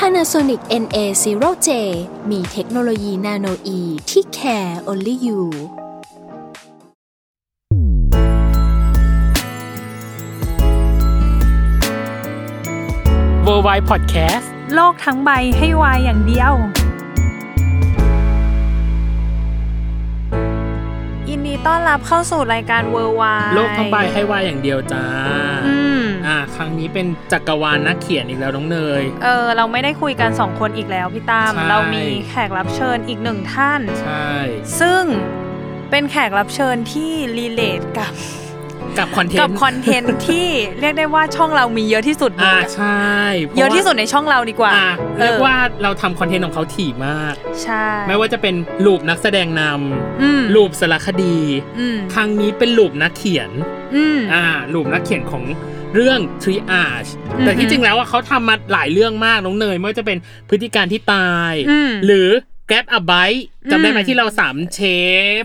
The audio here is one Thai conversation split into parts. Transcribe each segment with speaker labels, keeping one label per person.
Speaker 1: Panasonic NA0J มีเทคโนโลยีนาโนอีที่ care only you
Speaker 2: เวอร์ไวพอดแคสต์
Speaker 3: โลกทั้งใบให้วายอย่างเดียว ยินดีต้อนรับเข้าสู่รายการเวอร์วาย
Speaker 2: โลกทั้งใบให้วายอย่างเดียวจ้า
Speaker 3: อืม
Speaker 2: อ่า ครั้งนี้เป็นจักรวาลนักเขียนอีกแล้วน้องเนย
Speaker 3: เออ เราไม่ได้คุยกันสองคนอีกแล้วพี่ตาม
Speaker 2: ใช่
Speaker 3: เรามีแขกรับเชิญอีกหนึ่งท่าน
Speaker 2: ใช่
Speaker 3: ซึ่งเป็นแขกรับเชิญที่รีเลทกับ
Speaker 2: กับคอนเทนต์
Speaker 3: กับคอนเทนต์ที่เรียกได้ว่าช่องเรามีเยอะที่สุด
Speaker 2: อ่า
Speaker 3: เลย
Speaker 2: ใช่พราว่า
Speaker 3: เยอะที่สุดในช่องเราดีกว่า
Speaker 2: อ่าเรียกว่า
Speaker 3: ออ
Speaker 2: เราทำคอนเทนต์ของเขาถี่มาก
Speaker 3: ใช่
Speaker 2: ไม่ว่าจะเป็นลูปนักแสดงน
Speaker 3: อืม
Speaker 2: ำลูปสารคดี
Speaker 3: อืม
Speaker 2: ครั้งนี้เป็นลูปนักเขียน
Speaker 3: อืม
Speaker 2: อ่าลูปนักเขียนของเรื่อง Triage แต่
Speaker 3: อื
Speaker 2: ที่
Speaker 3: อฮึ
Speaker 2: จริงแล้วอ่ะเขาทำมาหลายเรื่องมากน้องเนยไม่ว่าจะเป็นพฤติการที่ตาย
Speaker 3: อืม
Speaker 2: หรือ Grab a bite จำได้ไหม
Speaker 3: อืม
Speaker 2: ที่เราสามเชฟ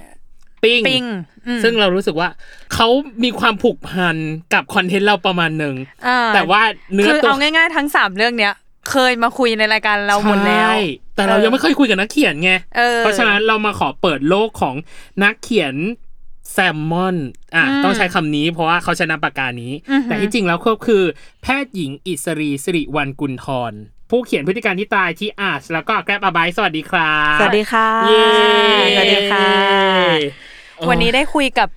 Speaker 2: ปิ้ง
Speaker 3: ปิงอืม
Speaker 2: ซึ่งเรารู้สึกว่าเขามีความผูกพันกับคอนเทนต์เราประมาณหนึ่ง
Speaker 3: อ่า
Speaker 2: แต่ว่าเนื้อ
Speaker 3: คือ
Speaker 2: ตัว
Speaker 3: เอาง่ายๆทั้งสามเรื่องเนี้ย เคยมาคุยในรายการเราหมดแล้ว
Speaker 2: ใช่แต่เรา
Speaker 3: เออ
Speaker 2: ยังไม่เคยคุยกับนักเขียนไง
Speaker 3: เออ
Speaker 2: เพราะฉะนั้นเรามาขอเปิดโลกของนักเขียนแซลมอน อ่ะ
Speaker 3: อืม
Speaker 2: ต้องใช้คำนี้เพราะว่าเขาชนะปากกานี้
Speaker 3: อือหือ
Speaker 2: แต่ที่จริงแล้วก็คือ แพทย์หญิงอิสรีสิริวันกุลทรผู้เขียนพฤติการที่ตายที่อาชแล้วก็แกร็บอบายสวัสดีครับ
Speaker 4: สวัสดีค่ะ
Speaker 2: เย้
Speaker 4: สวัสดีค่ะ
Speaker 3: วันนี้ได้คุยกับ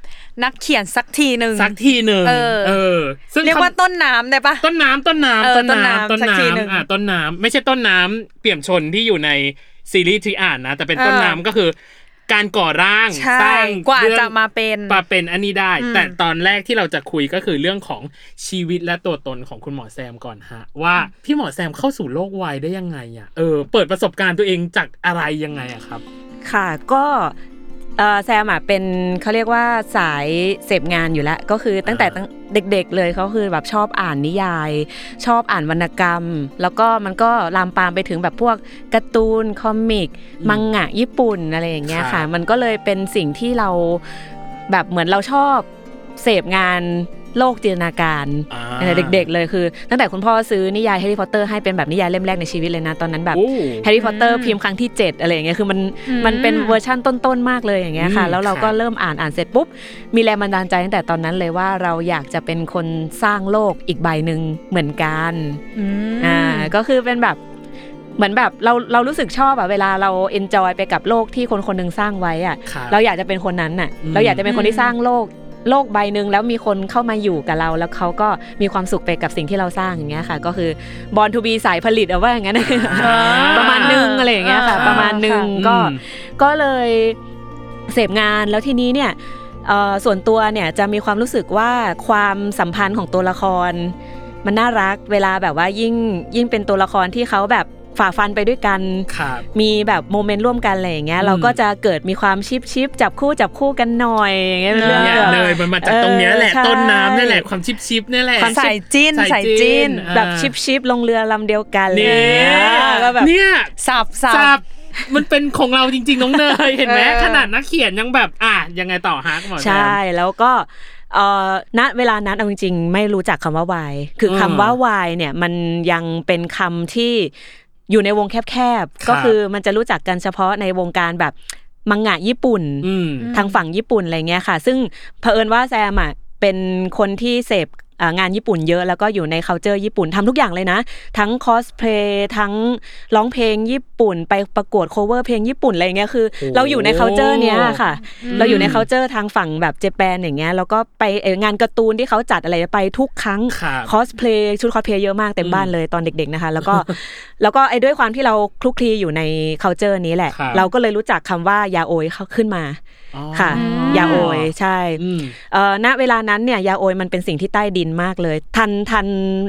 Speaker 3: นักเขียนสักทีหนึ่ง
Speaker 2: สักทีหนึ่ง
Speaker 3: เออ
Speaker 2: เออซึ่ง
Speaker 3: เรียกว่า
Speaker 2: คำ
Speaker 3: ต้นน้ำได้ปะ
Speaker 2: ต้นน้ำต้น
Speaker 3: เออ
Speaker 2: น้ำต้นน้ำ
Speaker 3: ต้
Speaker 2: ต้น
Speaker 3: นน้ำสักทีหนึ่ง
Speaker 2: น้ำอ่ะต้นน้ำไม่ใช่ต้นน้ำเปี่ยมชนที่อยู่ในซีรีส์ที่อ่านนะ แต่เป็นต้น
Speaker 3: เออ
Speaker 2: น้ำก็คือ การก่อร่าง
Speaker 3: ใช่
Speaker 2: สร้าง
Speaker 3: กว่า
Speaker 2: เรื่อง
Speaker 3: จะมาเป็น
Speaker 2: มาเป็นอันนี้ได้
Speaker 3: อืม
Speaker 2: แต่ตอนแรกที่เราจะคุยก็คือเรื่องของชีวิตและตัวตนของคุณหมอแซมก่อนฮะ ว่าพี่หมอแซมเข้าสู่โลกวัยได้ยังไงอ่ะเออเปิดประสบการณ์ตัวเองจากอะไรยังไงอ่ะครับ
Speaker 4: ค่ะก็เอ่อแซมอ่ะเป็นเขาเรียกว่าสายเสพงานอยู่แล้ว ก็คือตั้งแต่ตั้งเด็กๆเลยเขาคือแบบชอบอ่านนิยาย ชอบอ่านวรรณกรรม แล้วก็มันก็ลามปามไปถึงแบบพวกการ์ตูน คอมิก
Speaker 2: ม
Speaker 4: มังงะญี่ปุ่นอะไรอย่างเงี้ย
Speaker 2: ครั
Speaker 4: ค่ะ
Speaker 2: บ
Speaker 4: มันก็เลยเป็นสิ่งที่เราแบบเหมือนเราชอบเสพงานโลกจินตนาการ
Speaker 2: อ่า
Speaker 4: เด็กๆเลยคือ ตั้งแต่คุณพ่อซื้อนิยายแฮร์รี่พอตเตอร์ให้เป็นแบบนิยายเล่มแรกในชีวิตเลยนะตอนนั้นแบบ
Speaker 2: โอ้
Speaker 4: แฮร์รี่พอตเตอ
Speaker 3: อื
Speaker 4: ร์
Speaker 3: ม
Speaker 4: พิมพ์ครั้งที่ 7 อะไรอย่างเงี้ยคือมัน
Speaker 3: อืม
Speaker 4: มันเป็นเวอร์ชั่นต้นๆ มากเลยอย่างเงี้ยค่ะ
Speaker 2: อืม
Speaker 4: แล้วเราก็
Speaker 2: ค่ะ
Speaker 4: เริ่มอ่านอ่านเสร็จปุ๊บ มีแรงบันดาลใจตั้งแต่ตอนนั้นเลยว่าเราอยากจะเป็นคนสร้างโลกอีกใบหนึ่งเหมือนกัน
Speaker 3: อืม
Speaker 4: อ่าก็คือเป็นแบบเหมือนแบบเราเรารู้สึกชอบอะเวลาเราเอนจอยไปกับโลกที่คนคนหนึงสร้างไว้อะ
Speaker 2: คบ
Speaker 4: เราอยากจะเป็นคนนั้นน่ะ
Speaker 2: อืม
Speaker 4: เราอยากจะเป็นคน
Speaker 3: อื
Speaker 4: ที่
Speaker 3: ม
Speaker 4: สร้างโลกโลกใบหนึ่งแล้วมีคนเข้ามาอยู่กับเรา แล้วเขาก็มีความสุขไปกับสิ่งที่เราสร้างอย่างเงี้ยค่ะ ก็คือบอลทูบีสายผลิตเอาไว้อย่างนั้น
Speaker 2: อ่า
Speaker 4: ประมาณนึงอะไรอย่างเงี้ยค่ะ
Speaker 3: อ่า
Speaker 4: ประมาณนึง
Speaker 3: ค่ะ
Speaker 4: ก็
Speaker 2: อืม
Speaker 4: ก็เลยเสพงานแล้วทีนี้เนี่ยเอ่อส่วนตัวเนี่ยจะมีความรู้สึกว่าความสัมพันธ์ของตัวละคร มันน่ารักเวลาแบบว่ายิ่งยิ่งเป็นตัวละครที่เขาแบบฝ่าฟันไปด้วยกัน
Speaker 2: ครับ
Speaker 4: มีแบบโมเมนต์ร่วมกันอะไรอย่างเงี้ย
Speaker 2: อืม
Speaker 4: เราก็จะเกิดมีความชิปชิปจับคู่จับคู่กันหน่อยอย่างเงี้ยเป็นเรื่อง
Speaker 2: เนี่ย
Speaker 4: แบบ
Speaker 2: เนยมันมาจากตรงเนี้ยแหละ
Speaker 4: เออใช่
Speaker 2: ต้นน้ำนี่แหละความชิบชิบๆนี่แหละ
Speaker 3: ความใส่จิ้น
Speaker 2: ใส่
Speaker 3: ใส่
Speaker 2: จิ้
Speaker 3: จิ้
Speaker 2: น
Speaker 3: น
Speaker 4: แบบชิปชิปลงเรือลำเดียวกันอะไร
Speaker 2: เนี่
Speaker 4: อย่างเงี้ย
Speaker 2: ย
Speaker 4: ก็แบบ
Speaker 2: เนี่ย
Speaker 3: สับสั
Speaker 2: จั
Speaker 3: บ
Speaker 2: บมันเป็นของเราจริง ๆ น้องเน ย เห็นไหม
Speaker 3: เออ
Speaker 2: ขนาดนักเขียนยังแบบอ่ะยังไงต่อฮะหมอแซม
Speaker 4: ใช่แล้วก็เอ่อณเวลานั้นเอาจริงๆ ไม่รู้จักคำว่าวาย คือ
Speaker 2: อืม
Speaker 4: คำว่าวายเนี่ยมันยังเป็นคำที่อยู่ในวงแคบ
Speaker 2: ครับ
Speaker 4: ๆ ก็คือมันจะรู้จักกันเฉพาะในวงการแบบมังงะญี่ปุ่น
Speaker 2: อืม
Speaker 4: ทางฝั่งญี่ปุ่นอะไรเงี้ยค่ะ ซึ่งเผอิญว่าแซมอ่ะเป็นคนที่เสพอ่างานญี่ปุ่นเยอะแล้วก็อยู่ใน c u เจอร์ญี่ปุ่นทำทุกอย่างเลยนะ ทั้งคอสเพลย์ทั้งร้องเพลงญี่ปุ่น ไปประกวด cover เพลงญี่ปุ่นอะไรเงี้ยคือ
Speaker 2: โอ้
Speaker 4: เราอยู่ใน c u เจอร์เนี้ยค่ะ
Speaker 3: อืม
Speaker 4: เราอยู่ใน c u เจอร์ทางฝั่งแบบเจแปนอย่างเงี้ยแล้วก็ไปเอ่องานการ์ตูนที่เขาจัดอะไรไปทุกครั้ง
Speaker 2: ครับ
Speaker 4: คอสเพลย์ชุดคอสเพลย์เยอะมากเต็
Speaker 2: อื
Speaker 4: ม
Speaker 2: ม
Speaker 4: บ้านเลยตอนเด็กๆนะคะ แล้วก็ แล้วก็ไอ้ด้วยความที่เราคลุกคลีอยู่ใน c u เจอร์นี้แหละ
Speaker 2: ครับ
Speaker 4: เราก็เลยรู้จักคำว่ายาโอยเข้าขึ้นมา
Speaker 2: อ๋อ
Speaker 4: ค่ะ
Speaker 3: อืม
Speaker 4: ยาโอยใช่
Speaker 2: อืม
Speaker 4: เอ่อณเวลานั้นเนี่ยยาโอยมันเป็นสิ่งที่ใต้ดิน นมากเลย ทันทัน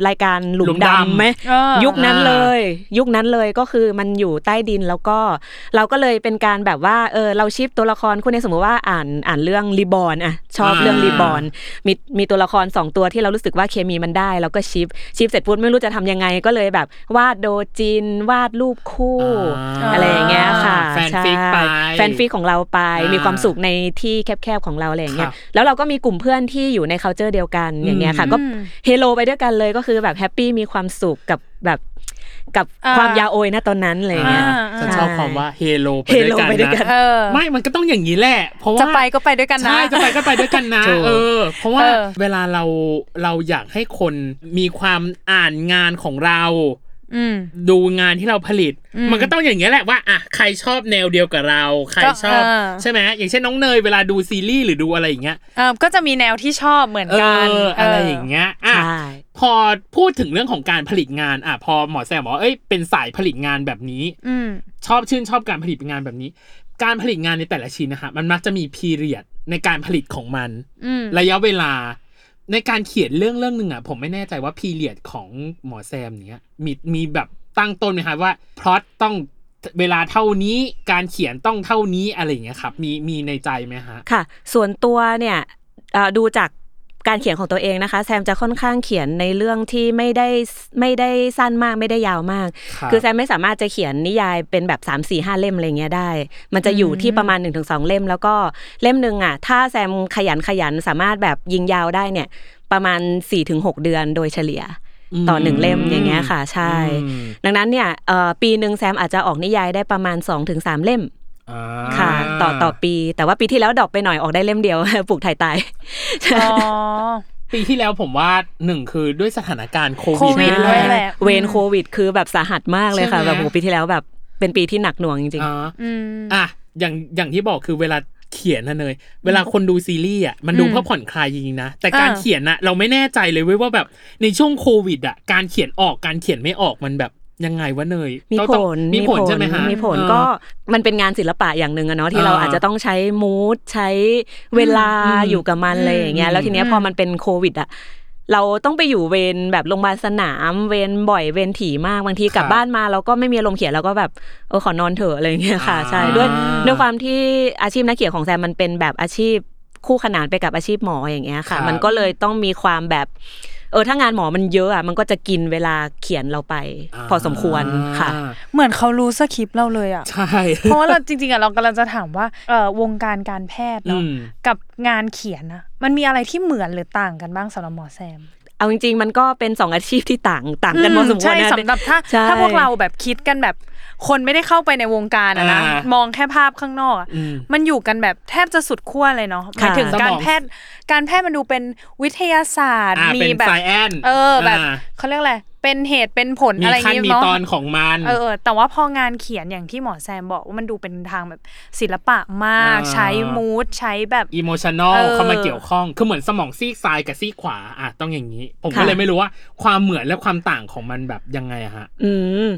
Speaker 4: รายการหลุ
Speaker 2: หลุ
Speaker 4: ม
Speaker 2: มดำ
Speaker 4: ดำไหม
Speaker 3: เออ
Speaker 4: ยุคนั้นเลย ยุคนั้นเลยก็คือมันอยู่ใต้ดินแล้วก็เราก็เลยเป็นการแบบว่าเออเราชิปตัวละครคุณในสมมุติว่าอ่านอ่านเรื่องรีบอนอะชอบ
Speaker 2: อ่า
Speaker 4: เรื่องรีบอนมีมีตัวละครสองตัวที่เรารู้สึกว่าเคมีมันได้แล้วก็ชิปชิปเสร็จปุ๊บไม่รู้จะทำยังไงก็เลยแบบวาดโดจินวาดรูปคู่
Speaker 3: อ่า
Speaker 4: อะไรอย่างเงี้ยค่ะ
Speaker 2: แฟนฟิกไป
Speaker 4: ใช่แฟนฟิกของเราไป
Speaker 2: อ่ามี
Speaker 4: มีความสุขในที่แคบๆของเราอะไรอย่างเงี้
Speaker 2: ครั
Speaker 4: ย
Speaker 2: บ
Speaker 4: แล้วเราก็มีกลุ่มเพื่อนที่อยู่ใน c u เจอร์เดียวกันอย่างเงี้ยค่ะ
Speaker 2: อืม
Speaker 4: ก็ เฮโลไปด้วยกันเลยก็คือแบบแฮปปี้มีความสุขกับแบบกับ
Speaker 3: อ่า
Speaker 4: ความยาโอยนะตอนนั้นอะไรอย่างเงี้ย
Speaker 3: อ่า
Speaker 2: ฉันชอบความว่าเฮโลไปด้วยกัน
Speaker 4: เฮโลไปด้วยกั
Speaker 2: นะ
Speaker 4: น
Speaker 3: เออ
Speaker 2: ไม่มันก็ต้องอย่างนี้แหละ เพราะว่า
Speaker 3: จะไปก็ไปด้วยกันนะ
Speaker 2: ใช่จะไปก็ไปด้วยกันนะ
Speaker 4: ถูก
Speaker 2: เออ เพราะว่า
Speaker 3: เออ
Speaker 2: เวลาเราเราอยากให้คนมีความอ่านงานของเรา
Speaker 3: อืม
Speaker 2: ดูงานที่เราผลิต
Speaker 3: อืม
Speaker 2: มันก็ต้องอย่างนี้ยแหละว่าอ่ะใครชอบแนวเดียวกับเรา ใคร
Speaker 3: ก็
Speaker 2: ชอบ
Speaker 3: เออ
Speaker 2: ใช่ไหมอย่างเช่นน้องเนยเวลาดูซีรีส์หรือดูอะไรอย่างเงี้ย
Speaker 3: เออก็จะมีแนวที่ชอบเหมือน
Speaker 2: เอ
Speaker 3: กัน
Speaker 2: ออะไรอย่างเงี้ยอ่ะ
Speaker 4: ใช่
Speaker 2: พอพูดถึงเรื่องของการผลิตงานอ่ะพอหมอแซมบอกว่าเอ้ยเป็นสายผลิตงานแบบนี้
Speaker 3: อืม
Speaker 2: ชอบชื่นชอบการผลิตงานแบบนี้ การผลิตงานในแต่ละชิ้นนะคะมันมักจะมีพีเรียดในการผลิตของมัน
Speaker 3: อืม
Speaker 2: ระยะเวลาในการเขียนเรื่องเรื่องหนึ่งอ่ะผมไม่แน่ใจว่าพีเรียดของหมอแซมเนี้ยมีมีแบบตั้งต้นไหมคะว่าพล็อตต้องเวลาเท่านี้การเขียนต้องเท่านี้อะไรอย่างเงี้ยครับ มีมีในใจไหมฮะ
Speaker 4: ค่ะ ส่วนตัวเนี่ยเอ่อดูจากการเขียนของตัวเองนะคะ แซมจะค่อนข้างเขียนในเรื่องที่ไม่ได้ไม่ได้สั้นมากไม่ได้ยาวมาก คือแซมไม่สามารถจะเขียนนิยายเป็นแบบ 3 4 5 เล่มอะไรเงี้ยได้ มันจะอยู่ที่ประมาณ 1-2 เล่ม แล้วก็เล่มหนึ่งอ่ะ ถ้าแซมขยันขยันสามารถแบบยิงยาวได้เนี่ยประมาณ 4-6 เดือนโดยเฉลี่ย ต่อหนึ่งเล่มอย่างเงี้ยค่ะใช่
Speaker 2: อืม
Speaker 4: ดังนั้นเนี่ยเอ่อปีหนึ่งแซมอาจจะออกนิยายได้ประมาณ 2-3 เล่ม
Speaker 2: อ่า
Speaker 4: ค่ะ ต่อต่อปี แต่ว่าปีที่แล้วดรอปไปหน่อยออกได้เล่มเดียว ปลูกถ่ายตาย
Speaker 3: อ๋อ
Speaker 2: ปีที่แล้วผมว่าหนึ่งคือด้วยสถานการณ์โค
Speaker 3: โควิ
Speaker 2: วิ
Speaker 3: ด
Speaker 2: ด
Speaker 3: ด้
Speaker 2: ด้
Speaker 3: ว
Speaker 2: วย ย
Speaker 3: แห
Speaker 2: แห
Speaker 3: ละ
Speaker 2: ละ
Speaker 4: เวรโควิด คือแบบสาหัสมากเลยค่ะ
Speaker 2: ใช่ไหม
Speaker 4: แบบโอ้โหปีที่แล้วแบบเป็นปีที่หนักหน่วงจริง
Speaker 2: อ่า
Speaker 3: อืม
Speaker 2: อ่ะอย่างอย่างที่บอกคือเวลาเขียนนะเนยเวลาคนดูซีรีส์อ่ะมันดู
Speaker 3: อืม
Speaker 2: เพื่อผ่อนคลายจริงๆนะแต่การ
Speaker 3: อ่า
Speaker 2: เขียนน่ะเราไม่แน่ใจเลยเว้ยว่าแบบในช่วงโควิดอ่ะการเขียนออกการเขียนไม่ออกมันแบบยังไงวะเนย
Speaker 4: ๆ มี
Speaker 2: ต้อง
Speaker 4: ผ
Speaker 2: ต้อง
Speaker 4: ล
Speaker 2: มีผลใช่ไหมฮะ
Speaker 4: มีผลก็มันเป็นงานศิลปะอย่างหนึ่งอะเนาะที่เรา
Speaker 2: อ่า
Speaker 4: อาจจะต้องใช้มูดใช้เวลา
Speaker 2: อืม
Speaker 4: อยู่กับมันอะไรอย่างเงี้ยแล้วทีเนี้ยพอมันเป็นโควิดอะเราต้องไปอยู่เวรแบบโรงพยาบาลสนามเวรบ่อยเวรถี่มากบางทีกลั
Speaker 2: ค
Speaker 4: บ
Speaker 2: รับ
Speaker 4: บ้านมาเราก็ไม่มีอารมณ์เขียนเราก็แบบเออขอนอนเถอะอะไรอย่างเงี้ยค่ะใช่
Speaker 2: อ่
Speaker 4: ด้วย ด้วยความที่อาชีพนักเขียนของแซมมันเป็นแบบอาชีพคู่ขนานไปกับอาชีพหมออย่างเงี้ยค่ะ
Speaker 2: ครับ
Speaker 4: มันก็เลยต้องมีความแบบเออถ้างานหมอมันเยอะอ่ะมันก็จะกินเวลาเขียนเราไป พอสมควรค่ะ
Speaker 2: อ่า
Speaker 3: เหมือนเขารู้สคริปต์เราเลยอ่ะ
Speaker 2: ใช่
Speaker 3: เพราะว่าเราจริงๆอ่ะเรากำลังจะถามว่าเออวงการการแพทย์
Speaker 2: อื
Speaker 3: เนาะ
Speaker 2: ม
Speaker 3: กับงานเขียนนะมันมีอะไรที่เหมือนหรือต่างกันบ้างสำหรับหมอแซม
Speaker 4: เอาจริงๆ มันก็เป็นสองอาชีพที่ต่างต่างกันพอสมคว
Speaker 3: ใช่
Speaker 4: รนะ
Speaker 3: สำหรับถ้า
Speaker 4: ใช่
Speaker 3: ถ้าพวกเราแบบคิดกันแบบ คนไม่ได้เข้าไปในวงการอะนะ
Speaker 2: อ่าม ม
Speaker 3: องแค่ภาพข้างนอกอะ
Speaker 2: อืม
Speaker 3: มันอยู่กันแบบแทบจะสุดขั้วเลยเนาะหมายถึง
Speaker 2: สมอง
Speaker 3: การแพทย์การแพทย์มันดูเป็นวิทยาศาสตร์
Speaker 2: อ่า
Speaker 3: มี
Speaker 2: เป็น
Speaker 3: แบบ
Speaker 2: ไซแอน
Speaker 3: เออแบบเขาเรียกอะไรเป็นเหตุเป็นผล
Speaker 2: มี
Speaker 3: อะไร
Speaker 2: ขั้น
Speaker 3: นี้
Speaker 2: มี
Speaker 3: เนาะ
Speaker 2: ตอนของมัน
Speaker 3: เออเออแต่ว่าพองานเขียนอย่างที่หมอแซมบอกว่ามันดูเป็นทางแบบศิลปะมาก
Speaker 2: อ่า
Speaker 3: ใช้มูดใช้แบบ
Speaker 2: อิโมชันอล
Speaker 3: เออ
Speaker 2: เข้ามาเกี่ยวข้อง คือเหมือนสมองซีกซ้ายกับซีกขวาอ่ะต้องอย่างนี้ ผมก็เลยไม่รู้ว่าความเหมือนและความต่างของมันแบบยังไงอะฮะ
Speaker 4: อืม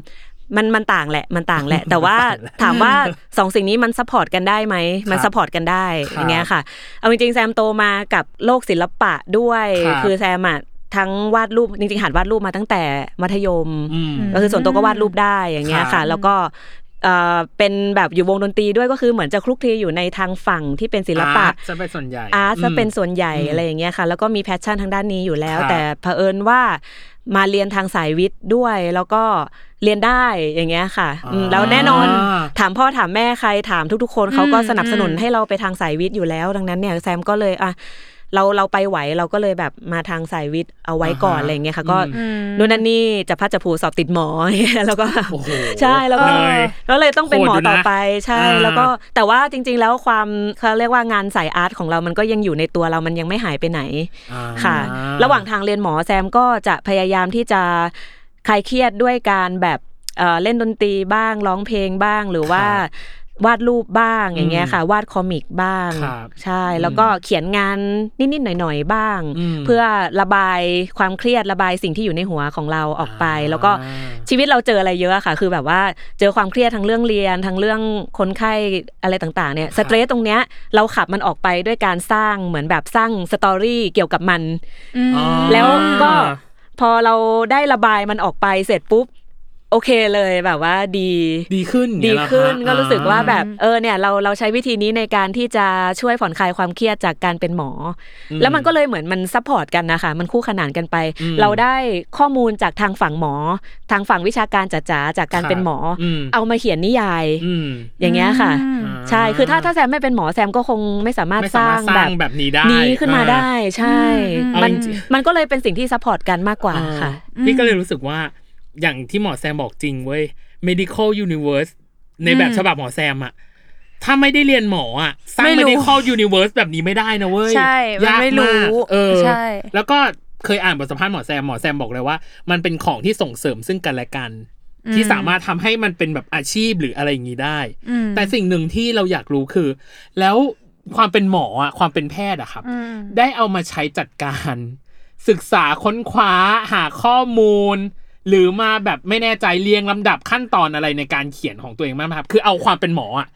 Speaker 4: มันมันต่างแหละมันต่าง แหละ แต่ว่าถามว่าสองสิ่งนี้มันซัพพอร์ตกันได้ไหมมันซัพพอร์ตกันได้
Speaker 2: ครับ
Speaker 4: อย่างเงี้ยค่ะเอาจริงๆแซมโตมากับโลกศิลปะด้วย
Speaker 2: ครับ
Speaker 4: อแซมอะทั้งวาดรูปจริงๆหัดวาดรูปมาตั้งแต่มัธยม
Speaker 2: อืม
Speaker 4: ก็คือส่วนตัวก็วาดรูปได้อย่างเงี้ย
Speaker 2: ครั
Speaker 4: ค่ะ
Speaker 2: บ
Speaker 4: แล้วก็เอ่อเป็นแบบอยู่วงดนตรีด้วยก็คือเหมือนจะคลุกคลีอยู่ในทางฝั่งที่เป็นศิลปะ
Speaker 2: าร์ตจะเป็นส่วนใหญ่
Speaker 4: อาร์ตจะ
Speaker 2: ม
Speaker 4: เป็นส่วนใหญ่
Speaker 2: อืม
Speaker 4: อะไรอย่างเงี้ยค่ะ แล้วก็มีแพชชั่นทางด้านนี้อยู่แล้ว
Speaker 2: ครับ
Speaker 4: แต่เผอิญว่ามาเรียนทางสายวิทย์ด้วยแล้วก็เรียนได้อย่างเงี้ยค่ะอืม
Speaker 2: อ่า
Speaker 4: แล้วแน่นอนถามพ่อถามแม่ใครถามทุก ๆ คนเขาก็สนับสนุน
Speaker 3: อืม
Speaker 4: ให้เราไปทางสายวิทย์อยู่แล้ว ดังนั้นเนี่ยแซมก็เลยอ่ะเราเราไปไหวเราก็เลยแบบมาทางสายวิทย์เอาไว้ก่อนอะไรอย่างเงี้ยค่ะก็
Speaker 2: อืม
Speaker 4: นู่นนั่นนี่จะพัดจะผูสอบติดหมอ แล้วก็
Speaker 2: โอ้โห
Speaker 4: ใช่แล้วก็
Speaker 2: เลย
Speaker 4: แล้วเลยต้องเป็นหมอ
Speaker 2: โหดอยู่นะ
Speaker 4: ต่อไปใช่
Speaker 2: อ่า
Speaker 4: แล้วก็แต่ว่าจริง ๆ แล้วความเขาเรียกว่างานสายอาร์ตของเรามันก็ยังอยู่ในตัวเรามันยังไม่หายไปไหน
Speaker 2: อ่า
Speaker 4: ค่ะ ระหว่างทางเรียนหมอแซมก็จะพยายามที่จะคลายเครียดด้วยการแบบเอ่อเล่นดนตรีบ้างร้องเพลงบ้างหรือว่า วาดรูปบ้างอย่างเงี้ยค่ะ วาดคอมิกบ้าง
Speaker 2: ครับ
Speaker 4: ใช่แล้วก็เขียนงานนิดๆหน่อยๆบ้าง
Speaker 2: อืม
Speaker 4: เพื่อระบายความเครียดระบายสิ่งที่อยู่ในหัวของเราออกไป แล้วก็
Speaker 2: อ่า
Speaker 4: ชีวิตเราเจออะไรเยอะอะค่ะ คือแบบว่าเจอความเครียดทั้งเรื่องเรียนทั้งเรื่องคนไข้อะไรต่างๆเนี่ย
Speaker 2: ค
Speaker 4: ส
Speaker 2: รับ
Speaker 4: เตรสตรงเนี้ยเราขับมันออกไปด้วยการสร้างเหมือนแบบสร้างสตอรี่เกี่ยวกับมัน
Speaker 3: อืม
Speaker 2: อ๋อ
Speaker 4: แล้วก็พอเราได้ระบายมันออกไปเสร็จปุ๊บ โอเคเลยแบบว่าดี
Speaker 2: ดีขึ้น
Speaker 4: ดี
Speaker 2: เยเหรอ
Speaker 4: ขึ้น
Speaker 2: คะ
Speaker 4: ก็รู้สึกว่าแบบ
Speaker 3: อืม
Speaker 4: เออเนี่ยเราเราใช้วิธีนี้ในการที่จะช่วยผ่อนคลายความเครียดจากการเป็นหมออ
Speaker 2: อื
Speaker 4: แล้วมันก็เลยเหมือนมันซัพพอร์ตกันนะคะมันคู่ขนานกันไป
Speaker 2: อืม
Speaker 4: เราได้ข้อมูลจากทางฝั่งหมอ ทางฝั่งวิชาการจ๋าๆจากการเป็นหมอ
Speaker 2: ม
Speaker 4: เอามาเขียนนิยาย
Speaker 2: อืม
Speaker 4: อย่างเงี้ยค่ะ
Speaker 3: อืม
Speaker 2: อ่า
Speaker 4: ใช่คือถ้าถ้าแซมไม่เป็นหมอแซมก็คงไม่สามารถ
Speaker 2: ไม่
Speaker 4: สร้า
Speaker 2: สาาร
Speaker 4: ม
Speaker 2: ถ
Speaker 4: ง
Speaker 2: ส
Speaker 4: แบ
Speaker 2: ร้าง
Speaker 4: บ
Speaker 2: แบบนี้ได้
Speaker 4: นี้ขึ้นมา
Speaker 2: อ่
Speaker 4: ได้ใช่
Speaker 3: อืม
Speaker 2: เอา
Speaker 4: มัน
Speaker 2: จริง
Speaker 4: มันก็เลยเป็นสิ่งที่ซัพพอร์ตกันมากกว่าค่ะ
Speaker 3: อืม
Speaker 2: พี่ก็เลยรู้สึกว่าอย่างที่หมอแซมบอกจริงเว้ย medical universe ในแบบ
Speaker 3: อืม
Speaker 2: ฉบับหมอแซมอะถ้าไม่ได้เรียนหมออะสร้าง
Speaker 3: ไม่รู้
Speaker 2: medical universe แบบนี้ไม่ได้นะเว้ย
Speaker 3: ใช่มัน
Speaker 2: ยาก
Speaker 3: ไม่รู้
Speaker 2: ากเออ
Speaker 3: ใช่
Speaker 2: แล้วก็เคยอ่านบทสัมภาษณ์หมอแซมหมอแซมบอกเลยว่า มันเป็นของที่ส่งเสริมซึ่งกันและกัน ที่สามารถทำให้มันเป็นแบบอาชีพหรืออะไรอย่างนี้ได้
Speaker 3: อืม
Speaker 2: แต่สิ่งหนึ่งที่เราอยากรู้คือ แล้วความเป็นหมออะความเป็นแพทย์อะครับ
Speaker 3: อืม
Speaker 2: ได้เอามาใช้จัดการ ศึกษาค้นคว้าหาข้อมูล หรือมาแบบไม่แน่ใจเรียงลำดับขั้นตอนอะไรในการเขียนของตัวเองมากครับ คือเอาความเป็นหมออะ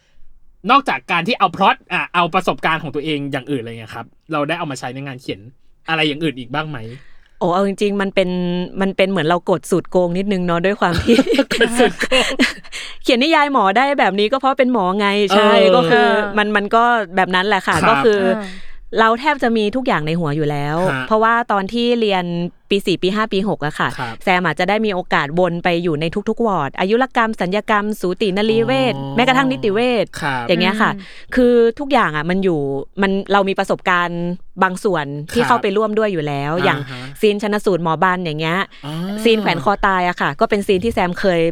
Speaker 2: นอกจากการที่เอาพล็อตอ่ะเอาประสบการณ์ของตัวเองอย่างอื่นอะไรเงี้ยครับ เราได้เอามาใช้ในงานเขียนอะไรอย่างอื่นอีกบ้างไหม
Speaker 4: โอ้เอาจริงๆ มันเป็นมันเป็นเหมือนเรากดสูตรโกงนิดนึงเนาะด้วยความที่
Speaker 2: กดสูตรโกง
Speaker 4: เขียนนิยายหมอได้แบบนี้ก็เพราะเป็นหมอไงใช่
Speaker 2: เออ
Speaker 4: ก็คือ
Speaker 3: เออ
Speaker 4: มันมันก็แบบนั้นแหละค่ะ
Speaker 2: ครับ
Speaker 4: ก็คือ
Speaker 3: เออ
Speaker 4: เราแทบจะมีทุกอย่างในหัวอยู่แล้ว
Speaker 2: ฮะ
Speaker 4: เพราะว่าตอนที่เรียนปี4ปี5ปี6อะค่ะ
Speaker 2: ครับ
Speaker 4: แซมอาจจะได้มีโอกาสวนไปอยู่ในทุกๆวอร์ดอายุรกรรม สัญญกรรม สูตินรีเวช
Speaker 2: อ๋อ
Speaker 4: แม้กระทั่งนิติเวช
Speaker 2: ครับ
Speaker 4: อย่างเงี้ยค่ะ
Speaker 3: อืม
Speaker 4: คือทุกอย่างอ่ะมันอยู่มันเรามีประสบการณ์บางส่วนที่เข้าไปร่วมด้วยอยู่แล้ว อย่าง
Speaker 2: ฮะ
Speaker 4: ซีนชนสูตรหมอบันอย่างเงี้ย
Speaker 2: อ่า
Speaker 4: ซีนแขวนคอตายอะค่ะ ก็เป็นซีนที่แซมเคย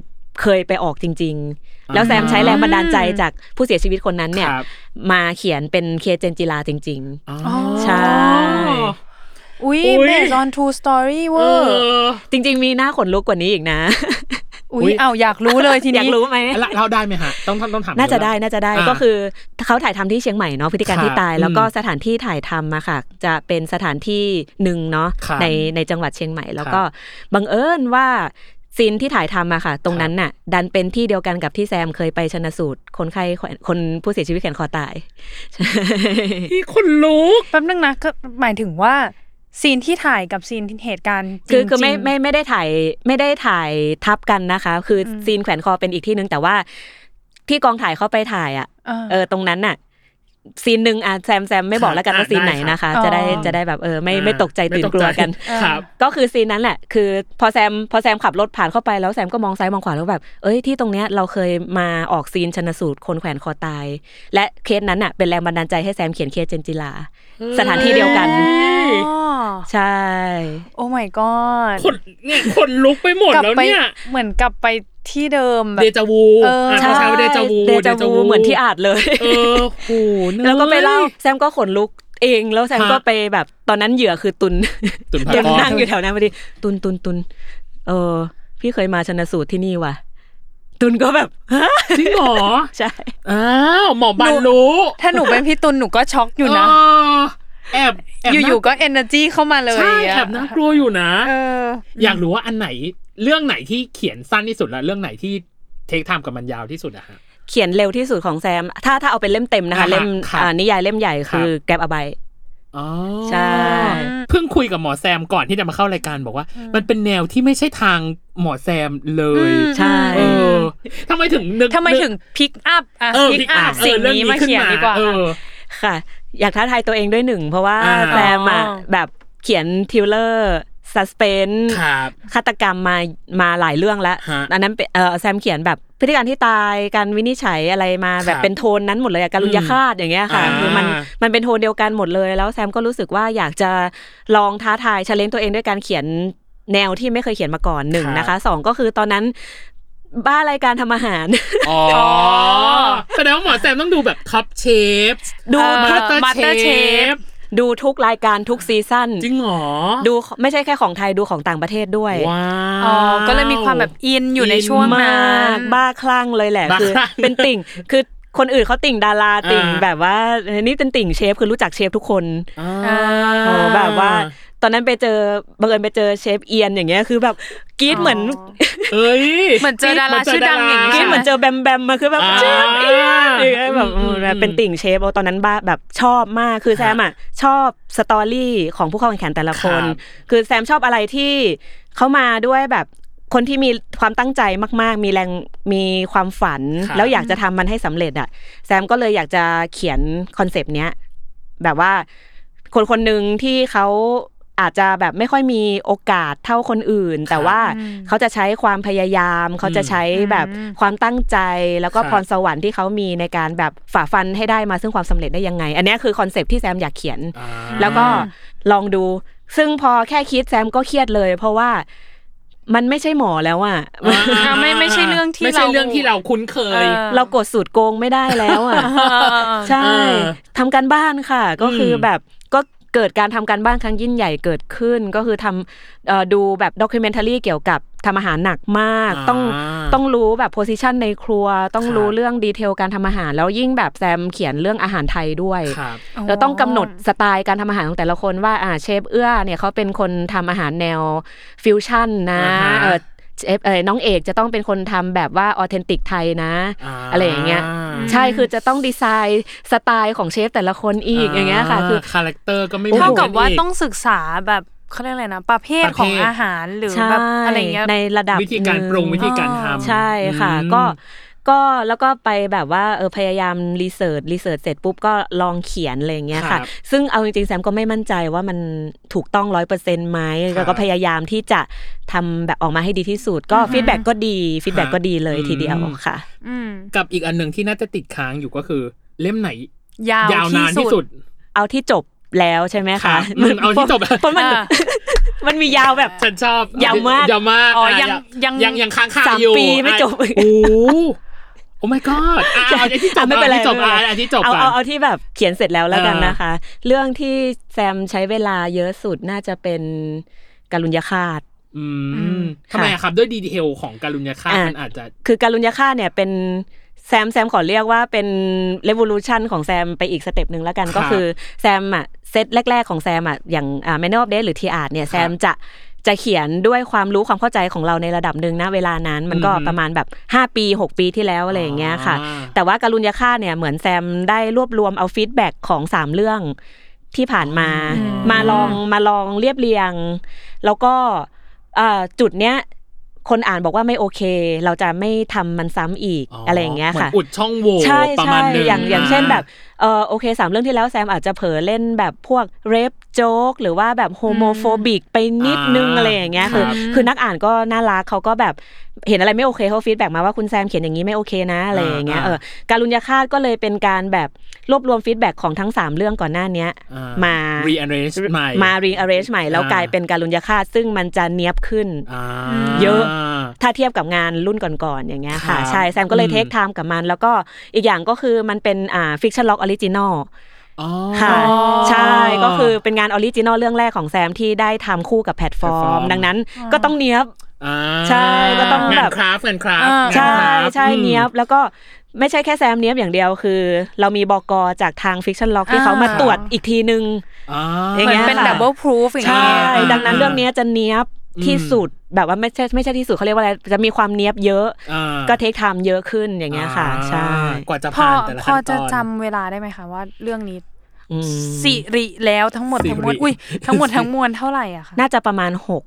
Speaker 4: เคยไปออกจริง ๆ แล้วแซมใช้แรงบันดาลใจจากผู้เสียชีวิตคนนั้นเนี่ย
Speaker 2: ครับ
Speaker 4: มาเขียนเป็นเคเจนจิลาจริง
Speaker 2: อ๋อ
Speaker 4: ใช่
Speaker 3: อุ้ย
Speaker 2: อุ๊ย
Speaker 3: เบสออนทูสตอรี่เว
Speaker 2: เอ
Speaker 3: อร์
Speaker 2: อ
Speaker 4: ๆ จริง ๆ มีหน้าขนลุกกว่านี้อีกนะ
Speaker 3: อุ้
Speaker 2: อุ๊
Speaker 3: ย
Speaker 2: ย
Speaker 3: เอาอยากรู้ เลยที
Speaker 4: อยาก
Speaker 3: นี้
Speaker 4: รู้ไหม
Speaker 2: แล้วเราได้ไหมฮะต้องต้องต้องถาม
Speaker 4: น่าจะได้น่าจะได้
Speaker 2: อ่า
Speaker 4: ก็คือเขาถ่ายทำที่เชียงใหม่เนาะพฤติการ
Speaker 2: ครับ
Speaker 4: ที่ตาย แล้วก็
Speaker 2: อืม
Speaker 4: สถานที่ถ่ายทำมาค่ะ จะเป็นสถานที่หนึ่งเนาะ
Speaker 2: ครับ
Speaker 4: ในในจังหวัดเชียงใหม่ แล้วก็บังเอิญว่าซีนที่ถ่ายทำมาค่ะ ตรงนั้นน่ะ ดันเป็นที่เดียวกันกับที่แซมเคยไปชนสูตร คนไข้แขวนคนผู้เสียชีวิตแขวนคอตาย
Speaker 2: พี่คนลุก
Speaker 3: แป๊บนึงนะก็หมายถึงว่าซีนที่ถ่ายกับซีนเหตุการณ์จริงๆ
Speaker 4: คือคือไม่ไม่ไม่ได้ถ่ายไม่ได้ถ่ายทับกันนะคะ คืออ
Speaker 3: ม
Speaker 4: ซีนแขวนคอเป็นอีกที่หนึงแต่ว่าที่กองถ่ายเขาไปถ่ายอ่ะ
Speaker 3: อ่า
Speaker 4: เออตรงนั้นน่ะซีนหนึ่งอ่ะแซมแซมไม่
Speaker 2: ค่ะ
Speaker 4: บอกแล้วกันว่า
Speaker 2: อ่ะ
Speaker 4: ซีนไหน
Speaker 2: ได้ค่ะ
Speaker 4: นะคะ
Speaker 3: อ๋อ
Speaker 4: จะได้จะได้แบบเออไม่
Speaker 2: อ่า
Speaker 4: ไม่ตกใจตื่นกลัวกัน
Speaker 2: ไม่ตกใจครับ
Speaker 4: ก็คือซีนนั้นแหละ คือพอแซมพอแซมขับรถผ่านเข้าไปแล้วแซมก็มองซ้ายมองขวาแล้วแบบ เอ้ยที่ตรงเนี้ยเราเคยมาออกซีนชนสูตรคนแขวนคอตาย และเคสนั้นน่ะเป็นแรงบันดาลใจให้แซมเขียนเคสเจนจิลา สถานที่เดียวกัน
Speaker 3: อ๋อ
Speaker 4: ใช่
Speaker 3: โอ้ my god
Speaker 2: คนเนี่ยคนลุกไปหมด
Speaker 3: กลั
Speaker 2: แล้ว
Speaker 3: ไป
Speaker 2: เนี่ย
Speaker 3: เหมือนกลับไปที่เดิมแบบ
Speaker 2: เดจาวู
Speaker 3: เอออ่
Speaker 2: ะเขาใช้ว่าเดจาวู
Speaker 4: เดจาวูเหมือนที่อาดเลย
Speaker 2: เออโอ้โหเนย
Speaker 4: แล้วก็ไปเล่าแซมก็ขนลุกเองแล้วแซม
Speaker 2: ฮะ
Speaker 4: ก็ไปแบบตอนนั้นเหยื่อคือตุน
Speaker 2: ตุนพา
Speaker 4: ตุน
Speaker 2: ก
Speaker 4: นั่งอยู่แถวนั้นพอดีตุนตุนตุนเออ พี่เคยมาชนสูตรที่นี่ว่ะ ตุนก็แบบฮะ
Speaker 2: จริงเหรอ
Speaker 4: ใช่
Speaker 2: อ้าวหมอบันรู้
Speaker 3: ถ้าหนูเป็นพี่ตุลหนูก็ช็อกอยู่นะ
Speaker 2: เออแอบแอบ
Speaker 3: อยู่ๆก็ energy เข้ามาเลย
Speaker 2: ใช่
Speaker 3: ะ
Speaker 2: แอบน่ากลัวอยู่นะ
Speaker 3: เออ
Speaker 2: อยากรู้ว่าอันไหนเรื่องไหนที่เขียนสั้นที่สุดและเรื่องไหนที่เทคไทม์กับมันยาวที่สุดอะฮะ
Speaker 4: เขียนเร็วที่สุดของแซม ถ้าถ้าเอาเป็นเล่มเต็มนะคะ
Speaker 2: อ่าฮะ
Speaker 4: เล่ม
Speaker 2: ครับ
Speaker 4: อ่านิยายเล่มใหญ่คือ
Speaker 2: ครับ
Speaker 4: แกร็บอบาย
Speaker 2: อ๋อ
Speaker 4: ใช่
Speaker 2: เพิ่งคุยกับหมอแซมก่อนที่จะมาเข้ารายการบอกว่า มันเป็นแนวที่ไม่ใช่ทางหมอแซมเล
Speaker 3: อื
Speaker 2: ย
Speaker 3: ม
Speaker 4: ใช่
Speaker 2: เออทำไมถึงนึก
Speaker 3: ทำไมถึงพิกอัพอ่ะ
Speaker 2: เออ
Speaker 3: พิก
Speaker 2: พิก
Speaker 3: อั
Speaker 2: อั
Speaker 3: พ
Speaker 2: พเอ
Speaker 3: สิ่ง
Speaker 2: อเรื่อง
Speaker 3: นี้
Speaker 2: นี้
Speaker 3: มา
Speaker 2: ขึ้น
Speaker 3: เขียน
Speaker 2: มา
Speaker 3: ดีกว่า
Speaker 2: เออ
Speaker 4: ค่ะ อยากท้าทายตัวเองด้วยหนึ่ง เพราะว่า
Speaker 2: อ่า
Speaker 4: แซมอ่ะ
Speaker 3: อ๋อ
Speaker 4: แบบเขียนทริลเลอร์สัสเพน
Speaker 2: ครับ
Speaker 4: ฆาตกรรมมามาหลายเรื่องแล้ว
Speaker 2: ฮะ
Speaker 4: อันนั้นเป็นเออแซมเขียนแบบพฤติการที่ตายการวินิจฉัยอะไรมาแบ
Speaker 2: ค
Speaker 4: บ
Speaker 2: รับ
Speaker 4: เป็นโทนนั้นหมดเลยอะการุญยฆาตอย่างเงี้ยค่ะ
Speaker 2: อ่า
Speaker 4: คือมันมันเป็นโทนเดียวกันหมดเลย แล้วแซมก็รู้สึกว่าอยากจะลองท้าทายชาเลนตัวเองด้วยการเขียนแนวที่ไม่เคยเขียนมาก่อนหนึ่ง
Speaker 2: ครับ
Speaker 4: นะคะสองก็คือตอนนั้นบ้ารายการทำอาหาร
Speaker 2: อ๋อแสดงว่าหมอแซมต้องดูแบบท็อปเชฟ
Speaker 4: ดู
Speaker 3: เออ
Speaker 4: ทุก
Speaker 3: Master Chef
Speaker 4: ดูทุกรายการทุกซีซั่น
Speaker 2: จริงเหรอ
Speaker 4: ดูไม่ใช่แค่ของไทยดูของต่างประเทศด้วย
Speaker 2: ว้าว
Speaker 3: อ๋อ ก็เลยมีความแบบอินอยู่ในช่วงนั้
Speaker 4: มาก
Speaker 3: น
Speaker 4: บ้าคลั่งเลยแหละ
Speaker 2: บ้า
Speaker 4: คือ
Speaker 2: คลั่ง
Speaker 4: เป็นติ่งคือ คนอื่นเขาติ่งดาราติ่ง
Speaker 2: อ่า
Speaker 4: แบบว่านี่เป็นติ่งเชฟคือรู้จักเชฟทุกคน
Speaker 2: อ่า
Speaker 4: โอ้แบบว่า ตอนนั้นไปเจอบังเอิญไปเจอเชฟเอียนอย่างเงี้ยคือแบบกรี๊ดเหมือน
Speaker 2: เอ้ย
Speaker 3: เหมือนเจอดาราชื่อดังอย่าง
Speaker 4: กรี๊
Speaker 3: ย
Speaker 4: ดเหมือนเจอแบมแบมมาคือแบบเชฟเอียน อย่างเงี้ยแบบ
Speaker 2: อืมอืม
Speaker 4: เป็นติ่งเชฟเอาตอนนั้นบ้าแบบชอบมากคือแซมอ่ะชอบสตอรี่ของผู้เข้าแข่งขันแต่ละคน
Speaker 2: ครับ
Speaker 4: คือแซมชอบอะไรที่เขามาด้วยแบบคนที่มีความตั้งใจมาก ๆ มีแรงมีความฝัน
Speaker 2: ครับ
Speaker 4: แล้วอยากจะทำมันให้สำเร็จอ่ะแซมก็เลยอยากจะเขียนคอนเซปต์เนี้ยแบบว่าคนคนหนึ่งที่เขาอาจจะแบบไม่ค่อยมีโอกาสเท่าคนอื่น แต่ว่าเขาจะใช้ความพยายามเขาจะใช้ ใช้แบบ
Speaker 3: อืม
Speaker 4: ความตั้งใจแล้วก็
Speaker 2: ครับ
Speaker 4: พรสวรรค์ที่เขามีในการแบบฝ่าฟันให้ได้มาซึ่งความสำเร็จได้ยังไง อันเนี้ยคือคอนเซปต์ที่แซมอยากเขียน
Speaker 2: อ่า
Speaker 4: แล้วก็ลองดู ซึ่งพอแค่คิดแซมก็เครียดเลย เพราะว่ามันไม่ใช่หมอแล้วอะ
Speaker 2: อ่า
Speaker 3: ไม่ไม่ใช่เรื่องที่
Speaker 2: ไม่ใช่
Speaker 3: เรา
Speaker 2: เรื่องที่เราคุ้นเค
Speaker 3: เอย อ
Speaker 4: เรากดสูตรโกงไม่ได้แล้วอะ
Speaker 3: เออเออเออ
Speaker 4: ใช่
Speaker 2: เออ
Speaker 4: ทำการบ้านค่ะ ก็คืออ
Speaker 2: ม
Speaker 4: แบบก็เกิดการทำการบ้านครั้งยิ่งใหญ่เกิดขึ้น ก็คือทำเอ่อดูแบบด็อกิเมนทัรี่เกี่ยวกับทำอาหารหนักมาก
Speaker 2: อ่า
Speaker 4: ต้องต้องรู้แบบโพสิชันในครัว ต้อง
Speaker 2: ครับ
Speaker 4: รู้เรื่องดีเทลการทำอาหาร แล้วยิ่งแบบแซมเขียนเรื่องอาหารไทยด้วย
Speaker 2: ครับ
Speaker 4: เราต้องกำหนดสไตล์การทำอาหารของแต่ละคนว่าอ่าเชฟเอื้อเนี่ยเขาเป็นคนทำอาหารแนวฟิวชั่นนะ
Speaker 2: อ่าฮะ
Speaker 4: เออเชฟเออน้องเอกจะต้องเป็นคนทำแบบว่าออเทนติกไทยนะ อะไรอย่างเงี้ย ใช่
Speaker 3: อืม
Speaker 4: คือจะต้องดีไซน์สไตล์ของเชฟแต่ละคนอีกอย่างเงี้ยค่ะ คือ
Speaker 2: คาแรคเตอร์ก็ไม่
Speaker 4: โอ้โห
Speaker 3: เท่ากับว่า
Speaker 2: หมืนน
Speaker 3: ต้องศึกษาแบบเขาเรียกอะไรนะ ประเภท
Speaker 2: ประเภท
Speaker 3: ของอาหารหรือ
Speaker 4: ใช่
Speaker 3: แบบอะไรเงี้ย
Speaker 4: ในระดับ
Speaker 2: วิธีการปรุง
Speaker 4: หนึ่
Speaker 2: วิธีการทำ
Speaker 4: ใช่ค่ะ
Speaker 2: อืม
Speaker 4: ก็ก็แล้วก็ไปแบบว่าเออพยายามรีเสิร์ชรีเสิร์ชเสร็จปุ๊บก็ลองเขียนอะไรอย่างเงี้ย
Speaker 2: ครั
Speaker 4: ค่ะ
Speaker 2: บ
Speaker 4: ซึ่งเอาจริงๆแซมก็ไม่มั่นใจว่ามันถูกต้องร้อยเปอร์เซ็นต์ไหมแล้วก็พยายามที่จะทำแบบออกมาให้ดีที่สุด ก็
Speaker 3: อือฮึ
Speaker 4: ฟีดแบ็กก็ดีฟีดแบ็กก็ดีเลย
Speaker 2: อืม
Speaker 4: ทีเดียวค่ะ
Speaker 3: อืม
Speaker 2: กับอีกอันหนึ่งที่น่าจะติดค้างอยู่ก็คือ เล่มไหน
Speaker 3: ยาวย
Speaker 2: าวนานที่
Speaker 3: ที่
Speaker 2: สุ
Speaker 3: สุ
Speaker 2: ด
Speaker 3: ด
Speaker 4: เอาที่จบแล้วใช่ไหม
Speaker 2: ครั
Speaker 4: คะ
Speaker 2: บอืมเอาที่จบ
Speaker 4: เพราะมัน
Speaker 3: อ่า
Speaker 4: มันมียาวแบบ
Speaker 2: ฉันชอบ
Speaker 4: ยาวมาก
Speaker 2: ยาวมาก
Speaker 3: อ๋อ
Speaker 2: อ่ะ
Speaker 3: ยังยัง
Speaker 2: ยังยังค้างคา
Speaker 4: สาม
Speaker 2: อยู่
Speaker 4: ปีไม่จบ
Speaker 2: อ่ะโอ้โหโอ้ my god อ่ะเอาอันที่จบ
Speaker 4: อ่ะไม่เป็นไร
Speaker 2: อาอัที่จบอ่ะอันที่จบ
Speaker 4: เอา
Speaker 2: ก่อน
Speaker 4: เอาเอาที่แบบเขียนเสร็จแล้วแล้วกัน
Speaker 2: อ่าน
Speaker 4: นะคะ เรื่องที่แซมใช้เวลาเยอะสุดน่าจะเป็นการุญยคาต
Speaker 2: อื
Speaker 3: อื
Speaker 2: ม
Speaker 3: ม
Speaker 2: ทำไมอะครับด้วยดีเทลของการุญยฆาต
Speaker 4: อ่ะ
Speaker 2: มันอาจจะ
Speaker 4: คือการุญยคาตเนี่ยเป็นแซมแซมขอเรียกว่าเป็น revolution ของแซมไปอีกสเต็ปหนึ่งแล้วกัน
Speaker 2: ครับ
Speaker 4: ก็คือแซมอ่ะเซตแรก ๆ ของแซมอ่ะอย่างอ่า manual update หรือ t art เนี่ยแซมจะจะเขียนด้วยความรู้ความเข้าใจของเราในระดับหนึ่งนะเวลานั้น มันก็
Speaker 2: อือฮึ
Speaker 4: ประมาณแบบ 5 ปี 6 ปีที่แล้วอะไรอย่างเงี้ยค่ะ
Speaker 2: อ่า
Speaker 4: แต่ว่าการุญยฆาตเนี่ยเหมือนแซมได้รวบรวมเอาฟีดแบ็กของสามเรื่องที่ผ่านมา
Speaker 3: อืม
Speaker 4: มาลองมาลองเรียบเรียง แล้วก็เอ่อจุดเนี้ยคนอ่านบอกว่าไม่โอเค เราจะไม่ทำมันซ้ำอีกอะไรอย่างเงี้ยค่ะ
Speaker 2: หมืนอุดช่องโหว่
Speaker 4: ใช่
Speaker 2: ประ
Speaker 4: ใช่
Speaker 2: มาณหนึง
Speaker 4: อย่างอย่าง
Speaker 2: ะ
Speaker 4: เช่นแบบเออโอเคสามเรื่องที่แล้วแซมอาจจะเผลอเล่นแบบพวกเรปโจ๊กหรือว่าแบบโฮโมโฟบิกไปนิดนึง
Speaker 2: อ่า
Speaker 4: อะไรอย่างเงี้ย
Speaker 2: ครั
Speaker 4: คือบ คือนักอ่านก็น่ารักเขาก็แบบเห็นอะไรไม่โอเคเขาฟีดแบ็กมาว่าคุณแซมเขียนอย่างนี้ไม่โอเคนะอะไรอย่างเงี้ย
Speaker 2: อ่า
Speaker 4: เออการุญยคาตก็เลยเป็นการแบบรวบรวมฟีดแบ็กของทั้งสามเรื่องก่อนหน้าเนี้ย
Speaker 2: อ่
Speaker 4: มา
Speaker 2: rearrange ใหม่
Speaker 4: มา rearrange ใหม่แล้วกลายเป็นการุญยคาตซึ่งมันจะเนี้ยบขึ้น
Speaker 2: อ่า
Speaker 4: เยอะ ถ้าเทียบกับงานรุ่นก่อนๆอย่างเงี้ย
Speaker 2: ครั
Speaker 4: ค่ะ
Speaker 2: บ
Speaker 4: ใช่แซมก็เลย
Speaker 2: อืม
Speaker 4: เทคไทม์กับมัน แล้วก็อีกอย่างก็คือมันเป็นอ่าฟิกชันล็อกออริจินอล
Speaker 2: อ๋อ
Speaker 4: ค่ะ ใช่ก็คือเป็นงานออริจินอลเรื่องแรกของแซมที่ได้ทำคู่กับแพลตฟอ
Speaker 2: แพลตฟอร์
Speaker 4: ร์
Speaker 2: ม
Speaker 4: ม ดังนั้นก็ต้องเนี้ยบ
Speaker 2: อ่า
Speaker 4: ใช่ก็ต้อง
Speaker 2: งาน
Speaker 4: แบบ
Speaker 2: คราฟต์งานคราฟต์
Speaker 3: อ่า
Speaker 2: งาน
Speaker 4: ใช่
Speaker 2: คราฟต์
Speaker 4: ใช่
Speaker 2: อืม
Speaker 4: เนี้ยบแล้วก็ไม่ใช่แค่แซมเนี้ยบอย่างเดียวคือ เรามีบกจากทางฟิกชันล็อกที่เขามา
Speaker 3: อ่า
Speaker 4: ตรวจอีกทีนึง
Speaker 2: อ่า
Speaker 4: อย่า
Speaker 3: เห
Speaker 4: ง
Speaker 3: มื
Speaker 4: งี้
Speaker 3: อน
Speaker 4: ย
Speaker 3: เป็น
Speaker 4: ค่ะ
Speaker 3: ดับเบิลพรูฟอย่าง
Speaker 4: ใช่
Speaker 3: เงี้ย
Speaker 2: อ่า
Speaker 4: ดังนั้นเรื่องเนี้ยจะเนี้ยบที่
Speaker 2: อืม
Speaker 4: สุดแบบว่าไม่ใช่ไม่ใช่ที่สุดเขาเรียกว่าอะไรจะมีความเนี้ยบเยอะ
Speaker 2: อ่า
Speaker 4: ก็เทคไทม์เยอะขึ้นอย่างเงี้ยค่ะ ใช่
Speaker 2: กว่าจะ
Speaker 3: พอ
Speaker 2: ผ่านแต่ละ
Speaker 3: พอ
Speaker 2: ขั้นต
Speaker 3: จะ
Speaker 2: อน
Speaker 3: จำเวลาได้ไหมคะว่าเรื่องนี้
Speaker 4: อืม
Speaker 3: สิริแล้วทั้งหมด
Speaker 2: สิริ
Speaker 3: ทั้งมวลอุ้ยทั้งหมดทั้งมวลเท่าไหร่อะคะ
Speaker 4: น่าจะประมาณ
Speaker 2: หก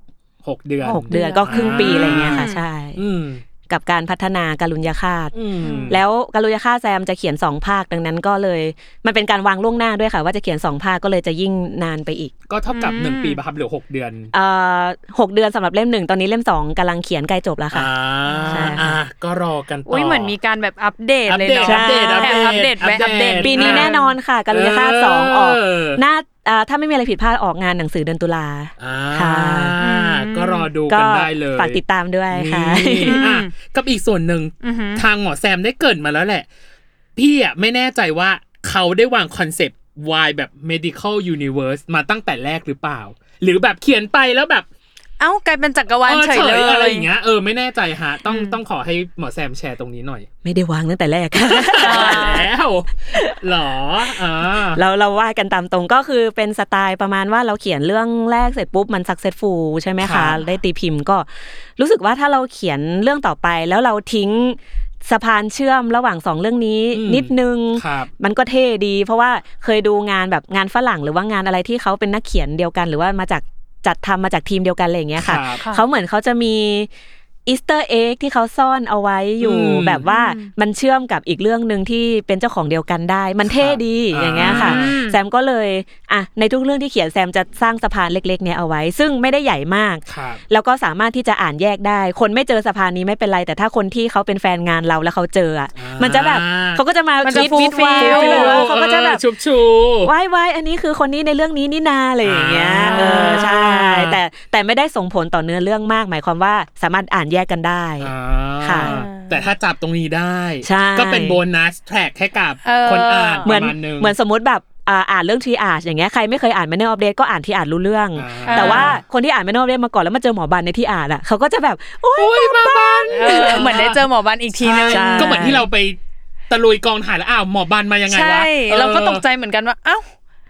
Speaker 2: เดือน
Speaker 4: 6
Speaker 3: หก
Speaker 4: 6 เดือนก็ครึ่งปี
Speaker 2: อ่า
Speaker 4: อะไรเงี้ยค่ะ ใช่
Speaker 2: อืม
Speaker 4: กับการพัฒนาการุญยฆาต
Speaker 2: อืม
Speaker 4: แล้วการุญยฆาตแซมจะเขียน 2 ภาคดังนั้นก็เลย มันเป็นการวางล่วงหน้าด้วยค่ะ ว่าจะเขียน 2 ภาคก็เลยจะยิ่งนานไปอีก
Speaker 2: ก็เท่ากับ
Speaker 3: อืม
Speaker 2: หนึ่งปีป่ะครับเหลือหกเดือน
Speaker 4: เอ่อหกเดือนสำหรับเล่มหนึ่งตอนนี้เล่ม 2กำลังเขียนใกล้จบแล้วค่ะ
Speaker 2: อ่า
Speaker 4: ใช่ค่ะ
Speaker 2: อ่าก็รอกันต่อ
Speaker 3: อุ้
Speaker 2: อุ้
Speaker 3: ยเหมือนมีการแบบอัปเดตเลยเนาะ
Speaker 2: อัปเดตอัป
Speaker 3: แบบ
Speaker 2: เดต
Speaker 3: อัปเดต
Speaker 2: อั
Speaker 3: แบบอัป
Speaker 2: ปเดต
Speaker 3: เดต
Speaker 4: ปีนี้แน่นอนค่ะการุญยฆาตสองออกน่าอ่าถ้าไม่มีอะไรผิดพลาดออกงานหนังสือเดือนตุลา
Speaker 2: อ่า
Speaker 4: ค่ะ
Speaker 2: ก็รอดู
Speaker 4: ก็
Speaker 2: กันได้เลย
Speaker 4: ฝากติดตามด้วยค่ะ
Speaker 2: นี่อ่ะกับอีกส่วนหนึ่ง
Speaker 3: อือหือ
Speaker 2: ทางหมอแซมได้เกริดมาแล้วแหละ พี่อ่ะไม่แน่ใจว่าเขาได้วางคอนเซปต์วายแบบ medical universe มาตั้งแต่แรกหรือเปล่า หรือแบบเขียนไปแล้วแบบ
Speaker 3: เอ้ากลายเป็นจักรวาล
Speaker 2: เออ
Speaker 3: เฉยเลย
Speaker 2: อะไรอย่างเงี้ยเออไม่แน่ใจฮะต้อง
Speaker 3: อืม
Speaker 2: ต้องขอให้หมอแซมแชร์ตรงนี้หน่อย
Speaker 4: ไม่ได้วางตั้งแต่แรก
Speaker 2: แล้วเหรออ่า
Speaker 4: เราเราว่ากันตามตรงก็คือเป็นสไตล์ประมาณว่าเราเขียนเรื่องแรกเสร็จปุ๊บมันสักเซ s ฟูลใช่ไหม
Speaker 2: ครั
Speaker 4: คะ
Speaker 2: บ
Speaker 4: ได้ตีพิมพ์ก็รู้สึกว่าถ้าเราเขียนเรื่องต่อไป แล้วเราทิ้งสะพานเชื่อมระหว่างสองเรื่องนี้นิดนึง
Speaker 2: ครับ
Speaker 4: มันก็เท่ดี เพราะว่าเคยดูงานแบบงานฝรั่งหรือว่างานอะไรที่เขาเป็นนักเขียนเดียวกัน หรือว่ามาจากจัดทำมาจากทีมเดียวกันอะไรอย่างเงี้ยค่ะ
Speaker 2: ครับ
Speaker 3: ค่ะ
Speaker 4: เขาเหมือนเขาจะมีอีสเตอร์เอ็กที่เขาซ่อนเอาไว้อ
Speaker 2: อ
Speaker 4: ยู่
Speaker 2: ืม
Speaker 4: แบบว่า
Speaker 3: อืม
Speaker 4: มันเชื่อมกับอีกเรื่องหนึ่งที่เป็นเจ้าของเดียวกันได้ มันเท่ดี
Speaker 2: ครับ
Speaker 4: อย่างเงี้ยค่ะ
Speaker 3: อ่า
Speaker 4: แซมก็เลยอ่ะในทุกเรื่องที่เขียนแซมจะสร้างสะพานเล็กๆเนี่ยเอาไว้ ซึ่งไม่ได้ใหญ่มาก
Speaker 2: ครับ
Speaker 4: แล้วก็สามารถที่จะอ่านแยกได้ คนไม่เจอสะพานนี้ไม่เป็นไร แต่ถ้าคนที่เขาเป็นแฟนงานเราแล้วเขาเจออ่ะ
Speaker 2: อ่ามั
Speaker 4: มันจะแบบเขาก็จะมา
Speaker 3: มันจะ
Speaker 4: วิดวิด
Speaker 3: fulfill
Speaker 4: วาวหรือว่าเขาก็จะแบบ
Speaker 2: ออชุบชู
Speaker 4: วายวายอันนี้คือคนนี้ในเรื่องนี้นี่นาอะไรอย่างเงี้ย
Speaker 2: อ่า
Speaker 4: เออใช่ แต่แต่ไม่ได้ส่งผลต่อเนื้อเรื่องมาก หมายความว่าสามารถอ่านแยกกันได้
Speaker 2: า
Speaker 4: ค่ะ
Speaker 2: แต่ถ้าจับตรงนี้ได้
Speaker 4: ใช่
Speaker 2: ก็เป็นโบนัสแทร็กให้กับ
Speaker 3: เออ
Speaker 2: คนอ่าน
Speaker 4: เหมือน
Speaker 2: ประาณง
Speaker 4: เหมือนสมมติแบบอ่าอ่านเรื่องทีอาร์อย่างเงี้ยใครไม่เคยอ่านแมนเนอร์อัปเดตก็อ่านทีอาร์รู้เรื่อง
Speaker 2: อ่า
Speaker 3: เออ
Speaker 4: แต่ว่าคนที่อ่านแมนเนอร์อัปเดตมาก่อนแล้วมาเจอหมอบันในที่อ่านอ่ะเขาก็จะแบบโอ๊ย
Speaker 3: เออเหมือนได้เจอหมอบันอีกทีนึง
Speaker 2: ใช่
Speaker 4: ใช่
Speaker 2: ก็เหมือนที่เราไปตะลุยกองถ่ายแล้วอ้าวหมอบานมายังไงวะ
Speaker 3: ใช่
Speaker 2: ออ
Speaker 3: เราก็ตกใจเหมือนกันว่า เอ้า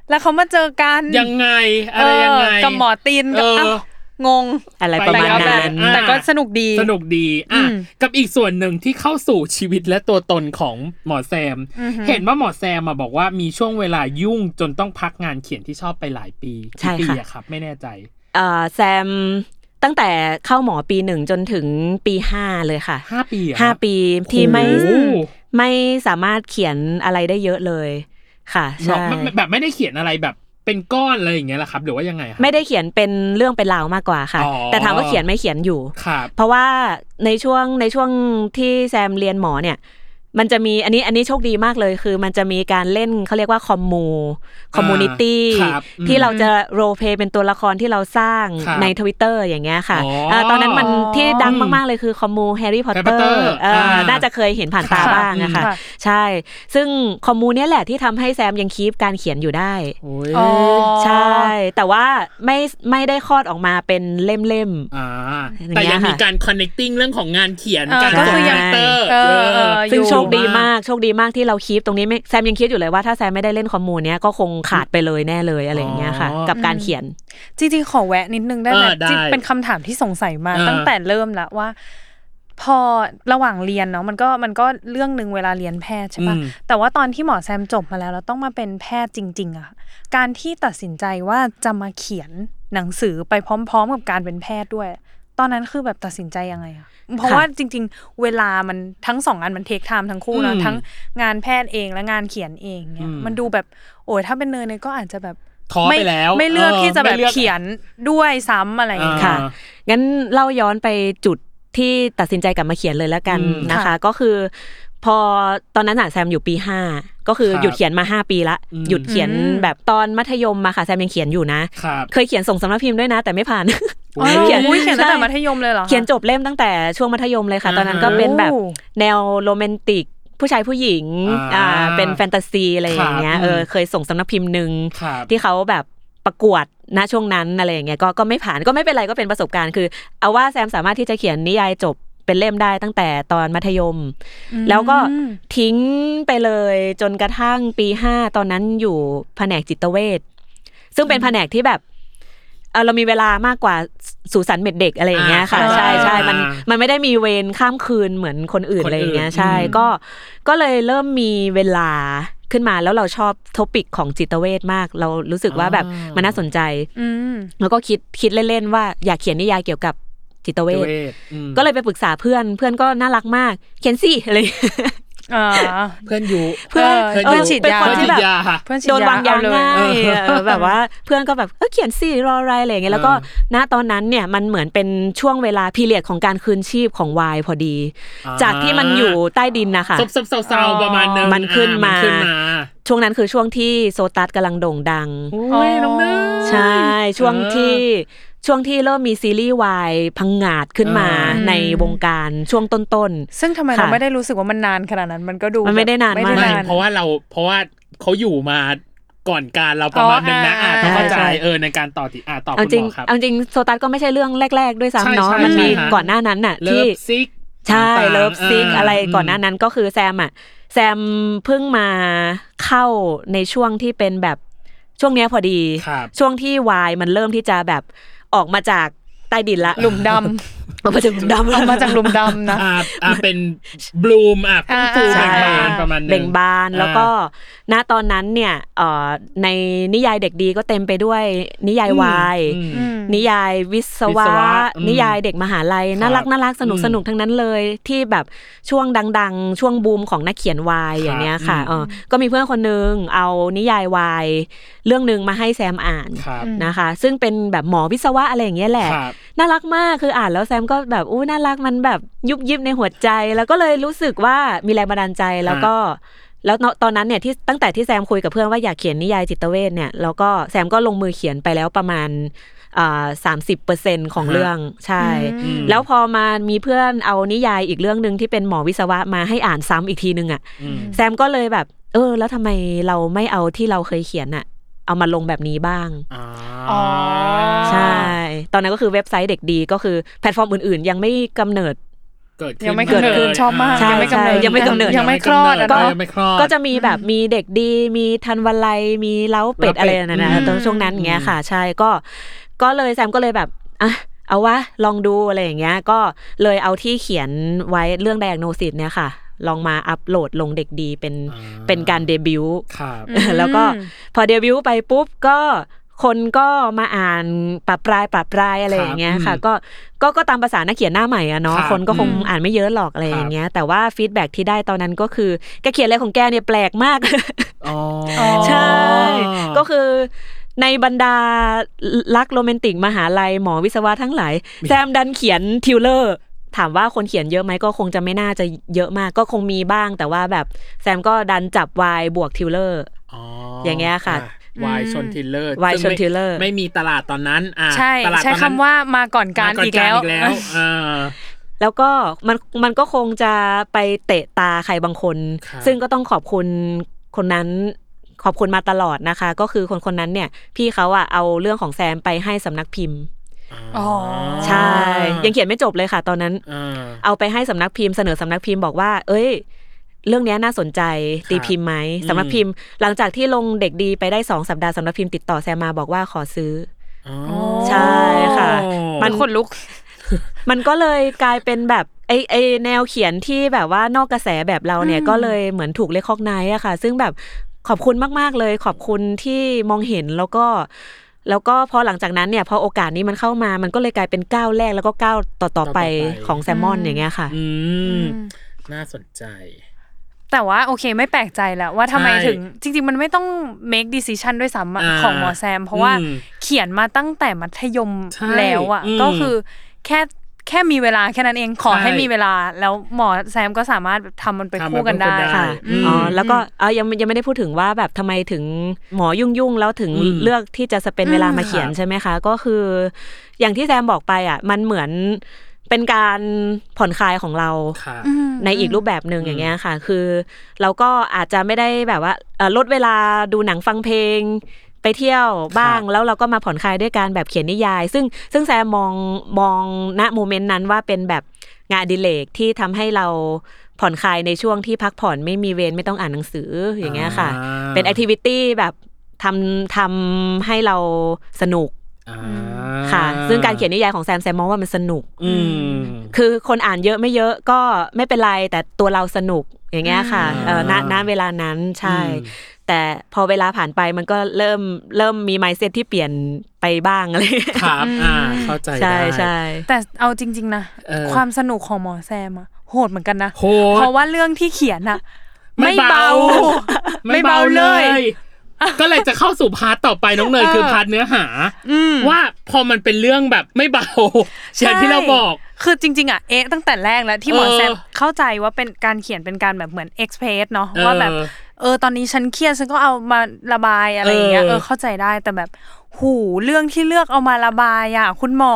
Speaker 3: แล้วเขามาเจอกัน
Speaker 2: ยังไงอะไรยังไง
Speaker 3: เออกับหมอตีน
Speaker 2: เอ
Speaker 3: กับ
Speaker 2: อ
Speaker 3: เอ้างง
Speaker 4: อะไร
Speaker 2: ไป
Speaker 4: ประมาณ
Speaker 3: แต่ก็แบบ
Speaker 4: นั้น
Speaker 2: อ่า
Speaker 3: แต่ก็สนุกดี
Speaker 2: สนุกดีอ่ะ
Speaker 3: อืม
Speaker 2: กับอีกส่วนหนึ่งที่เข้าสู่ชีวิตและตัวตนของหมอแซม
Speaker 3: อือหือ
Speaker 2: เห็นว่าหมอแซมมาบอกว่ามีช่วงเวลายุ่งจนต้องพักงานเขียนที่ชอบไปหลายปี
Speaker 4: ใช่
Speaker 2: กี่ปี
Speaker 4: ค่ะ
Speaker 2: อะครับ ไม่แน่ใจ
Speaker 4: เอ่อแซมตั้งแต่เข้าหมอปีหนึ่งจนถึงปีห้าเลยค่ะ
Speaker 2: ห้าปีอะ
Speaker 4: ห้าปีที่ไม่
Speaker 2: โอ้โห
Speaker 4: ไม่สามารถเขียนอะไรได้เยอะเลยค่ะใช่
Speaker 2: แบบแบบไม่ได้เขียนอะไรแบบเป็นก้อนอะไรอย่างเงี้ยแหละครับ หรือว่ายังไงครับ
Speaker 4: ไม่ได้เขียนเป็นเรื่องเป็นราวมากกว่าค่ะ
Speaker 2: อ๋อ
Speaker 4: แต่ถามว่าเขียนไหม่เขียนอยู่
Speaker 2: ครับ
Speaker 4: เพราะว่าในช่วงในช่วงที่แซมเรียนหมอเนี่ย มันจะมีอันนี้อันนี้โชคดีมากเลยคือ มันจะมีการเล่นเขาเรียกว่าคอมมูคอมมูนิตี้
Speaker 2: อ่าครับอืม
Speaker 4: ที่เราจะโรลเพลย์เป็นตัวละครที่เราสร้าง
Speaker 2: ครับ
Speaker 4: ในทวิตเตอร์อย่างเงี้ยค่ะ
Speaker 2: อ๋ออ่
Speaker 4: าตอนนั้นมัน
Speaker 3: อ๋อ
Speaker 4: ที่ดังมากๆเลยคือคอมมูแฮร์รี่พอต
Speaker 2: Harry
Speaker 4: เตอ
Speaker 2: Potter
Speaker 4: ร์
Speaker 2: อ่า
Speaker 4: น่าจะเคยเห็นผ่านตา
Speaker 2: ค่ะ
Speaker 4: บ้างนะคะ
Speaker 3: ค่ะ
Speaker 4: ใช่ ซึ่งคอมมูเนี่ยแหละที่ทำให้แซมยังคีปการเขียนอยู่ได้
Speaker 2: โอ้ย
Speaker 3: อ๋อ
Speaker 4: ใช่ แต่ว่าไม่ไม่ได้คลอดออกมาเป็นเล่ม
Speaker 2: อ่า
Speaker 4: อย่างเงี้ย
Speaker 2: แต่ยังมี
Speaker 4: ค่ะ
Speaker 2: การ connecting เรื่องของงานเขียน
Speaker 3: เออ
Speaker 2: การ
Speaker 4: ก็
Speaker 2: ส
Speaker 4: คือ
Speaker 2: ร้าง
Speaker 4: ยัง
Speaker 2: คาแรคเตอร์
Speaker 3: เออเออ
Speaker 2: เออ
Speaker 4: ๆ ซึ่ง
Speaker 3: อยู่
Speaker 4: โชคดีมาก โชคดีมากที่เราคีปตรงนี้ไม่แซมยังคิดอยู่เลยว่าถ้าแซมไม่ได้เล่นคอมมูเนี่ยก็คงขาดไปเลยแน่เลยอะไรอย่างเงี้ยค่ะ
Speaker 2: อ๋อ
Speaker 4: กับการเขียน
Speaker 3: จริงๆ ขอแวะนิดนึงได้ไหม
Speaker 2: เออได้
Speaker 3: จริงๆเป็นคำถามที่สงสัยมา
Speaker 2: เออ
Speaker 3: ตั้งแต่เริ่มละว่า พอระหว่างเรียนเนาะมันก็มันก็เรื่องหนึ่งเวลาเรียนแพทย์ใช่ปะ
Speaker 2: อืม
Speaker 3: แต่ว่าตอนที่หมอแซมจบมาแล้วแล้วต้องมาเป็นแพทย์จริง ๆอะค่ะการที่ตัดสินใจว่าจะมาเขียนหนังสือไปพร้อม ๆ กับการเป็นแพทย์ด้วย ตอนนั้นคือแบบตัดสินใจยังไงอะเพราะ
Speaker 4: ค่ะ
Speaker 3: ว่าจริง ๆ เวลามันทั้งสองอันมันเทคไทม์ทั้งคู่เนอะ
Speaker 2: อืม
Speaker 3: ทั้งงานแพทย์เองและงานเขียนเองเนี่
Speaker 2: อื
Speaker 3: ย
Speaker 2: ม
Speaker 3: มันดูแบบโอ้ยถ้าเป็นเนยเนยก็อาจจะแบบ
Speaker 2: ท้อไปแล้ว
Speaker 3: ไม่เลือกที่จะแบบ
Speaker 2: ไม่ลือก
Speaker 3: เขียนด้วยซ้ำอะไรอย่างเงี้ย
Speaker 4: ค่ะ
Speaker 2: อ่า
Speaker 4: งั้นเล่าย้อนไปจุดที่ตัดสินใจกลับมาเขียนเลยแล้วกัน
Speaker 2: อืม
Speaker 4: นะคะ
Speaker 3: ค่ะ
Speaker 4: ก็คือพอตอนนั้นอะแซมอยู่ปีห้าก็คือ
Speaker 2: ครับ
Speaker 4: หยุดเขียนมาห้าปีละ
Speaker 2: อืม
Speaker 4: หยุดเขียน
Speaker 3: อืม
Speaker 4: แบบตอนมัธยมมาค่ะแซมยังเขียนอยู่นะ
Speaker 2: ครับ
Speaker 4: เคยเขียนส่งสำนักพิมพ์ด้วยนะ แต่ไม่ผ่าน
Speaker 3: อ๋อ
Speaker 4: เขียน
Speaker 3: อุ๊ยเขียนตั้งแต่
Speaker 4: ใช่
Speaker 3: มัธยมเลยเหรอคะ
Speaker 4: เขียนจบเล่มตั้งแต่ช่วงมัธยมเลยค่ะ ตอนนั้นก็เป็นแบบ
Speaker 3: โอ้
Speaker 4: แนวโรแมนติก ผู้ชายผู้หญิง
Speaker 2: อ่า
Speaker 4: อ่าเป็นแฟนตาซีอะไรอย่างเงี้
Speaker 2: ค
Speaker 4: ย
Speaker 2: รับ
Speaker 4: เออ
Speaker 2: อืม
Speaker 4: เคยส่งสำนักพิมพ์หนึ่ง
Speaker 2: ครับ
Speaker 4: ที่เขาแบบประกวดณช่วงนั้นอะไรอย่างเงี้ยก็ก็ไม่ผ่านก็ไม่เป็นไรก็เป็นประสบการณ์คือ เอาว่าแซมสามารถที่จะเขียนนิยายจบเป็นเล่มได้ตั้งแต่ตอนมัธยม
Speaker 3: อืม
Speaker 4: แล้วก็ทิ้งไปเลยจนกระทั่งปีห้าตอนนั้นอยู่แผนกจิตเวชซึ่งเป็นแผนกที่แบบเอ่อเรามีเวลามากกว่าสุสานเม็ดเด็กอะไรอย่างเงี้ยค่ะ
Speaker 3: อ่า
Speaker 4: ใช่ใช่มัน
Speaker 2: อ่ามั
Speaker 4: มันไม่ได้มีเวรข้ามคืนเหมือนคนอื่น
Speaker 2: คนอื่น
Speaker 4: อะไรอย่างเงี้ยใช่
Speaker 2: อืม
Speaker 4: ก็ก็เลยเริ่มมีเวลาขึ้นมาแล้วเราชอบทอปิกของจิตเวชมาก เรารู้สึกว่าแบบมันน่าสนใจ
Speaker 3: อืม
Speaker 4: แล้วก็คิดคิดเล่นๆว่าอยากเขียนนิยายเกี่ยวกับจิตเว
Speaker 2: ตัว
Speaker 4: ช
Speaker 2: เองอืม
Speaker 4: ก็เลยไปปรึกษาเพื่อนเพื่อนก็น่ารักมากเขียนสิอะไรอย่างเงี้ย
Speaker 3: อ่า
Speaker 2: เพื่อนอยู่
Speaker 4: เพื่อน
Speaker 3: เออ
Speaker 4: เออ
Speaker 3: ฉีด
Speaker 4: เป็น
Speaker 3: ยา
Speaker 4: คน
Speaker 2: เพื่อน
Speaker 4: ที่
Speaker 2: ติด
Speaker 4: แบบ
Speaker 2: ยาค่ะ
Speaker 3: เพื่อนฉีด
Speaker 4: โดนวางยา
Speaker 3: เอเลย
Speaker 4: ง่าย
Speaker 2: เออ
Speaker 4: เออแบบว่าเพื่อนก็แบบเออเขียนสิรออะไรอะไรอย่างเงี้ยแล้วก็
Speaker 2: เออ
Speaker 4: ณตอนนั้นเนี่ยมันเหมือนเป็นช่วงเวลาพีเรียดของการคืนชีพของวายพอดี จากที่มันอยู่ใต้ดินนะคะ
Speaker 2: ซบซบเซาๆประมาณนึง
Speaker 4: มันขึ้น
Speaker 2: อ่
Speaker 4: มา
Speaker 2: ขึ้นมา
Speaker 4: ช่วงนั้นคือช่วงที่โซตัสกำลังโด่งดัง
Speaker 2: โอ้ยน้องเนย
Speaker 4: ใช่ช่วง
Speaker 2: เออ
Speaker 4: ที่ช่วงที่เริ่มมีซีรีส์วายพังงาดขึ้นมา
Speaker 2: เออ
Speaker 4: ในวงการช่วงต้นๆ
Speaker 3: ซึ่งทำไม
Speaker 4: ค่ะ
Speaker 3: เราไม่ได้รู้สึกว่ามันนานขนาดนั้น มันก็ดู
Speaker 4: มันไม่ได้นาน
Speaker 3: แบบ
Speaker 4: มาก
Speaker 3: ด้
Speaker 2: ไม่
Speaker 3: นาน
Speaker 2: เพราะว่าเราเพราะว่าเขาอยู่มา ก่อนการเราประมาณนึงนะ
Speaker 3: อ๋ออ่า
Speaker 2: อ่ะต้องเข้าใจ
Speaker 4: ใช่
Speaker 2: เออในการต่อติอ่ะต่อ
Speaker 4: เอา
Speaker 2: คุณ
Speaker 4: จริง
Speaker 2: หมอครับ
Speaker 4: เอาจริงโซตัสก็ไม่ใช่เรื่องแรก ๆ ด้วย
Speaker 2: ใช่
Speaker 4: ซ้ำเนาะ
Speaker 2: ใช่
Speaker 4: มันมี
Speaker 2: ใช่ฮะ
Speaker 4: ก่อนหน้านั้นน่ะ
Speaker 2: เลิ
Speaker 4: ที่
Speaker 2: ฟซิก
Speaker 4: ใช่
Speaker 2: ต่างๆ
Speaker 4: เลิฟซิก
Speaker 2: เอออ
Speaker 4: อะไร
Speaker 2: อืม
Speaker 4: ก่อนหน้านั้นก็คือแซมอ่ะแซมเพิ่งมาเข้าในช่วงที่เป็นแบบช่วงเนี้ยพอดี
Speaker 2: ครับ
Speaker 4: ช่วงที่วายมันเริ่มที่จะแบบออกมาจากใต้ดิน ละ
Speaker 3: หลุมดำ
Speaker 4: ออกมาจากหลุมดำ
Speaker 3: อ
Speaker 4: ละ
Speaker 3: อกมาจากหลุมดำนะ
Speaker 2: อ่าอ่าเป็นบลูมอ่ะ
Speaker 3: อ่า
Speaker 2: ฟู
Speaker 3: ใช่
Speaker 2: แบ่งบานประมาณนึง
Speaker 4: เบ่งบานแล้วก็ณตอนนั้นเนี่ยเอ่อในนิยายเด็กดีก็เต็มไปด้วยนิยายวาย
Speaker 2: อืม
Speaker 3: อืม
Speaker 4: นิยายวิศ
Speaker 2: วิ
Speaker 4: วะ
Speaker 2: ศวะอืม
Speaker 4: นิยายเด็กมหาลัย
Speaker 2: ครับ
Speaker 4: น่ารักน่ารักสนุก
Speaker 2: อืม
Speaker 4: สนุกทั้งนั้นเลย ที่แบบช่วงดัง ๆ ช่วงบูมของนักเขียนวาย
Speaker 2: ครับ
Speaker 4: อย่างเนี้ยค่ะ
Speaker 2: อืม
Speaker 4: เออก็มีเพื่อนคนนึงเอานิยายวาย เรื่องหนึ่งมาให้แซมอ่าน
Speaker 2: ครับ
Speaker 4: นะคะ ซึ่งเป็นแบบหมอวิศวะอะไรอย่างเงี้ยแหละ
Speaker 2: ครับ
Speaker 4: น่ารักมากคืออ่านแล้วแซมก็แบบอู้น่ารักมันแบบยุบยิบในหัวใจ แล้วก็เลยรู้สึกว่ามีแรงบันดาลใจแล้วก็ แล้วตอนนั้นเนี่ยที่ตั้งแต่ที่แซมคุยกับเพื่อนว่าอยากเขียนนิยายจิตเวชเนี่ยแล้วก็แซมก็ลงมือเขียนไปแล้วประมาณสามสิบเปอร์เซ็นของ
Speaker 2: อ่าฮะ
Speaker 4: เรื่องใช่
Speaker 2: อืม
Speaker 4: แล้วพอมามีเพื่อนเอานิยายอีกเรื่องหนึ่งที่เป็นหมอวิศวะมาให้อ่านซ้ำอีกทีนึงอะ
Speaker 2: อืม
Speaker 4: แซมก็เลยแบบ เออ แล้วทำไมเราไม่เอาที่เราเคยเขียนอะเอามาลงแบบนี้บ้าง
Speaker 2: อ่า
Speaker 3: อ๋อ
Speaker 4: ใช่ ตอนนั้นก็คือเว็บไซต์เด็กดีก็คือแพลตฟอร์มอื่นๆ ยังไม่กำเนิด
Speaker 2: เกิดขึ้น
Speaker 3: ยังไม่เกิด
Speaker 2: าลย
Speaker 3: ขึ้นชอบมาก
Speaker 4: ใช่
Speaker 3: ยังไม่กำเนิด
Speaker 4: ใช่ยังไม่กำเนิด
Speaker 3: ยังไม่คลอดอะ
Speaker 2: ก็
Speaker 3: เนาะ
Speaker 2: ยังไม่คลอด
Speaker 4: ก็จะมีแบบมีเด็กดี มีทันวันไลยมีเล้าเป็ด
Speaker 2: เล้าเป็ด
Speaker 4: อะไรนั่นนะ
Speaker 2: อืม
Speaker 4: ตอนช่วงนั้นอย่างเงี้ยค่ะ ใช่ก็ ก็เลยแซมก็เลยแบบอ่ะเอาวะลองดูอะไรอย่างเงี้ย ก็เลยเอาที่เขียนไว้เรื่อง diagnosis เนี่ยค่ะ ลองมาอัปโหลดลงเด็กดีเป็น
Speaker 2: อ่า
Speaker 4: เป็นการเดบิวต์
Speaker 2: ครับ
Speaker 3: อืม
Speaker 4: แล้วก็พอเดบิวต์ไปปุ๊บก็คนก็มาอ่านปรับปรายปรับปรายอะไร
Speaker 2: ครับ
Speaker 4: อย่างเงี้ยค่ะ
Speaker 2: อืม
Speaker 4: ก็ก็ก็ตามภาษานักเขียนหน้าใหม่อะเนาะ
Speaker 2: ครับ
Speaker 4: คนก็คง
Speaker 3: อืม
Speaker 4: อ่านไม่เยอะหรอกอะไร
Speaker 2: ครับ
Speaker 4: อย่างเงี้ยแต่ว่าฟีดแบ็กที่ได้ตอนนั้นก็คือแกเขียนอะไรของแกเนี่ยแปลกมาก
Speaker 2: อ๋อ
Speaker 4: ใช่ ก็คือในบรรดารักโรแมนติกมหาลัยหมอวิศวะทั้งหลายแซมดันเขียนทิวเลอร์ ถามว่าคนเขียนเยอะไหมก็คงจะไม่น่าจะเยอะมากก็คงมีบ้าง แต่ว่าแบบแซมก็ดันจับวายบวกทิวเลอร์ อย่างเงี้ยค่ะ
Speaker 2: วายชนทิลเลอร์
Speaker 4: Y ชน Thriller
Speaker 2: ไม่มีตลาดตอนนั้น อ่า
Speaker 3: ใช่
Speaker 2: ตลาด
Speaker 3: ใช้
Speaker 2: ตอน
Speaker 3: คำ
Speaker 2: นั้น
Speaker 3: ว่ามาก่อนการ
Speaker 2: ม
Speaker 3: อีกแล้ว
Speaker 2: เออ
Speaker 4: แล้วก็มันมันก็คงจะไปเตะตาใครบางคน
Speaker 2: ครับ
Speaker 4: ซึ่งก็ต้องขอบคุณคนนั้นขอบคุณมาตลอดนะคะ ก็คือคนคนนั้นเนี่ย พี่เขาอะเอาเรื่องของแซมไปให้สำนักพิมพ์
Speaker 3: อ๋อ
Speaker 4: ใช่ ยังเขียนไม่จบเลยค่ะ ตอนนั้น
Speaker 2: อ่า
Speaker 4: เอาไปให้สำนักพิมพ์เสนอสำนักพิมพ์บอกว่า เอ้ย เรื่องเนี้ยน่าสนใจตีพิมพ์ไหม
Speaker 2: อืม
Speaker 4: สำนักพิมพ์ หลังจากที่ลงเด็กดีไปได้สองสัปดาห์สำนักพิมพ์ติดต่อแซมมาบอกว่าขอซื้อ
Speaker 2: อ๋อ
Speaker 4: ใช่ค่ะ
Speaker 3: มั
Speaker 4: มัน น
Speaker 3: ขนลุก
Speaker 4: มันก็เลยกลายเป็นแบบไอไอแนวเขียนที่แบบว่านอกกระแสแบบเราเนี่ย
Speaker 3: อืม
Speaker 4: ก็เลยเหมือนถูกเลคอกไนท์อะค่ะ ซึ่งแบบขอบคุณมากๆเลย ขอบคุณที่มองเห็นแล้วก็ แล้วก็พอหลังจากนั้นเนี่ยพอโอกาสนี้มันเข้ามา มันก็เลยกลายเป็นก้าวแรกแล้วก็ก้าวต่อๆไปของแซมมอนอย่างเงี้ยค่ะ
Speaker 2: อืม
Speaker 3: อืม
Speaker 2: น่าสนใจ
Speaker 3: แต่ว่าโอเคไม่แปลกใจแหละว่าทำไม
Speaker 2: ใช่
Speaker 3: ถึง จริง ๆ มันไม่ต้อง make decision ด้วยซ้ำอะ
Speaker 2: อ่า
Speaker 3: ของหมอแซม เพราะว่า
Speaker 2: อืม
Speaker 3: เขียนมาตั้งแต่มัธยม
Speaker 2: ใช่
Speaker 3: แล้วอะ
Speaker 2: อืม
Speaker 3: ก็คือแค่แค่มีเวลาแค่นั้นเองขอให้
Speaker 2: ใช่
Speaker 3: มีเวลา แล้วหมอแซมก็สามารถแบบทำมันไป
Speaker 2: ทำมั
Speaker 3: คู่กันได้
Speaker 2: คู่
Speaker 4: ค่ะ
Speaker 2: อืม
Speaker 4: อ๋อแล้วก็เออยังยังไม่ได้พูดถึงว่าแบบทำไมถึงหมอยุ่งยุ่งๆแล้วถึง
Speaker 2: อืม
Speaker 4: เลือกที่จะสเปนเวลามาเขียน
Speaker 2: ครับ
Speaker 4: ใช่ไหมคะ ก็คือ อย่างที่แซมบอกไปอ่ะ มันเหมือนเป็นการผ่อนคลายของเรา
Speaker 2: ค่ะ
Speaker 4: ในอีกรูปแบบหนึ่ง
Speaker 2: อืม
Speaker 4: อย่างเงี้ยค่ะ คือ เราก็อาจจะไม่ได้แบบว่าเอ่อลดเวลาดูหนังฟังเพลง ไปเที่ยวบ้าง
Speaker 2: ครับ
Speaker 4: แล้วเราก็มาผ่อนคลายด้วยการแบบเขียนนิยาย ซึ่งซึ่งแซมมองมองณโมเมนต์นั้นว่าเป็นแบบงานอดิเลกที่ทำให้เราผ่อนคลายในช่วงที่พักผ่อนไม่มีเวรไม่ต้องอ่านหนังสืออย่างเงี้ยค่ะ
Speaker 2: อ่า
Speaker 4: เป็นแอคทิวิตี้แบบทำทำให้เราสนุก
Speaker 2: อ่า
Speaker 4: ค่ะ ซึ่งการเขียนนิยายของแซมแซมมองว่ามันสนุก
Speaker 2: อืม
Speaker 4: คือคนอ่านเยอะไม่เยอะก็ไม่เป็นไรแต่ตัวเราสนุกอย่างเงี้ยค่ะ
Speaker 2: อ่า
Speaker 4: เออณณเวลานั้น
Speaker 2: อ
Speaker 4: ใช่
Speaker 2: ืม
Speaker 4: แต่พอเวลาผ่านไปมันก็เริ่มเริ่มมี mindset ที่เปลี่ยนไปบ้างอะไร อย่างเงี้ย
Speaker 2: ครับอ่า เข้าใจ
Speaker 4: ใช่
Speaker 2: ได้
Speaker 4: ใช่
Speaker 3: แต่เอาจริง ๆ นะ
Speaker 2: เออ
Speaker 3: ความสนุกของหมอแซมอะโหดเหมือนกันนะ
Speaker 2: โหด
Speaker 3: เพราะว่าเรื่องที่เขียนอะ
Speaker 2: ไม่เบา
Speaker 3: ไม่เบาเลย
Speaker 2: ก็เลยจะเข้าสู่พาร์ทต่อไปน้องเนย
Speaker 3: เออ
Speaker 2: คือพาร์ทเนื้อหา
Speaker 3: อืม
Speaker 2: ว่าพอมันเป็นเรื่องแบบไม่เบาอย่างที่เราบอก
Speaker 3: ใช่คือจริง ๆ อ่ะ เอ๊ะตั้งแต่แรกแล้วที่หมอ
Speaker 2: เออ
Speaker 3: แซมเข้าใจว่าเป็นการเขียนเป็นการแบบเหมือนเอ็กเพรสเนาะ
Speaker 2: เออ
Speaker 3: ว่าแบบเออตอนนี้ฉันเครียดฉันก็เอามาระบายอะไรอย่างเงี้ย
Speaker 2: เออ
Speaker 3: เออเข้าใจได้แต่แบบ หูเรื่องที่เลือกเอามาระบายอ่ะคุณหมอ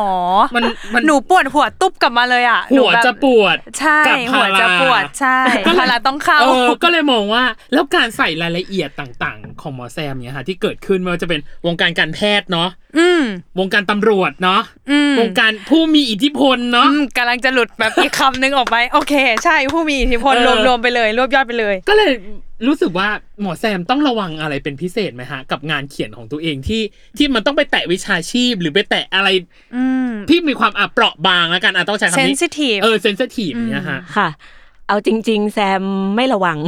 Speaker 2: มันมัน
Speaker 3: หนูปวดหัวตุ๊บกลับมาเลยอ่ะนู
Speaker 2: หัว
Speaker 3: แบบ
Speaker 2: จะปวด
Speaker 3: ใช่
Speaker 2: กับพารา
Speaker 3: หัวจะปวดใช่พาราต้องเข้า
Speaker 2: เออก็เลยมองว่าแล้วการใส่รายละเอียดต่างๆ ของหมอแซมเนี่ยค่ะที่เกิดขึ้นไม่ว่าจะเป็นวงการการแพทย์เนาะ
Speaker 3: อืม
Speaker 2: วงการตำรวจเนาะ
Speaker 3: อืม
Speaker 2: วงการผู้มีอิทธิพลเนาะ
Speaker 3: อืมกำลังจะหลุดแบบอีกคำนึงออกไป โอเค ใช่ผู้มีอิทธิพล
Speaker 2: เออ
Speaker 3: รวมๆไปเลยรวบยอดไปเลย
Speaker 2: ก็เลยรู้สึกว่าหมอแซมต้องระวังอะไรเป็นพิเศษไหมฮะ กับงานเขียนของตัวเองที่ที่มันต้องไปแตะวิชาชีพ หรือไปแตะอะไร
Speaker 3: อืม
Speaker 2: ที่มีความอ่ะเปราะบางแล้วกันอ่ะต้องใช้คำ
Speaker 3: เซน
Speaker 2: นี้
Speaker 3: ซิทีฟ
Speaker 2: เออเซนซิทีฟเนี่ยฮะ
Speaker 4: ค่ะ เอาจริง ๆ แซมไม่ระวัง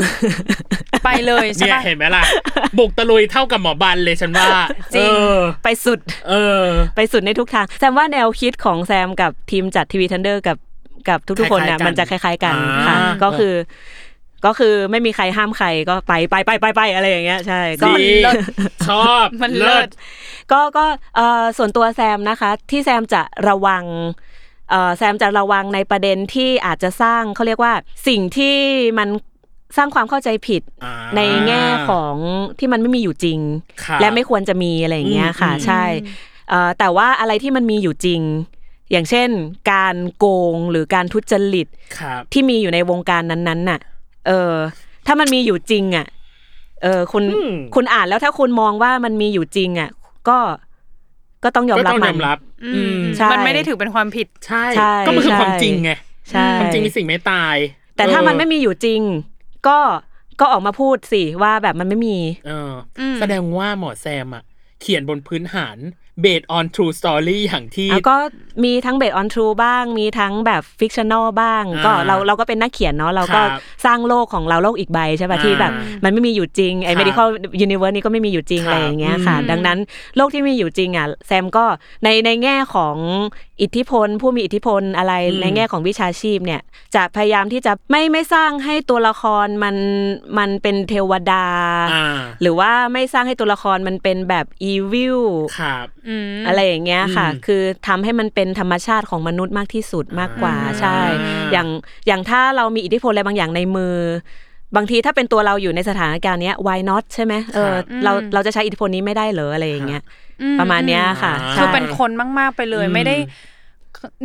Speaker 3: ไปเลยใช่
Speaker 2: เนี่ย
Speaker 3: ปะ
Speaker 2: เห็นไหมล่ะ บุกตะลุยเท่ากับหมอบันเลยฉันว่า
Speaker 3: จริง
Speaker 2: เออ
Speaker 4: ไปสุด
Speaker 2: เออ
Speaker 4: ไปสุดในทุกทาง แซมว่าแนวคิดของแซมกับทีมจัดทีวีทันเดอร์กับกับทุกๆคน
Speaker 2: คล้ายๆกั
Speaker 4: นะ
Speaker 2: น
Speaker 4: มันจะคล้าย ๆ กัน
Speaker 2: อ่า
Speaker 4: ค่ะ ก็คือ ก็คือไม่มีใครห้ามใครก็ไปไปไปไปไปอะไรอย่างเงี้ยใช่ก็
Speaker 2: ดีชอบ
Speaker 3: มันเลิศ
Speaker 4: ก็ก็เอ่อส่วนตัวแซมนะคะ ที่แซมจะระวังเอ่อแซมจะระวังในประเด็นที่อาจจะสร้างเขาเรียกว่าสิ่งที่มันสร้างความเข้าใจผิด
Speaker 2: อ่า
Speaker 4: ในแง่ของที่มันไม่มีอยู่จริง
Speaker 2: ครับ
Speaker 4: และไม่ควรจะมีอะไรอย่างเงี้ยค่ะ
Speaker 2: อืม
Speaker 4: ใช่เอ่อแต่ว่าอะไรที่มันมีอยู่จริง อย่างเช่น การโกงหรือการทุจริต
Speaker 2: ครับ
Speaker 4: ที่มีอยู่ในวงการนั้นๆน่ะ เออ ถ้ามันมีอยู่จริงอ่ะ เออ คุณ
Speaker 2: อืม
Speaker 4: คุณอ่านแล้วถ้าคุณมองว่ามันมีอยู่จริงอ่ะ ก็ ก็ต้องยอม
Speaker 2: ก็
Speaker 4: รับ
Speaker 2: ต้อง
Speaker 4: มั
Speaker 2: ยอน มรับ
Speaker 3: อื
Speaker 2: อื
Speaker 3: ม
Speaker 2: ม
Speaker 4: ใช่
Speaker 3: มันไม่ได้ถือเป็นความผิด
Speaker 2: ใช่
Speaker 4: ใช่
Speaker 2: ก็มันคือ
Speaker 4: ใช่
Speaker 2: ความจริงไง
Speaker 4: ใช่
Speaker 2: ความจริงมีสิ่งไม่ตาย
Speaker 4: แต่ถ้ามันไม่
Speaker 2: เออ
Speaker 4: มีอยู่จริง ก็ ก็ออกมาพูดสิว่าแบบมันไม่มี
Speaker 2: เอออ
Speaker 3: ม
Speaker 2: แสดงว่าหมอแซมอ่ะ เขียนบนพื้นฐาน based on true story อย่างที่
Speaker 4: แล้วก็มีทั้งเบสออนทรูบ้าง มีทั้งแบบฟิกชัน a ลบ้าง
Speaker 2: อ่า
Speaker 4: ก็เราเราก็เป็นนักเขียนเนาะเราก็
Speaker 2: ครับ
Speaker 4: สร้างโลกของเราโลกอีกใบใช่ป่ะ
Speaker 2: อ่า
Speaker 4: ที่แบบมันไม่มีอยู่จริงไอ้
Speaker 2: ครับ
Speaker 4: medical universe นี้ก็ไม่มีอยู่จริง
Speaker 2: ครับ
Speaker 4: อะไรอย่างเงี้ยค่ะ
Speaker 2: อืม
Speaker 4: ดังนั้นโลกที่มีอยู่จริงอ่ะแซมก็ในในแง่ของอิทธิพล ผู้มีอิทธิพลอะไรในแง่ของวิชาชีพเนี่ยจะพยายามที่จะไม่ไม่สร้างให้ตัวละครมันมันเป็นเทวดา
Speaker 2: อ่า
Speaker 4: หรือว่าไม่สร้างให้ตัวละครมันเป็นแบบอีวิล
Speaker 2: ครับ
Speaker 3: อืม
Speaker 4: อะไรอย่างเงี้ยค่ะ
Speaker 2: อืม
Speaker 4: คือทำให้มันเป็นธรรมชาติของมนุษย์มากที่สุดมากกว่า
Speaker 3: อ่า
Speaker 4: ใช่ อย่างอย่างถ้าเรามีอิทธิพลอะไรบางอย่างในมือ บางทีถ้าเป็นตัวเราอยู่ในสถานการณ์เนี้ย why not ใช่ไหมเออ
Speaker 2: ครับ
Speaker 4: เราเราจะใช้อิทธิพลนี้ไม่ได้เหรออะไรอย่างเงี้ย
Speaker 3: อื
Speaker 4: ประมาณเนี้ยค่ะ
Speaker 2: อ่า
Speaker 4: ใช่
Speaker 3: คือเป็นคนมากๆไปเลย
Speaker 2: อืม
Speaker 3: ไม่ได้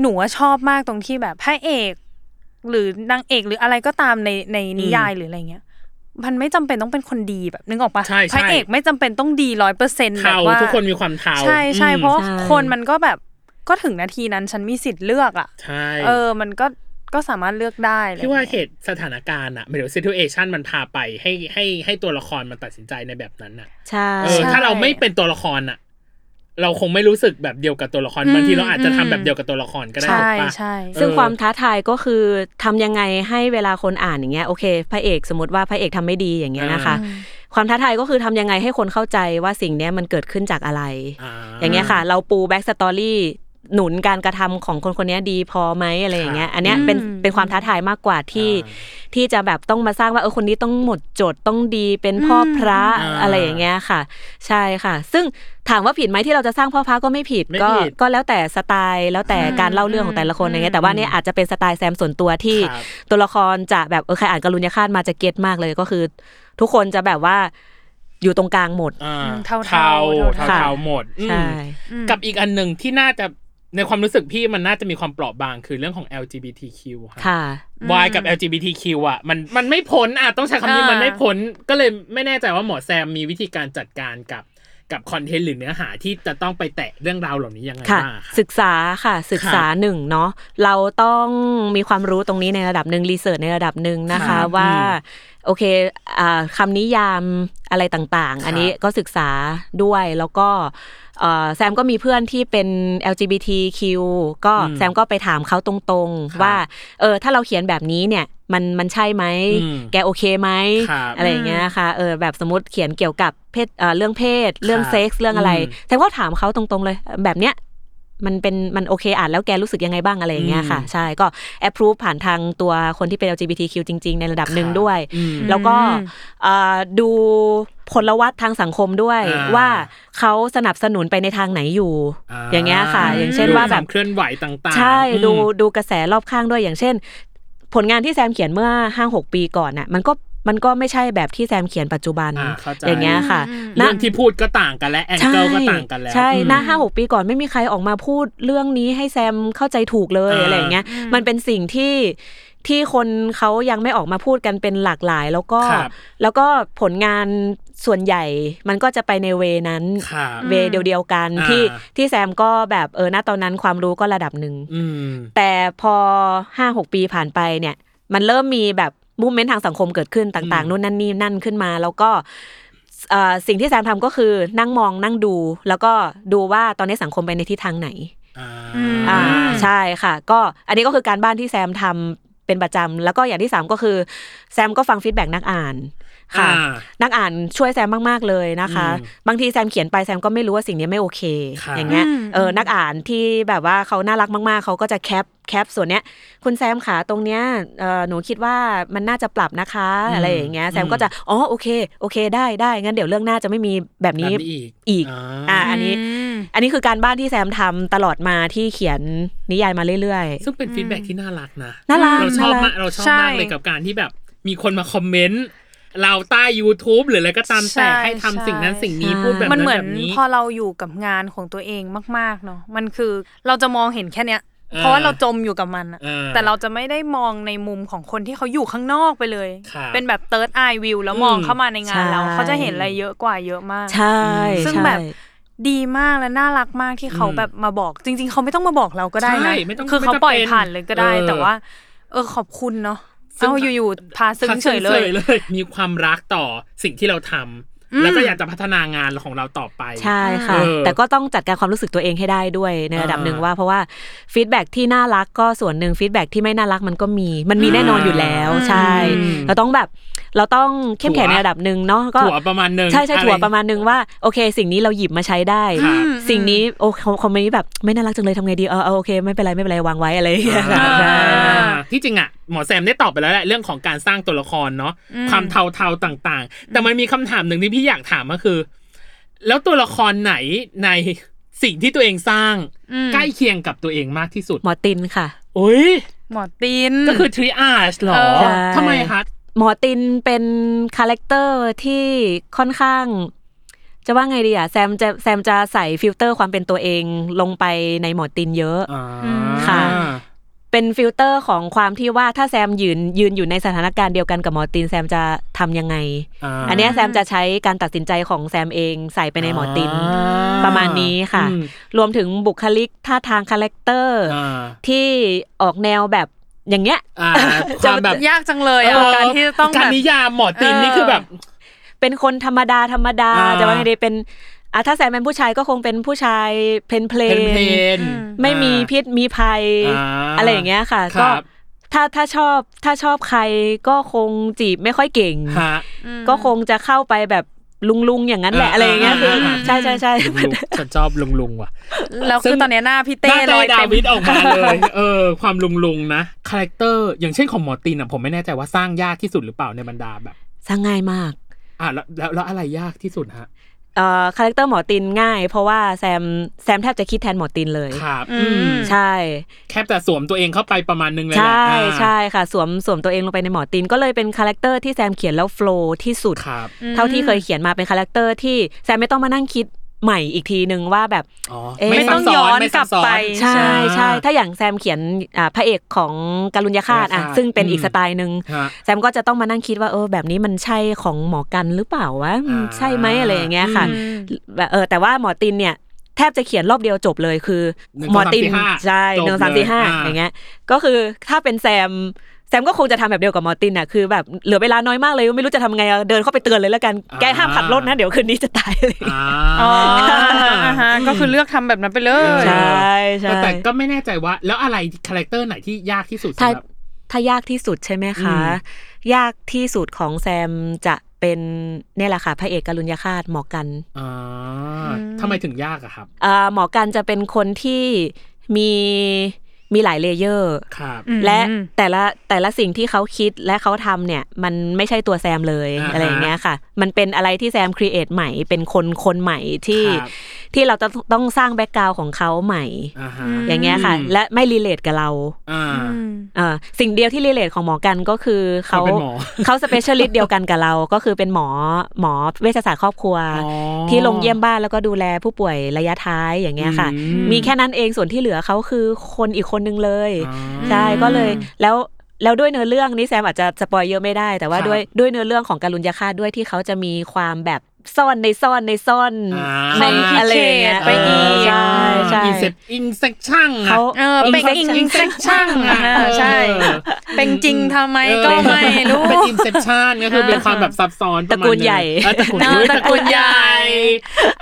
Speaker 3: หนูว่าชอบมากตรงที่แบบพระเอก หรือนางเอกหรืออะไรก็ตามในในนิยายหรืออะไรเงี้ย มันไม่จำเป็นต้องเป็นคนดีแบบนึกออกปะ
Speaker 2: ใช่ใช่
Speaker 3: พระเอกไม่จำเป็นต้องดีร้อยเปอร์เซ็นต์แบ
Speaker 2: เทา
Speaker 3: บว่า
Speaker 2: ทุกคนมีความเทา
Speaker 3: ใช่ใช่
Speaker 2: อืม
Speaker 3: เพราะว่า
Speaker 4: ใช่
Speaker 3: คนมันก็แบบก็ถึงนาทีนั้นฉันมีสิทธิ์เลือกอ่ะ
Speaker 2: ใช่
Speaker 3: เออ มันก็ก็สามารถเลือกได้อะไร
Speaker 2: พี่ว่า
Speaker 3: งี้ย
Speaker 2: เหตุสถานการณ์อะหมายถึง situation มันพาไปให้ให้ให้ตัวละครมันตัดสินใจในแบบนั้นอะ
Speaker 4: ใช่
Speaker 2: เออถ้าเราไม่เป็นตัวละครน่ะ เราคงไม่รู้สึกแบบเดียวกับตัวละครบางทีเราอาจจะทำแบบเดียวกับตัวละครก็ได้
Speaker 3: ใช่
Speaker 2: ถูกปะ
Speaker 3: ใช่
Speaker 2: เออ
Speaker 4: ซึ่งความท้าทายก็คือทำยังไงให้เวลาคนอ่านอย่างเงี้ยโอเคพระเอกสมมติว่าพระเอกทำไม่ดีอย่างเงี้ยนะคะ
Speaker 3: อืม
Speaker 4: ความท้าทายก็คือทำยังไงให้คนเข้าใจว่าสิ่งเนี้ยมันเกิดขึ้นจากอะไร อย่างเงี้ยค่ะ เราปูแบ็กสตอรี่หนุนการกระทำของคนคนเนี้ยดีพอไหมอะไรอย่างเงี้ย อันเนี้ยเป็น
Speaker 3: อืม
Speaker 4: เป็นความท้าทายมากกว่าที่ที่จะแบบต้องมาสร้างว่าเออคนนี้ต้องหมดจดต้องดีเป็นพ่อพระ
Speaker 2: อืม
Speaker 4: อะไรอย่างเงี้ยค่ะ ใช่ค่ะ ซึ่งถามว่าผิดไหมที่เราจะสร้างพ่อพระก็ไม่ผิด
Speaker 2: ไม่
Speaker 4: ก็
Speaker 2: ผิด
Speaker 4: ก็แล้วแต่สไตล์แล้วแต่การเล่าเรื่องของแต่ละคนอย่างเงี้ยแต่ว่าเนี่ยอาจจะเป็นสไตล์แซมส่วนตัวที่
Speaker 2: ครับ
Speaker 4: ตัวละครจะแบบเออใครอ่านกรุณยาคาตมาจะเก็ตมากเลยก็คือ ทุกคนจะแบบว่าอยู่ตรงกลางหมด
Speaker 2: อ่า
Speaker 3: เทาๆ
Speaker 2: เทา
Speaker 3: เทา
Speaker 4: ๆ
Speaker 2: เทาๆหมดอืม
Speaker 4: ใช่
Speaker 3: อืม
Speaker 2: กับอีกอันหนึ่งที่น่าจะในความรู้สึกพี่มันน่าจะมีความเปราะบางคือเรื่องของ LGBTQ ค่ะ
Speaker 4: ค่ะ
Speaker 2: Y กับ LGBTQ อ่ะมันมันไม่พ้นอ่ะต้องใช้คำนี้
Speaker 3: อ่ามั
Speaker 2: มันไม่พ้นก็เลยไม่แน่ใจว่าหมอแซมมีวิธีการจัดการกับกับคอนเทนต์หรือเนื้อหาที่จะต้องไปแตะเรื่องราวเหล่านี้ยังไง
Speaker 4: ค่ะ
Speaker 2: บ้างอะค่ะ
Speaker 4: ศึกษาค่ะศึกษาหนึ่งเนาะเราต้องมีความรู้ตรงนี้ในระดับหนึ่งรีเสิร์ชในระดับหนึ่งนะ
Speaker 2: ครั
Speaker 4: คะ
Speaker 2: บ
Speaker 4: ว่า
Speaker 2: อืม
Speaker 4: โอเคอ่าคำนิยามอะไรต่าง
Speaker 2: ครับ
Speaker 4: ๆ อันนี้ก็ศึกษาด้วยแล้วก็เอ่อแซมก็มีเพื่อนที่เป็น LGBTQ ก็
Speaker 2: อืม
Speaker 4: แซมก็ไปถามเขาตรง
Speaker 2: ครับ
Speaker 4: ๆ ว่าเออถ้าเราเขียนแบบนี้เนี่ยมันมันใช่ไหม
Speaker 2: อืม
Speaker 4: แกโอเคไหม
Speaker 2: ครับ
Speaker 4: อะไรอย่างเงี้ยค่ะเออแบบสมมติเขียนเกี่ยวกับเพศเอ่อเรื่องเพศ เรื่อง
Speaker 2: ครับ
Speaker 4: เซ็กซ์เรื่องอะไร
Speaker 2: อืม
Speaker 4: แต่ก็ถามเขาตรงๆเลยแบบเนี้ยมันเป็นมันโอเคอ่านแล้วแกรู้สึกยังไงบ้างอะไรอย่างเงี้ยค่ะ
Speaker 2: อืม
Speaker 4: ใช่ก็แอปพรูฟผ่านทางตัวคนที่เป็น LGBTQ จริง ๆ ในระดับหนึ่งด้วย
Speaker 2: อืม
Speaker 4: แล้วก็
Speaker 3: อืม
Speaker 4: เอ่อดูผลวัตทางสังคมด้วย
Speaker 2: อ่า
Speaker 4: ว่าเขาสนับสนุนไปในทางไหนอยู่ อย่างเงี้ยค่ะ อย่างเช่น
Speaker 2: ดู
Speaker 4: ว่าแบ
Speaker 2: คว
Speaker 4: บ
Speaker 2: มเคลื่อนไหวต่างๆ
Speaker 4: ใช่
Speaker 2: อืม
Speaker 4: ดูดูกระแสรอบข้างด้วยอย่างเช่น ผลงานที่แซมเขียนเมื่อห้าหกปีก่อนน่ะมันก็ มันก็ไม่ใช่แบบที่แซมเขียนปัจจุบัน
Speaker 2: อ่าเข้าใจ
Speaker 4: อย่างเงี้ยค่ะ
Speaker 3: อืม
Speaker 2: เรื่องที่พูดก็ต่างกันและแองเกิลก็ต่างกันแล้ว
Speaker 4: ใช่
Speaker 2: อืม
Speaker 4: หน้าห้าหกปีก่อนไม่มีใครออกมาพูดเรื่องนี้ให้แซมเข้าใจถูกเลย
Speaker 2: อ่า
Speaker 4: อะไรอย่างเงี้ย
Speaker 3: อืม
Speaker 4: มันเป็นสิ่งที่ที่คนเขายังไม่ออกมาพูดกันเป็นหลากหลาย แล้วก็
Speaker 2: ครับ
Speaker 4: แล้วก็ผลงานส่วนใหญ่มันก็จะไปในเวนั้น
Speaker 2: ครับ
Speaker 4: เวเดียวๆกัน
Speaker 2: อ่า
Speaker 4: ที่ที่แซมก็แบบเออณตอนนั้นความรู้ก็ระดับหนึ่ง
Speaker 2: อืม
Speaker 4: แต่พอห้าหกปีผ่านไปเนี่ย มันเริ่มมีแบบมูเมนต์ทางสังคมเกิดขึ้นต่าง
Speaker 2: อืม
Speaker 4: ๆนู่นนั่นนี่นั่นขึ้นมา แล้วก็เอ่อสิ่งที่แซมทำก็คือนั่งมองนั่งดู แล้วก็ดูว่าตอนนี้สังคมไปในทิศทางไหน
Speaker 2: อ่า
Speaker 3: อืม
Speaker 4: อ่าใช่ค่ะ ก็อันนี้ก็คือการบ้านที่แซมทำเป็นประจำแล้วก็อย่างที่สามก็คือแซมก็ฟังฟีดแบ็กนักอ่านค่ะ
Speaker 2: อ่า
Speaker 4: นักอ่านช่วยแซมมาก ๆ เลยนะคะ
Speaker 2: อืม
Speaker 4: บางทีแซมเขียนไปแซมก็ไม่รู้ว่าสิ่งนี้ไม่โอเค
Speaker 2: ค่ะ
Speaker 4: อย่างเงี้ย
Speaker 3: อืม
Speaker 4: เออนักอ่านที่แบบว่าเขาน่ารักมาก ๆเขาก็จะแคปแคปส่วนเนี้ยคุณแซมขาตรงเนี้ยเออหนูคิดว่ามันน่าจะปรับนะคะอะไรอย่างเงี้ยแซมก็จะอ๋อโอเคโอเคได้ได้งั้นเดี๋ยวเรื่องหน้าจะไม่มีแบ
Speaker 2: แบ
Speaker 4: บ
Speaker 2: บ
Speaker 4: นี้
Speaker 2: นี้อีก
Speaker 4: อีก
Speaker 2: อ่า
Speaker 4: อ่า นนี้ อันนี้คือการบ้านที่แซมทำตลอดมาที่เขียนนิยายมาเรื่อย
Speaker 2: ซึ่งเป็น
Speaker 3: อืม
Speaker 2: ฟีดแบ็กที่น่ารักนะ
Speaker 4: ๆน่ารัก
Speaker 2: เราชอบ
Speaker 4: น่รั
Speaker 2: มากเราชอบมาก
Speaker 3: ใช่
Speaker 2: เลยกับการที่แบบมีคนมาคอมเมนต์ เราใต้ YouTube หรืออะไรก็ตาม
Speaker 3: ใช่
Speaker 2: แต่ให้ทำ
Speaker 3: ใช่
Speaker 2: สิ่งนั้นสิ่งนี้พูดแบบ
Speaker 3: มัน
Speaker 2: นั้น
Speaker 3: เหมือ
Speaker 2: แบ
Speaker 3: น
Speaker 2: บนี้
Speaker 3: พอเราอยู่กับงานของตัวเองมาก ๆ เนาะมันคือเราจะมองเห็นแค่เนี้ย
Speaker 2: อ่า
Speaker 3: เพราะว่าเราจมอยู่กับมันอะ
Speaker 2: อ่
Speaker 3: แต่เราจะไม่ได้มองในมุมของคนที่เขาอยู่ข้างนอกไปเลย
Speaker 2: ครับ
Speaker 3: เป็นแบบ third eye view แล้วมอง
Speaker 2: อืม
Speaker 3: เข้ามาในงานเราเขาจะเห็นอะไรเยอะกว่าเยอะมาก
Speaker 4: ใช่
Speaker 3: ซึ่ง
Speaker 4: ใช่
Speaker 3: แบบ ดีมากและน่ารักมากที่เขา
Speaker 2: อืม
Speaker 3: แบบมาบอก จริง ๆ เขาไม่ต้องมาบอกเราก็ได้
Speaker 2: ใช่
Speaker 3: นะ
Speaker 2: ไม่ต้อง
Speaker 3: คือเขา
Speaker 2: ไม่จำเป็น
Speaker 3: ปล่อยผ่านเลยก็ได้
Speaker 2: เออ
Speaker 3: แต่ว่า เออขอบคุณเนาะ
Speaker 2: ซึ่ง
Speaker 3: เอาอยู่ๆพาซึ้งเฉยเลย
Speaker 2: มีความรักต่อสิ่งที่เราทำ
Speaker 3: อืม
Speaker 2: แล้วก็อยากจะพัฒนางานของเราต่อไป
Speaker 4: ใช่ค่ะ
Speaker 2: เออ
Speaker 4: แต่ก็ต้องจัดการความรู้สึกตัวเองให้ได้ด้วยในระดับ
Speaker 2: อ่า
Speaker 4: หนึ่งว่า เพราะว่าฟีดแบ็กที่น่ารักก็ส่วนหนึ่งฟีดแบ็กที่ไม่น่ารักมันก็มี มันมีแน่นอนอยู่แล้ว
Speaker 3: อืม
Speaker 4: ใช่
Speaker 2: อืม
Speaker 4: เราต้องแบบเราต้องเข้มแข็ง
Speaker 2: ถั่ว
Speaker 4: ในระดับหนึ่งเนาะก็
Speaker 2: ถั่วประมาณหนึ่ง
Speaker 4: ใช่ใช่
Speaker 2: อไ
Speaker 4: ถั่วประมาณหนึ่งว่าโอเค สิ่งนี้เราหยิบมาใช้ได้
Speaker 2: ค่ะ
Speaker 3: อืม
Speaker 4: สิ่งนี้โอ้คอมเมนต์นี้แบบไม่น่ารักจังเลยทำไงดีเออเออโอเคไม่เป็นไรไม่เป็นไรวางไว้อะไรอย่างเงี้ย
Speaker 2: อ่า
Speaker 4: ใช่
Speaker 2: ที่จริงอ่ะหมอแซมได้ตอบไปแล้วแหละเรื่องของการสร้างตัวละครเนาะ
Speaker 3: อืม
Speaker 2: ความเทาๆต่างๆ แต่มันมีคำถามหนึ่งที่พี่อยากถามก็คือ แล้วตัวละครไหนในสิ่งที่ตัวเองสร้าง
Speaker 3: อืม
Speaker 2: ใกล้เคียงกับตัวเองมากที่สุด
Speaker 4: หมอตินค่ะ
Speaker 2: โอ้ย
Speaker 3: หมอตีน
Speaker 2: ก็คือทริอาชหรอ
Speaker 3: เออ
Speaker 4: ใช่
Speaker 2: ทำไมคะ
Speaker 4: หมอตินเป็นคาแรคเตอร์ที่ค่อนข้าง จะว่าไงดีอะแซมจะแซมจะใส่ฟิลเตอร์ความเป็นตัวเองลงไปในหมอตินเยอะ ค่ะ เป็นฟิลเตอร์ของความที่ว่าถ้าแซมยืนยืนอยู่ในสถานการณ์เดียวกันกับหมอตินแซมจะทำยังไง อันเนี้ยแซมจะใช้การตัดสินใจของแซมเองใส่ไปในหมอติน ประมาณนี้ค่ะ รวมถึงบุคลิกท่าทางคาแรคเตอร์ที่ออกแนวแบบอย่างเงี้ย
Speaker 2: จะแบบ
Speaker 3: ยากจังเลยอะ
Speaker 2: เออ
Speaker 3: การที่จะต้อง
Speaker 2: กา
Speaker 3: แบ
Speaker 2: ร
Speaker 3: บ
Speaker 2: นิยามหมอตินนี่คือแบบ
Speaker 4: เป็นคนธรรมดาธรรมดา
Speaker 2: อ่า
Speaker 4: จะว่าไงดีเป็นอ่ะถ้าแซมเป็นผู้ชายก็คงเป็นผู้ชายเพลนเพล
Speaker 2: เพ
Speaker 4: น
Speaker 2: นเพน
Speaker 3: อืม
Speaker 4: ไม่มีพิษมีภัย อะไรอย่างเงี้ยค่ะ
Speaker 2: ครั
Speaker 4: ก็
Speaker 2: บ
Speaker 4: ถ้าถ้าชอบถ้าชอบใครก็คงจีบไม่ค่อยเก่ง
Speaker 2: ฮะ
Speaker 3: อืม
Speaker 4: ก็คงจะเข้าไปแบบลุงลุงๆอย่างนั้นแหละ
Speaker 2: อ่า
Speaker 4: อะไรอย่างเงี้ย
Speaker 2: อ่า
Speaker 4: คืออา ใช่ใช่ใช่
Speaker 2: ลุงลุงฉันชอบลุงลุงว่ะ
Speaker 3: แล้ว
Speaker 2: ซึ่
Speaker 3: คือง ตอนเนี้ยหน้าพี่เต้
Speaker 2: หน้า
Speaker 3: ล
Speaker 2: เต้
Speaker 3: อย
Speaker 2: ดา
Speaker 3: เต็ม
Speaker 2: วิดออกมาเลย เออ ความลุงลุงนะคาแรคเตอร์อย่างเช่นของหมอตินอ่ะผมไม่แน่ใจว่าสร้างยากที่สุดหรือเปล่าในบรรดาแบบ
Speaker 4: สร้างง่ายมาก
Speaker 2: อ่ะแล้วแล้วแล้วอะไรยากที่สุดฮะ
Speaker 4: เอ่อคาแรคเตอร์หมอตินง่าย เพราะว่าแซมแซมแทบจะคิดแทนหมอตินเลย
Speaker 2: ครับ
Speaker 3: อืม
Speaker 2: อืม
Speaker 4: ใช่
Speaker 2: แค่แต่สวมตัวเองเข้าไปประมาณนึงเลยแหละ
Speaker 4: ใช่
Speaker 2: อ่า
Speaker 4: ใช่ค่ะ สวมสวมตัวเองลงไปในหมอตีนก็เลยเป็นคาแรคเตอร์ที่แซมเขียนแล้วโฟลว์ที่สุด
Speaker 2: ครับ
Speaker 3: อืม
Speaker 4: เท่าที่เคยเขียนมาเป็นคาแรคเตอร์ที่แซมไม่ต้องมานั่งคิดใหม่อีกทีนึงว่าแบบ
Speaker 2: อ๋อ
Speaker 4: เอ๊ะ
Speaker 2: ไม่
Speaker 3: ไม่ต้
Speaker 2: ซั
Speaker 3: อบ ง
Speaker 2: ซ้
Speaker 3: ย้อน
Speaker 2: ไม่
Speaker 3: ก
Speaker 2: ซั
Speaker 3: ลั
Speaker 2: บบ ซ้อน
Speaker 3: ไป
Speaker 4: ใช่ใช่
Speaker 2: อ่า
Speaker 4: ถ้าอย่างแซมเขียนอ่าพระเอกของการุญยาคาตอ่ะ
Speaker 2: การุญยฆาต
Speaker 4: ซึ่งเป็น
Speaker 2: อืม
Speaker 4: อีกสไตล์หนึ่ง
Speaker 2: ฮะ
Speaker 4: แซมก็จะต้องมานั่งคิดว่าเออแบบนี้มันใช่ของหมอกันหรือเปล่าวะอืมใช่ไหมอะไรอย่างเงี้ยค่ะ
Speaker 2: อื
Speaker 4: แบบเออแต่ว่าหมอตินเนี่ยแทบจะเขียนรอบเดียวจบเลยคือ
Speaker 2: หนึ่ง
Speaker 4: หมอติน
Speaker 2: สองสามสี่ห้า
Speaker 4: ใช่
Speaker 2: จบ
Speaker 4: หนึ่งสองสามสี่ห้า
Speaker 2: เลยอ่า
Speaker 4: อย่างเงี้ยก็คือถ้าเป็นแซมแซมก็คงจะทำแบบเดียวกับหมอตินอ่ะคือแบบเหลือเวลาน้อยมากเลย ไม่รู้จะทำไงอะเดินเข้าไปเตือนเลยแล้วกันแกห้ามขับรถนะเดี๋ยวคืนนี้จะตายเลย
Speaker 2: อ่า
Speaker 3: อ๋ออ่าฮะก็คือเลือกทำแบบนั้นไปเลย
Speaker 4: ใช่
Speaker 2: แต่
Speaker 4: ใช่
Speaker 2: แต่ก็ไม่แน่ใจว่า แล้วอะไรคาแรคเตอร์ไหนที่ยากที่สุดสำ
Speaker 4: ถ้า
Speaker 2: หรับ
Speaker 4: ถ้ายากที่สุดใช่ไหมคะ
Speaker 2: อืม
Speaker 4: ยากที่สุดของแซมจะเป็นเนี่ยแหละค่ะพระเอกกรุญยาคาตหมอกัน
Speaker 2: อ่า
Speaker 3: อืม
Speaker 2: ทำไมถึงยากอะครับ
Speaker 4: อ่าหมอกันจะเป็นคนที่มีมีหลายเลเยอร์
Speaker 2: ครับ
Speaker 3: อืม
Speaker 4: และแต่ละแต่ละสิ่งที่เขาคิดและเขาทำเนี่ย มันไม่ใช่ตัวแซมเลย
Speaker 2: อ่าฮะ
Speaker 4: อะไรอย่างเงี้ยค่ะ มันเป็นอะไรที่แซมครีเอทใหม่เป็นคนคนใหม่ที่
Speaker 2: ครับ
Speaker 4: ที่เราจะต้องสร้างแบ็กกราวของเขาใหม่
Speaker 2: อ่าฮะ
Speaker 3: ม
Speaker 4: อย่างเงี้ยค่ะ
Speaker 2: อืม
Speaker 4: และไม่รีเลทกับเรา
Speaker 2: อ่า
Speaker 3: อืม
Speaker 4: อ่าสิ่งเดียวที่รีเลทของหมอกันก็คือ
Speaker 2: เขา
Speaker 4: เขา
Speaker 2: เป็นหมอ
Speaker 4: เขาสเปเชียลิสต์เดียวกันกับเรา ก็คือเป็นหมอหมอเวชศาสตร์ครอบครัว
Speaker 2: อ๋อ
Speaker 4: ที่ลงเยี่ยมบ้านแล้วก็ดูแลผู้ป่วยระยะท้ายอย่างเงี้ยค่ะ
Speaker 2: อื
Speaker 4: มีแค่นั้นเองส่วนที่เหลือเขาคือคนอีกคนนึงเลย
Speaker 2: อ่า
Speaker 4: ใช่ก็เลยแล้วแล้วด้วยเนื้อเรื่องนี่แซมอาจจะสปอยเยอะไม่ได้ แต่ว่า
Speaker 2: ครับ
Speaker 4: ด้วยด้วยเนื้อเรื่องของการุญยฆาตด้วยที่เขาจะมีความแบบซ่อนในซ่อนในซ่อน
Speaker 2: อ่า
Speaker 3: ใช่
Speaker 4: ในอะไรอย่างเงี้ย
Speaker 3: ไปอีก
Speaker 4: ใช่ใช่
Speaker 2: อินเซปอินเซกชั่นอะ
Speaker 4: เขา
Speaker 3: เออเป็น
Speaker 4: Infection
Speaker 3: อินเซ
Speaker 2: Infection
Speaker 3: กชั่นอ่ะ
Speaker 2: เออ
Speaker 3: ใช่ เป็นจริงทำไมก็ไม่รู้
Speaker 2: เป็นอินเซปชันก็คือเป็นความแบบซับซ้อนปะมาณ
Speaker 4: ตระกูลใหญ่
Speaker 2: เออตระกูล
Speaker 3: เออตระกูลใหญ่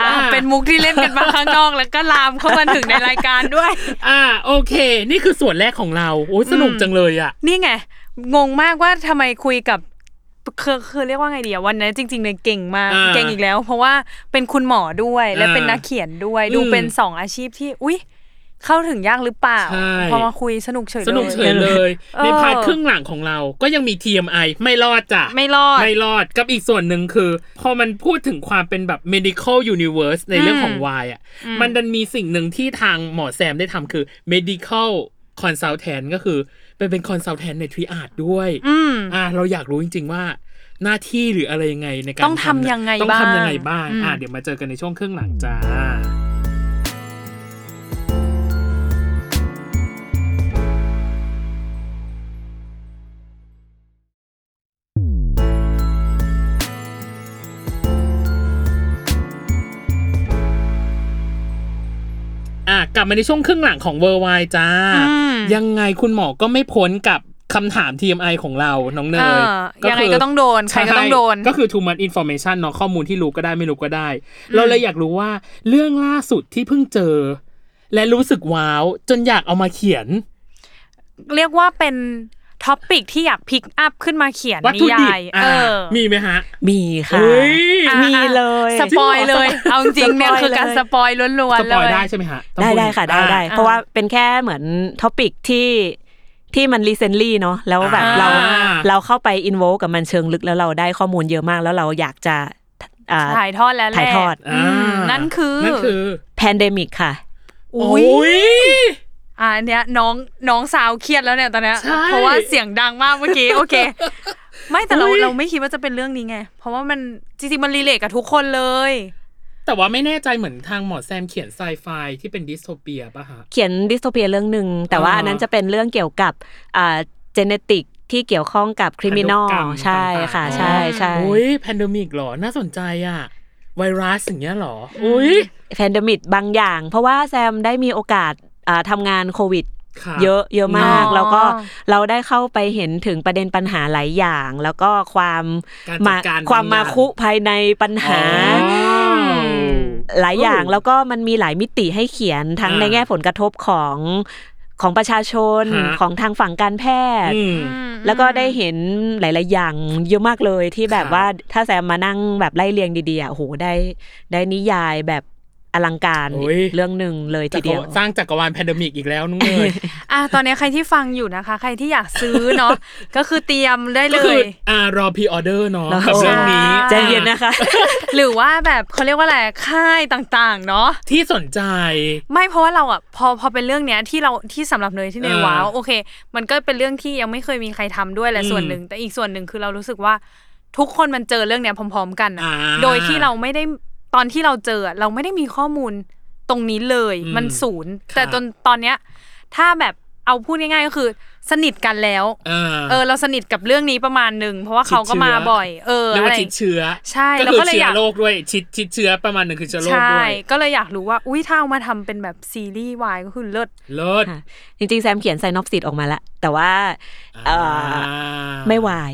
Speaker 2: อ่า
Speaker 3: อ่ะเป็นมุกที่เล่นกันมาข้างนอกแล้วก็ลามเข้ามาถึงในรายการด้วย
Speaker 2: อ่าโอเค นี่คือส่วนแรกของเราโอ้ยสนุกจังเลยอ่ะ
Speaker 3: นี่ไง งงมากว่าทำไมคุยกับคือคือเรียกว่าไงดีอะวันนั้นจริงๆเลยเก่งมาก
Speaker 2: อ่า
Speaker 3: เก่งอีกแล้ว เพราะว่าเป็นคุณหมอด้วยและ
Speaker 2: อ่า
Speaker 3: เป็นนักเขียนด้วย
Speaker 2: อืม
Speaker 3: ดูเป็นสองอาชีพที่อุ๊ย เข้าถึงยากหรือเปล่า
Speaker 2: ใช่
Speaker 3: พอมาคุยสนุกเฉยเลย
Speaker 2: สนุกเฉยเลย
Speaker 3: เออ
Speaker 2: ในพาร์ทครึ่งหลังของเราก็ยังมี TMI ไม่รอดจ้ะ
Speaker 3: ไม่รอด
Speaker 2: ไม่รอดกับอีกส่วนหนึ่งคือ พอมันพูดถึงความเป็นแบบ medical universe ในเรื่องของวายอ่ะ มันดันมีสิ่งหนึ่งที่ทางหมอแซมได้ทำคือ medical consultant ก็คือเป็นเป็น consultant ในทริอาดด้วย
Speaker 3: อืม
Speaker 2: อ่าเราอยากรู้จริง ๆ ว่าหน้าที่หรืออะไรยังไงในการ
Speaker 3: ต้องทำยังไง
Speaker 2: ต้อง
Speaker 3: บ้าง
Speaker 2: ทำยังไงบ้าง
Speaker 3: อืม
Speaker 2: อ่าเดี๋ยวมาเจอกันในช่วงครึ่งหลังจ้า อ่ะกลับมาในช่วงครึ่งหลังของเวอร์ไวจ้า
Speaker 3: อืม
Speaker 2: ยังไงคุณหมอก็ไม่พ้นกับคำถาม TMI ของเรา น้องเนย
Speaker 3: เออยังไงก็ต้องโดนใครก็ต้องโดน
Speaker 2: ก็คือ too much information เนาะข้อมูลที่รู้ก็ได้ไม่รู้ก็ได้ เราเลยอยากรู้ว่าเรื่องล่าสุดที่เพิ่งเจอ และรู้สึกว้าวจนอยากเอามาเขียน
Speaker 3: เรียกว่าเป็นท็อปิกที่อยากพิกอัพขึ้นมาเขียน
Speaker 2: วัต
Speaker 3: นิ
Speaker 2: ถุดิบ
Speaker 3: ยาย
Speaker 2: อ่ะ
Speaker 3: เออ
Speaker 2: มีไหมฮะ
Speaker 4: มีค่ะ
Speaker 2: เฮ้ย
Speaker 3: อ่ะ
Speaker 4: มีเลย
Speaker 3: สปอยเลย เอาจริงๆเนี่ยคือการสปอยล้วน
Speaker 2: ส
Speaker 3: ๆเล
Speaker 2: ปอย
Speaker 3: ย
Speaker 2: ได้ใช่ไหมฮะต้อง
Speaker 4: ได้
Speaker 2: พู
Speaker 4: ได้ค่ะได้ได้
Speaker 2: อ่
Speaker 4: เพราะว่าเป็นแค่เหมือนท็อปิกที่ที่มันรีเซนลี่เนาะแล้วแบบ
Speaker 2: อ่า
Speaker 4: เราเราเข้าไปอินโวกับมันเชิงลึกแล้วเราได้ข้อมูลเยอะมากแล้วเราอยากจะอ่า
Speaker 3: ถ่ายทอดแล้วแหละ
Speaker 4: ถ่ายทอด
Speaker 2: า
Speaker 3: อืมนั่นคือ
Speaker 2: นั่นคือ
Speaker 4: แพนเดมิกค่ะ
Speaker 2: โอ้ย
Speaker 3: อ่าอันเนี้ยน้องน้องสาวเครียดแล้วเนี่ยตอนเนี้ย
Speaker 2: ใช่
Speaker 3: เพราะว่าเสียงดังมากเมื่อกี้ โอ เค ไม่แต่เรา
Speaker 2: อุ๊ย
Speaker 3: เราไม่คิดว่าจะเป็นเรื่องนี้ไง เพราะว่ามันจริงๆมันรีเลทกับทุกคนเลย
Speaker 2: แต่ว่าไม่แน่ใจเหมือนทางหมอแซมเขียนไซไฟที่เป็นดิสโทเปียป่ะฮะ
Speaker 4: เขียนดิสโทเปียเรื่องหนึ่งแต่ว่า
Speaker 2: อ่า
Speaker 4: อันนั้นจะเป็นเรื่องเกี่ยวกับอ่าเจเนติกที่เกี่ยวข้องกับคริมินอล
Speaker 2: พันธุกรรม
Speaker 4: ใช่
Speaker 2: ต่างๆ
Speaker 4: ค่ะ
Speaker 3: อ๋อ
Speaker 4: ใช่ใช่
Speaker 2: โอ้ยแพนดมิกหรอ น่าสนใจอ่ะ ไวรัสอย่างเงี้ยหรออุ้ย
Speaker 4: แพนเดมิกบางอย่าง เพราะว่าแซมได้มีโอกาสอ่าทำงานโควิด
Speaker 2: ค่ะ
Speaker 4: เยอะเยอะมาก
Speaker 3: อ๋อ
Speaker 4: แล้วก็เราได้เข้าไปเห็นถึงประเด็นปัญหาหลายอย่าง แล้วก็ความ
Speaker 2: การจัดการบางอย่าง
Speaker 4: ความมาคุภายในปัญหา
Speaker 2: อ๋อ
Speaker 4: หลายอย่าง
Speaker 2: อืม
Speaker 4: แล้วก็มันมีหลายมิติให้เขียนทั้ง
Speaker 2: อ่า
Speaker 4: ในแง่ผลกระทบของของประชาชน
Speaker 2: ฮะ
Speaker 4: ของทางฝั่งการแพทย์
Speaker 2: อืม
Speaker 3: อืม
Speaker 4: แล้วก็ได้เห็นหลาย ๆ อย่างเยอะมากเลยที่แบบ
Speaker 2: ครับ
Speaker 4: ว่าถ้าแซมมานั่งแบบไล่เรียงดีๆอ่ะโหได้ได้นิยายแบบอลังการ
Speaker 2: โอ้ย
Speaker 4: เรื่องหนึ่งเลยทีเดียว
Speaker 2: จักรสร้างจักรวาลแพนดมิกอีกแล้วนุ้งเนย
Speaker 3: อ่ะตอนเนี้ยใครที่ฟังอยู่นะคะ ใครที่อยากซื้อเนาะ ก็คือเตรียมได้เล
Speaker 2: ก็คือย อ่ารอพีออเดอร์เนาะ
Speaker 4: รอ
Speaker 2: กับเรื่องนี้
Speaker 3: ใช่
Speaker 4: ใจเย็นนะคะ
Speaker 3: หรือว่าแบบเขาเรียกว่าอะไรค่ายต่างๆ เนาะ
Speaker 2: ที่สนใจ
Speaker 3: ไม่เพราะว่าเราอ่ะพอพอเป็นเรื่องเนี้ยที่เราที่สำหรับเนยที่เนย
Speaker 2: เออ
Speaker 3: ว้าวโอเค มันก็เป็นเรื่องที่ยังไม่เคยมีใครทำด้วยแหละ
Speaker 2: อืม
Speaker 3: ส่วนหนึ่ง แต่อีกส่วนหนึ่งคือเรารู้สึกว่าทุกคนมันเจอเรื่องเนี้ยพร้อม ๆ กันอะ
Speaker 2: อ่า
Speaker 3: โดยที่เราไม่ได้ตอนที่เราเจออะเราไม่ได้มีข้อมูลตรงนี้เลย
Speaker 2: อืม
Speaker 3: มันศูนย์
Speaker 2: ค่ะ
Speaker 3: แต่จนตอนเนี้ยถ้าแบบเอาพูดง่ายๆก็คือ สนิทกันแล้ว
Speaker 2: อ่า
Speaker 3: เออ เราสนิทกับเรื่องนี้ประมาณหนึ่งเพราะว่าเขาก็มา
Speaker 2: ติดเชื้อ
Speaker 3: บ่อย เออ
Speaker 2: เรียก
Speaker 3: อะ
Speaker 2: ว่า
Speaker 3: ไร
Speaker 2: ชิดเชื้อ
Speaker 3: ใช่
Speaker 2: ก็
Speaker 3: แล้ว
Speaker 2: คือ
Speaker 3: ก็เลย
Speaker 2: เชื้อย
Speaker 3: อาก
Speaker 2: โรคด้วยชิดชิดเชื้อประมาณหนึ่งคือเชื้อโรค
Speaker 3: ใช่
Speaker 2: ด้วย
Speaker 3: ก็เลยอยากรู้ว่าอุ้ยถ้าเอามาทำเป็นแบบซีรีส์วายก็คือเลิศ
Speaker 2: เลิศ
Speaker 4: ค่ะ จริง ๆ แซมเขียนไซนอปซิสออกมาแล้ว แต่ว่าเอ่ออไม่วาย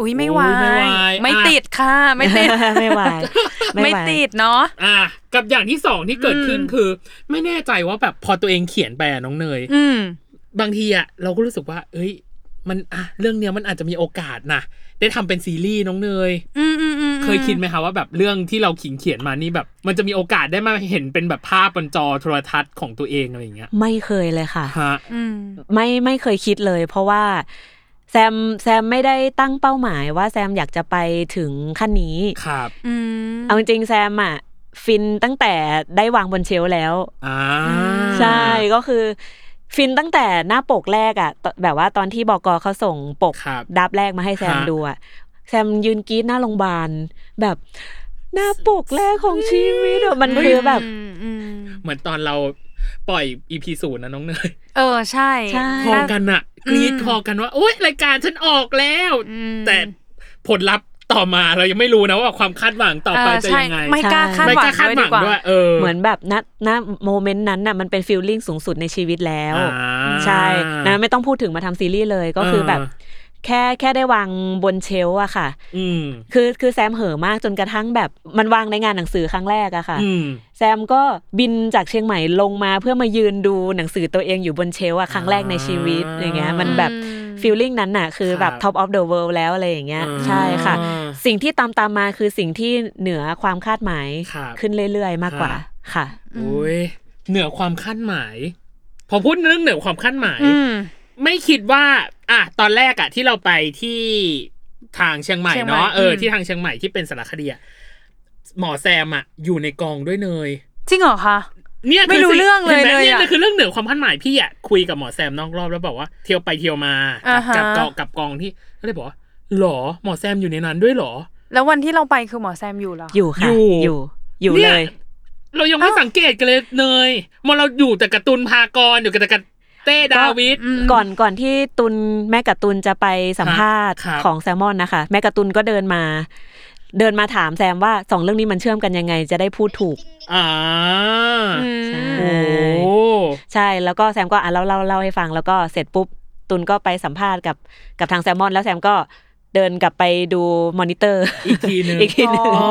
Speaker 3: อุ้ยไม่
Speaker 2: โอ้
Speaker 3: วาย
Speaker 2: ไม่วาย ย
Speaker 3: ไม่
Speaker 2: อ่ะ
Speaker 3: ติดค่ะ ไม่ติด
Speaker 4: ไม่วาย
Speaker 3: ไม่
Speaker 4: วาย
Speaker 3: ติดเนาะ
Speaker 2: อ่ะกับอย่างที่สองที่เกิดขึ้น
Speaker 3: อืม
Speaker 2: คือ ไม่แน่ใจว่าแบบพอตัวเองเขียนไปอะน้องเนย
Speaker 3: อืม
Speaker 2: บางทีอะเราก็รู้สึกว่า เอ้ย มันอะเรื่องเนี้ยมันอาจจะมีโอกาสนะได้ทำเป็นซีรีส์น้องเนย
Speaker 3: อืมอืมอืม
Speaker 2: เคยคิดไหมคะว่าแบบเรื่องที่เราขิงเขียนมานี่แบบ มันจะมีโอกาสได้มาเห็นเป็นแบบภาพบนจอโทรทัศน์ของตัวเองอะไรอย่างเงี้ย
Speaker 4: ไม่เคยเลยค่ะ
Speaker 2: ฮะ
Speaker 3: อืม
Speaker 4: ไม่ไม่เคยคิดเลย เพราะว่าแซมแซมไม่ได้ตั้งเป้าหมายว่าแซมอยากจะไปถึงขั้นนี้
Speaker 2: ครับ
Speaker 3: อืม
Speaker 4: เอาจริงๆแซมอ่ะ ฟินตั้งแต่ได้วางบนเชลฟ์แล้ว
Speaker 2: อ่า
Speaker 4: ใช่ก็คือฟินตั้งแต่หน้าปกแรกอะตแบบว่าตอนที่บกเขาส่งปก
Speaker 2: ครับ
Speaker 4: ดับแรกมาให้แซม
Speaker 2: ฮะ
Speaker 4: ดูอะแซมยืนกรีดหน้าโรงพยาบาล แบบหน้าปกแรกของชีวิตอะมันคือแบบ
Speaker 3: มอืม
Speaker 2: เหมือนตอนเราปล่อยอีพีศูนย์นะน้องเนย
Speaker 3: เออใช่
Speaker 4: ใช่
Speaker 2: พอกันอะกรีดคอกันว่าโอ๊ยรายการฉันออกแล้ว
Speaker 3: อืม
Speaker 2: แต่ผลลัพธ์ต่อมาเรายังไม่รู้นะว่าความคาดหวังต่อไป
Speaker 3: เ
Speaker 2: จะยังไง
Speaker 3: ใช่ไม่กล้าคาด
Speaker 2: ไม่
Speaker 3: หวัง
Speaker 2: กล้าคาด
Speaker 3: ด้วย
Speaker 2: ห
Speaker 3: ดี
Speaker 2: วัง
Speaker 3: กว่า
Speaker 2: ด้วยเออ
Speaker 4: เหมือนแบบณณโมเมนต์นั้นน่ะมันเป็นฟีลลิ่งสูงสุดในชีวิตแล้ว
Speaker 2: อ่า
Speaker 4: ใช่นะไม่ต้องพูดถึงมาทำซีรีส์เลยก็คือแบบ
Speaker 2: อ่า
Speaker 4: แค่แค่ได้วางบนเชลฟ์อะค่ะ
Speaker 2: อืม
Speaker 4: คือคือแซมเห่อะมากจนกระทั่งแบบมันวางในงานหนังสือครั้งแรกอะค่ะ
Speaker 2: อืม
Speaker 4: แซมก็บินจากเชียงใหม่ลงมาเพื่อมายืนดูหนังสือตัวเองอยู่บนเชลฟ์อะครั้งแรกในชีวิต
Speaker 2: อ่า
Speaker 4: อย่างเงี้ยมันแบบ
Speaker 3: อืม
Speaker 4: ฟีลลิ่งนั้นน่ะคือแบบ
Speaker 2: ครับ
Speaker 4: top of the world แล้วอะไรอย่างเงี้ย
Speaker 2: อ่า
Speaker 4: ใช่ค่ะ สิ่งที่ตามตามมาคือสิ่งที่เหนือความคาดหมาย
Speaker 2: ครับ
Speaker 4: ขึ้นเรื่อยๆ มากกว่าค่ะ
Speaker 2: โอ้ยเหนือความคาดหมาย พอพูดเรื่องเหนือความคาดหมาย
Speaker 3: อืม
Speaker 2: ไม่คิดว่าอ่ะตอนแรกอะที่เราไปที่ทางเชียงใหม่
Speaker 3: เชียงใหม่
Speaker 2: เนาะเอออ
Speaker 3: ม
Speaker 2: ที่ทางเชียงใหม่ที่เป็นสารคดีอะหมอแซมอะอยู่ในกองด้วยเนย
Speaker 3: จริงเหรอคะ
Speaker 2: เนี่ย
Speaker 3: ไม่รู้
Speaker 2: คืสิ่
Speaker 3: เรื่องเลย
Speaker 2: ห็นไหม
Speaker 3: เลยอะ
Speaker 2: นี่คือเรื่องเหนือความคาดหมายพี่อะคุยกับหมอแซมนอกรอบแล้วบอกว่าเที่ยวไปเที่ยวมา
Speaker 3: อ่าฮะ
Speaker 2: กับกองกับกองที่ก็เลยบอกว่าหรอหมอแซมอยู่ในนั้นด้วยหรอ
Speaker 3: แล้ววันที่เราไปคือหมอแซมอยู่เหรอ
Speaker 4: อยู่ค่ะ
Speaker 2: อยู่
Speaker 4: อยู่อยู่
Speaker 2: เนี่
Speaker 4: เลย ย
Speaker 2: เรายังไม่สังเกตกันเลยเนยมันเราอยู่แต่การ์ตูนพากรอยู่แต่การ์เต้ดาวิด
Speaker 3: ม
Speaker 4: ก่อนก่อนที่ตุนแม่กะตุนจะไปสัมภาษณ์
Speaker 2: ครับ
Speaker 4: ของแซลมอนนะคะ แม่กะตุนก็เดินมา เดินมาถามแซมว่าสองเรื่องนี้มันเชื่อมกันยังไงจะได้พูดถูก
Speaker 2: ่า
Speaker 4: ใช่
Speaker 2: โอ้
Speaker 4: ใช่แล้วก็แซมก็อ่ะเล่าเล่าเล่าให้ฟังแล้วก็เสร็จปุ๊บตุนก็ไปสัมภาษณ์กับกับทางแซลมอน แล้วแซมก็เดินกลับไปดูมอนิเตอร์
Speaker 2: อีกทีหนึ่ง
Speaker 4: อีกทีหนึง
Speaker 3: อ๋
Speaker 2: อ๋อ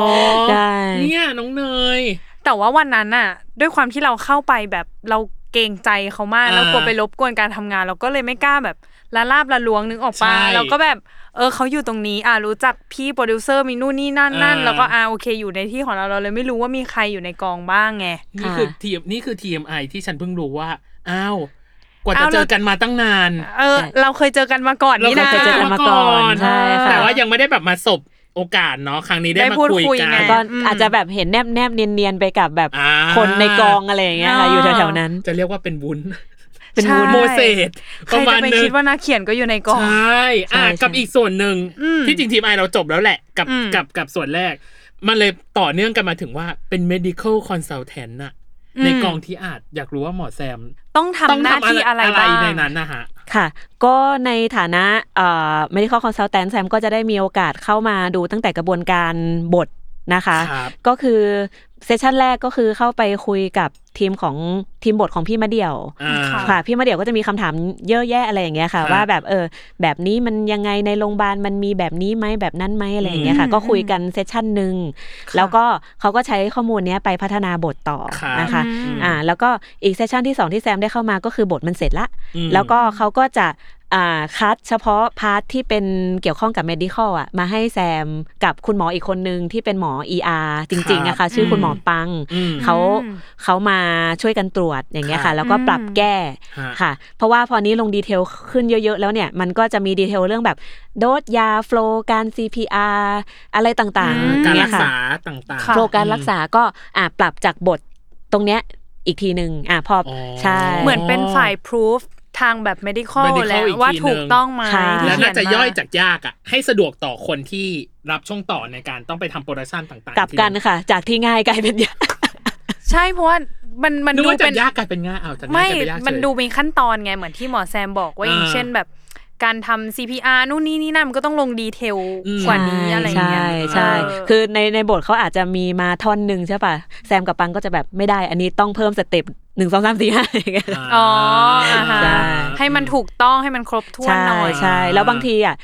Speaker 4: ใช่
Speaker 2: เนี่ยน้องเนย
Speaker 3: แต่ว่าวันนั้นน่ะ ด้วยความที่เราเข้าไปแบบเราเกรงใจเขามาก
Speaker 2: อ่า
Speaker 3: แล้วกลัวไปรบกวนการทำงาน เราก็เลยไม่กล้าแบบละลาบละล้วงนึกออกปะ
Speaker 2: ใช่
Speaker 3: เราก็แบบเออเขาอยู่ตรงนี้ อ่ารู้จักพี่โปรดิวเซอร์มีนู่นนี่นั่นนั่น
Speaker 2: อ่า
Speaker 3: แล้วก็อ่าโอเคอยู่ในที่ของเราเราเลยไม่รู้ว่ามีใครอยู่ในกองบ้างไง
Speaker 2: นี่คือทีมนี่คือ TMI ที่ฉันเพิ่งรู้ว่าอ้าวกว่า
Speaker 3: อ้าว
Speaker 2: จะเจ
Speaker 3: เรา
Speaker 2: อกันมาตั้งนาน
Speaker 3: เออ เราเคยเจอกันมาก่อนนี่
Speaker 2: เรา
Speaker 3: นะ
Speaker 2: เคยเจอ
Speaker 4: กันมาก่อนใช่ค่ะ
Speaker 2: แต่ว่ายังไม่ได้แบบมาสบโอกาสเนาะครั้งนี้ได้
Speaker 3: ได้
Speaker 2: มา
Speaker 3: พูด
Speaker 2: คุย
Speaker 3: คุย
Speaker 2: กัน
Speaker 3: ไง
Speaker 4: ก็อาจจะแบบเห็นแนบแนบเนียนเนียนๆไปกับแบบ
Speaker 2: อ่า
Speaker 4: คนในกองอะไรอย่างเงี้ยค่ะ
Speaker 3: อ่า
Speaker 4: อยู่แถวๆนั้น
Speaker 2: จะเรียกว่าเป็นวุ้น
Speaker 4: เป็น
Speaker 3: ใช่
Speaker 4: วุ้น
Speaker 2: โมเสส
Speaker 3: ใครจะ
Speaker 2: ประมาณ
Speaker 3: ไป
Speaker 2: หนึง
Speaker 3: คิดว่านักเขียนก็อยู่ในกอง
Speaker 2: ใช่อ่ะ
Speaker 4: ใช่ใช่
Speaker 2: กับอีกส่วนหนึ่ง
Speaker 3: อืม
Speaker 2: ที่จริงทีมไอเราจบแล้วแหละ กับ
Speaker 3: อืม
Speaker 2: กับกับส่วนแรก มันเลยต่อเนื่องกันมาถึงว่าเป็น medical consultant น่ะ ในกองที่อาจอยากรู้ว่าหมอแซม
Speaker 3: ต้องทำ
Speaker 2: ต้อง
Speaker 3: หน้า
Speaker 2: ทำอะ
Speaker 3: ที่
Speaker 2: ไร
Speaker 3: อะไร
Speaker 2: อะไร
Speaker 3: บ้าง
Speaker 2: ในนั้นนะฮะ
Speaker 4: ค่ะ ก็ในฐานะเอ่อ medical consultant แซมก็จะได้มีโอกาสเข้ามาดูตั้งแต่กระบวนการบทนะคะ
Speaker 2: ครับ
Speaker 4: ก็คือเซสชันแรกก็คือเข้าไปคุยกับทีมของทีมบทของพี่มะเดี่ยว
Speaker 2: อ่า
Speaker 3: ค่ะ
Speaker 4: ค่ะ พี่มะเดี่ยวก็จะมีคำถามเยอะแยะอะไรอย่างเงี้ยค่ะ
Speaker 2: ครับ
Speaker 4: ว่าแบบเออแบบนี้มันยังไงในโรงพยาบาลมันมีแบบนี้ไหมแบบนั้นไหมอะไรอย่างเงี้ยค่ะ
Speaker 3: อืม
Speaker 4: ก็คุยกันเซสชันหนึ่ง
Speaker 3: ะ
Speaker 4: แล้วก็เขาก็ใช้ข้อมูลเนี้ยไปพัฒนาบทต่อ
Speaker 2: ครับ
Speaker 4: นะคะ
Speaker 3: อืม
Speaker 4: อ่าแล้วก็อีกเซสชันที่สองที่แซมได้เข้ามาก็คือบทมันเสร็จละ
Speaker 2: อืม
Speaker 4: แล้วก็เขาก็จะอ่าคัดเฉพาะพาร์ทที่เป็นเกี่ยวข้องกับ medical อ่ะมาให้แซมกับคุณหมออีกคนนึงที่เป็นหมอ ER จริง
Speaker 2: ครั
Speaker 4: ๆ
Speaker 2: บ
Speaker 4: นะคะ ชื่ออ
Speaker 3: ม
Speaker 4: คุณหมอปัง
Speaker 2: อืม
Speaker 4: เขาเขามาช่วยกันตรวจอย่างเงี้ย
Speaker 2: ครั
Speaker 4: ค่ะ
Speaker 2: บ
Speaker 4: แล้วก็ปรับแก้
Speaker 2: ฮะ
Speaker 4: ค่ะ เพราะว่าพอนี้ลงดีเทลขึ้นเยอะ ๆ แล้วเนี่ย มันก็จะมีดีเทลเรื่องแบบโดสยาโฟลการ CPR อะไรต่าง
Speaker 3: อืม
Speaker 4: ๆ
Speaker 2: การ
Speaker 4: เนี่
Speaker 2: รั
Speaker 4: ย
Speaker 2: ก
Speaker 4: ค่ะ
Speaker 2: ษาต่างๆ
Speaker 3: ค่ะ
Speaker 4: โปรการรักษาก็อ่ะปรับจากบทตรงเนี้ยอีกทีหนึ่งอ่ะพออ
Speaker 2: อ
Speaker 4: ใช่
Speaker 3: เหมือนเป็นฝ่าย proof ทางแบบ medical
Speaker 2: medical
Speaker 3: แหล้ว
Speaker 2: อีกที
Speaker 3: ว่า
Speaker 2: หนึ่ง
Speaker 3: ถูกต้องไหม
Speaker 4: ใช่
Speaker 3: ที่
Speaker 2: แล้ว
Speaker 3: เขี
Speaker 2: น่าย
Speaker 3: น
Speaker 2: จะ
Speaker 3: ม
Speaker 2: ย่อยจากยากอ่ะ ให้สะดวกต่อคนที่รับช่วงต่อในการต้องไปทำโปรดักชันต่างๆ
Speaker 4: กลับกัน
Speaker 2: ที
Speaker 4: ค่ะ จากที่ง่ายกลายเป็น ยาก
Speaker 3: ใช่เพราะว่ามันมัน
Speaker 2: นึก
Speaker 3: ดู
Speaker 2: ว่า
Speaker 3: เป็
Speaker 2: จะ
Speaker 3: น
Speaker 2: ยากกลายเป็นง่ายเอาจากง่า
Speaker 3: ไม่
Speaker 2: ยกลายเป็นยากเฉย
Speaker 3: มันดูมีขั้นตอนไงเหมือนที่หมอแซมบอกว่าอ
Speaker 2: อ่า
Speaker 3: ย่างเช่นแบบการทำ CPR นู่นนี่นี่นั่นมันก็ต้องลงดีเทล
Speaker 2: อืม
Speaker 3: กว่านี้อะไรอย่างเงี้ย
Speaker 4: ใช่ใช่
Speaker 3: เ
Speaker 4: คือในในบทเขาอาจจะมีมาท่อนหนึ่งใช่ป่ะแซมกับปังก็จะแบบไม่ได้ อันนี้ต้องเพิ่มสเต็ปหนึ่งสองสามสี่ห้าอย่างเงี้ย
Speaker 2: า
Speaker 3: อ๋ออ่าฮะ
Speaker 4: ใช่
Speaker 3: ให้มันถูกต้องให้มันครบถ้วน
Speaker 4: ใช่
Speaker 3: หน่อย
Speaker 4: ใช่ แล้วบางทีอ่ะ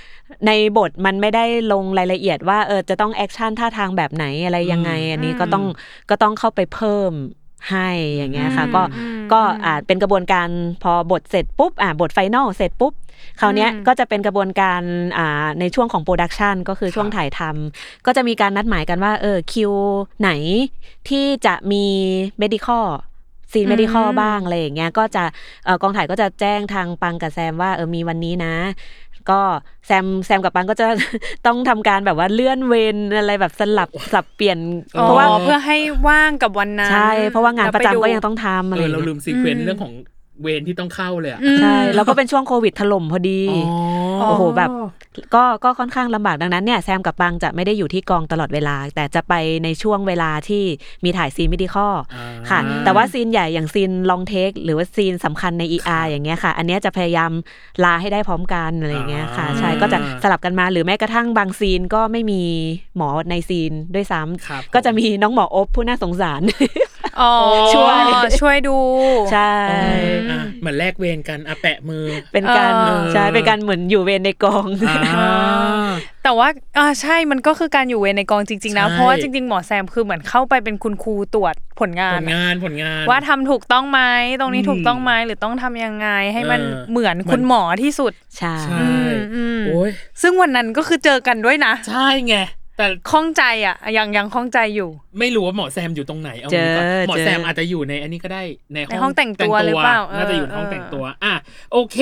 Speaker 4: ในบทมันไม่ได้ลงรายละเอียดว่าเออจะต้องแอคชั่นท่าทางแบบไหนอะไรยังไง อันนี้ก็ต้องก็ต้องเข้าไปเพิ่มให้อย่างเงี้ยค่ะ
Speaker 3: อืม
Speaker 4: ก็
Speaker 3: อืม
Speaker 4: ก็อาจเป็นกระบวนการพอบทเสร็จปุ๊บอ่ะบทไฟนอลเสร็จปุ๊บคราวเนี้ย
Speaker 3: อืม
Speaker 4: ก็จะเป็นกระบวนการอ่าในช่วงของโปรดักชันก็คือช่วงถ่ายทำ ก็จะมีการนัดหมายกันว่าเออคิวไหนที่จะมี medical ซีน medical
Speaker 3: อืม
Speaker 4: บ้างอะไรอย่างเงี้ยก็จะเออกองถ่ายก็จะแจ้งทางปังกับแซมว่าเออมีวันนี้นะ ก็แซมแซมกับปังก็จะ ต้องทำการแบบว่าเลื่อนเวรอะไรแบบสลับสับเปลี่ยน
Speaker 2: อ๋อ
Speaker 4: เพราะว่า
Speaker 3: เพื่อให้ว่างกับวันนั้น
Speaker 4: ใช่ เพราะว่างานประ
Speaker 3: แล้
Speaker 4: จำ
Speaker 3: วไดู
Speaker 4: ก็ยังต้องทำอะไร
Speaker 2: เออ
Speaker 4: อ
Speaker 2: ย่าง เราลื
Speaker 4: เงี้
Speaker 2: ม
Speaker 4: ย
Speaker 2: ซีเควน
Speaker 3: อืม
Speaker 2: ต์เรื่องของเวรที่ต้องเข้าเลยอะ
Speaker 3: อืม
Speaker 4: ใช่แล้วก็เป็นช่วงโควิดถล่มพอดี
Speaker 2: อ๋อ
Speaker 4: โอ้โหแบบ ก็ก็ค่อนข้างลำบากดังนั้นเนี่ยแซมกับปังจะไม่ได้อยู่ที่กองตลอดเวลา แต่จะไปในช่วงเวลาที่มีถ่ายซีนไม่ดีข้ออ
Speaker 2: อ่า
Speaker 4: ค่ะ แต่ว่าซีนใหญ่อย่างซีนลองเทคหรือว่าซีนสำคัญใน ER อย่างเงี้ยค่ะ อันเนี้ยจะพยายามลาให้ได้พร้อมกันอะไรอย่างเงี้ยค่ะ ใช่
Speaker 3: อ่า
Speaker 4: ก็จะสลับกันมาหรือแม้กระทั่งบางซีนก็ไม่มีหมอในซีนด้วยซ้ำ
Speaker 2: ครับ
Speaker 4: ก็จะมีน้องหมออบผู้น่าสงสาร
Speaker 3: อ๋อ
Speaker 4: ช่วย
Speaker 3: ช่วยดู
Speaker 4: ใช่
Speaker 2: อ๋ออ่ะเหมือนแลกเวรกันอะแปะมือ
Speaker 4: เป็นการ
Speaker 3: เออ
Speaker 4: ใช่เป็นการเหมือนอยู่เวรในกอง
Speaker 2: อ่า
Speaker 3: แต่ว่าอ่าใช่มันก็คือการอยู่เวรในกองจริงๆนะ
Speaker 2: ใช่
Speaker 3: เพราะว่าจริง ๆ หมอแซมคือเหมือนเข้าไปเป็นคุณครูตรวจผลงา
Speaker 2: ผ
Speaker 3: น
Speaker 2: ล
Speaker 3: อะ
Speaker 2: งานผลงาน
Speaker 3: ว่าทำถูกต้องไหมตรงนี้
Speaker 2: อืม
Speaker 3: ถูกต้องไหมหรือต้องทำยังไง ให้มัน
Speaker 2: เออ
Speaker 3: เหมือน
Speaker 2: เหมือน
Speaker 3: คุณหมอที่สุด
Speaker 4: ใช่
Speaker 2: ใช่
Speaker 3: มอืม
Speaker 2: โอ้ย
Speaker 3: ซึ่งวันนั้นก็คือเจอกันด้วยนะ
Speaker 2: ใช่ไง แต่
Speaker 3: ข้องใจอ่ะยังยังข้องใจอยู่
Speaker 2: ไม่รู้ว่าหมอแซมอยู่ตรงไหนเอา
Speaker 4: เจอ
Speaker 2: งี้ก่อนหมอ
Speaker 4: เจอ
Speaker 2: แซมอาจจะอยู่ในอันนี้ก็ได้ใน
Speaker 3: ในห้องแต่งตัวหรือเปล่าเออ
Speaker 2: น่าจะอยู่ในห้องแต่งตัว อ่ะโอเค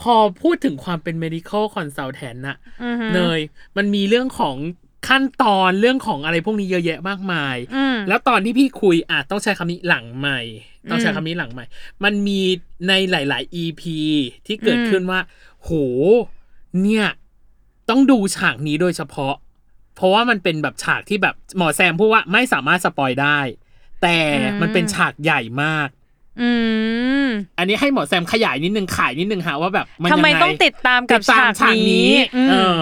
Speaker 2: พอพูดถึงความเป็น medical consultant น่ะ
Speaker 3: อือฮึ
Speaker 2: เนย มันมีเรื่องของขั้นตอนเรื่องของอะไรพวกนี้เยอะแยะมากมาย
Speaker 3: อืม
Speaker 2: แล้วตอนที่พี่คุยอ่ะต้องใช้คำนี้หลังใหม่ ต้องใช้
Speaker 3: อืม
Speaker 2: คำนี้หลังใหม่ มันมีในหลาย ๆ EP ที่เกิด
Speaker 3: อืม
Speaker 2: ขึ้นว่า โห เนี่ย ต้องดูฉากนี้โดยเฉพาะ เพราะว่ามันเป็นแบบฉากที่แบบหมอแซมพูดว่าไม่สามารถสปอยได้ แต่มันเป็นฉากใหญ่มาก
Speaker 3: อืม
Speaker 2: อันนี้ให้หมอแซมขยายนิดนึงขายนิดนึงฮะว่าแบบน
Speaker 3: ทำไม
Speaker 2: ยั
Speaker 3: ต้องติดตามกับ
Speaker 2: ติดตม
Speaker 3: ฉากนี้อืม
Speaker 2: เออ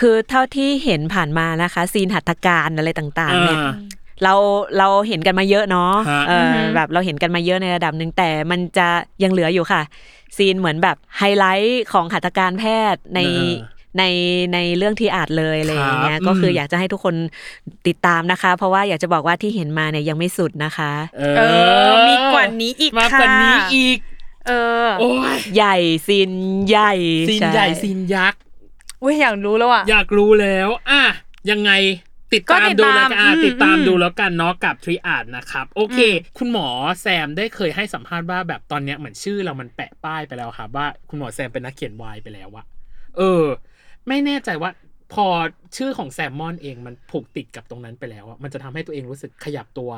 Speaker 4: คือเท่าที่เห็นผ่านมานะคะ ซีนหัตถการอะไรต่างๆเนี่ยเราเราเห็นกันมาเยอะเนาะ
Speaker 2: ฮะ
Speaker 4: เอออแบบเราเห็นกันมาเยอะในระดับหนึ่งแต่มันจะยังเหลืออยู่ค่ะ ซีนเหมือนแบบไฮไลท์ของหัตถการแพทย์ใน
Speaker 2: เออ
Speaker 4: ในในเรื่องที่อาจเลยอะไรอย่างเงี้
Speaker 2: ครั
Speaker 4: ย
Speaker 2: บ
Speaker 4: ก็คืออ
Speaker 2: ม
Speaker 4: อยากจะให้ทุกคนติดตามนะคะ เพราะว่าอยากจะบอกว่าที่เห็นมาเนี่ยยังไม่สุดนะคะ
Speaker 2: เอ
Speaker 3: เออ มีกว่านี้อีก
Speaker 2: มาก
Speaker 3: ค่ะ
Speaker 2: กว่านี้อีก
Speaker 3: เออ
Speaker 2: โอ้ย
Speaker 4: ใหญ่ซีนใหญ่
Speaker 2: ซีนใหญ่
Speaker 4: ช่
Speaker 2: ซีนยักษ์
Speaker 3: อุ้ยอยากรู้แล้วอ่ะ
Speaker 2: อยากรู้แล้ว อ่ะ ยังไงติดตาม
Speaker 3: ก็ติด
Speaker 2: ดู
Speaker 3: ตาม
Speaker 2: แล้วกันอ่ะ
Speaker 3: อืม
Speaker 2: ติดตาม
Speaker 3: อืม
Speaker 2: ดูแล้วกันเนาะกับทริอาดนะครับ โอเค
Speaker 3: อื
Speaker 2: คุณหมอแซมได้เคยให้สัมภาษณ์ว่าแบบตอนเนี้ยเหมือนชื่อเรามันแปะป้ายไปแล้วครับว่าคุณหมอแซมเป็นนักเขียนวายไปแล้วอะเออ ไม่แน่ใจว่าพอชื่อของแซมมอนเองมันผูกติดกับตรงนั้นไปแล้วอะมันจะทำให้ตัวเองรู้สึกขยับตัว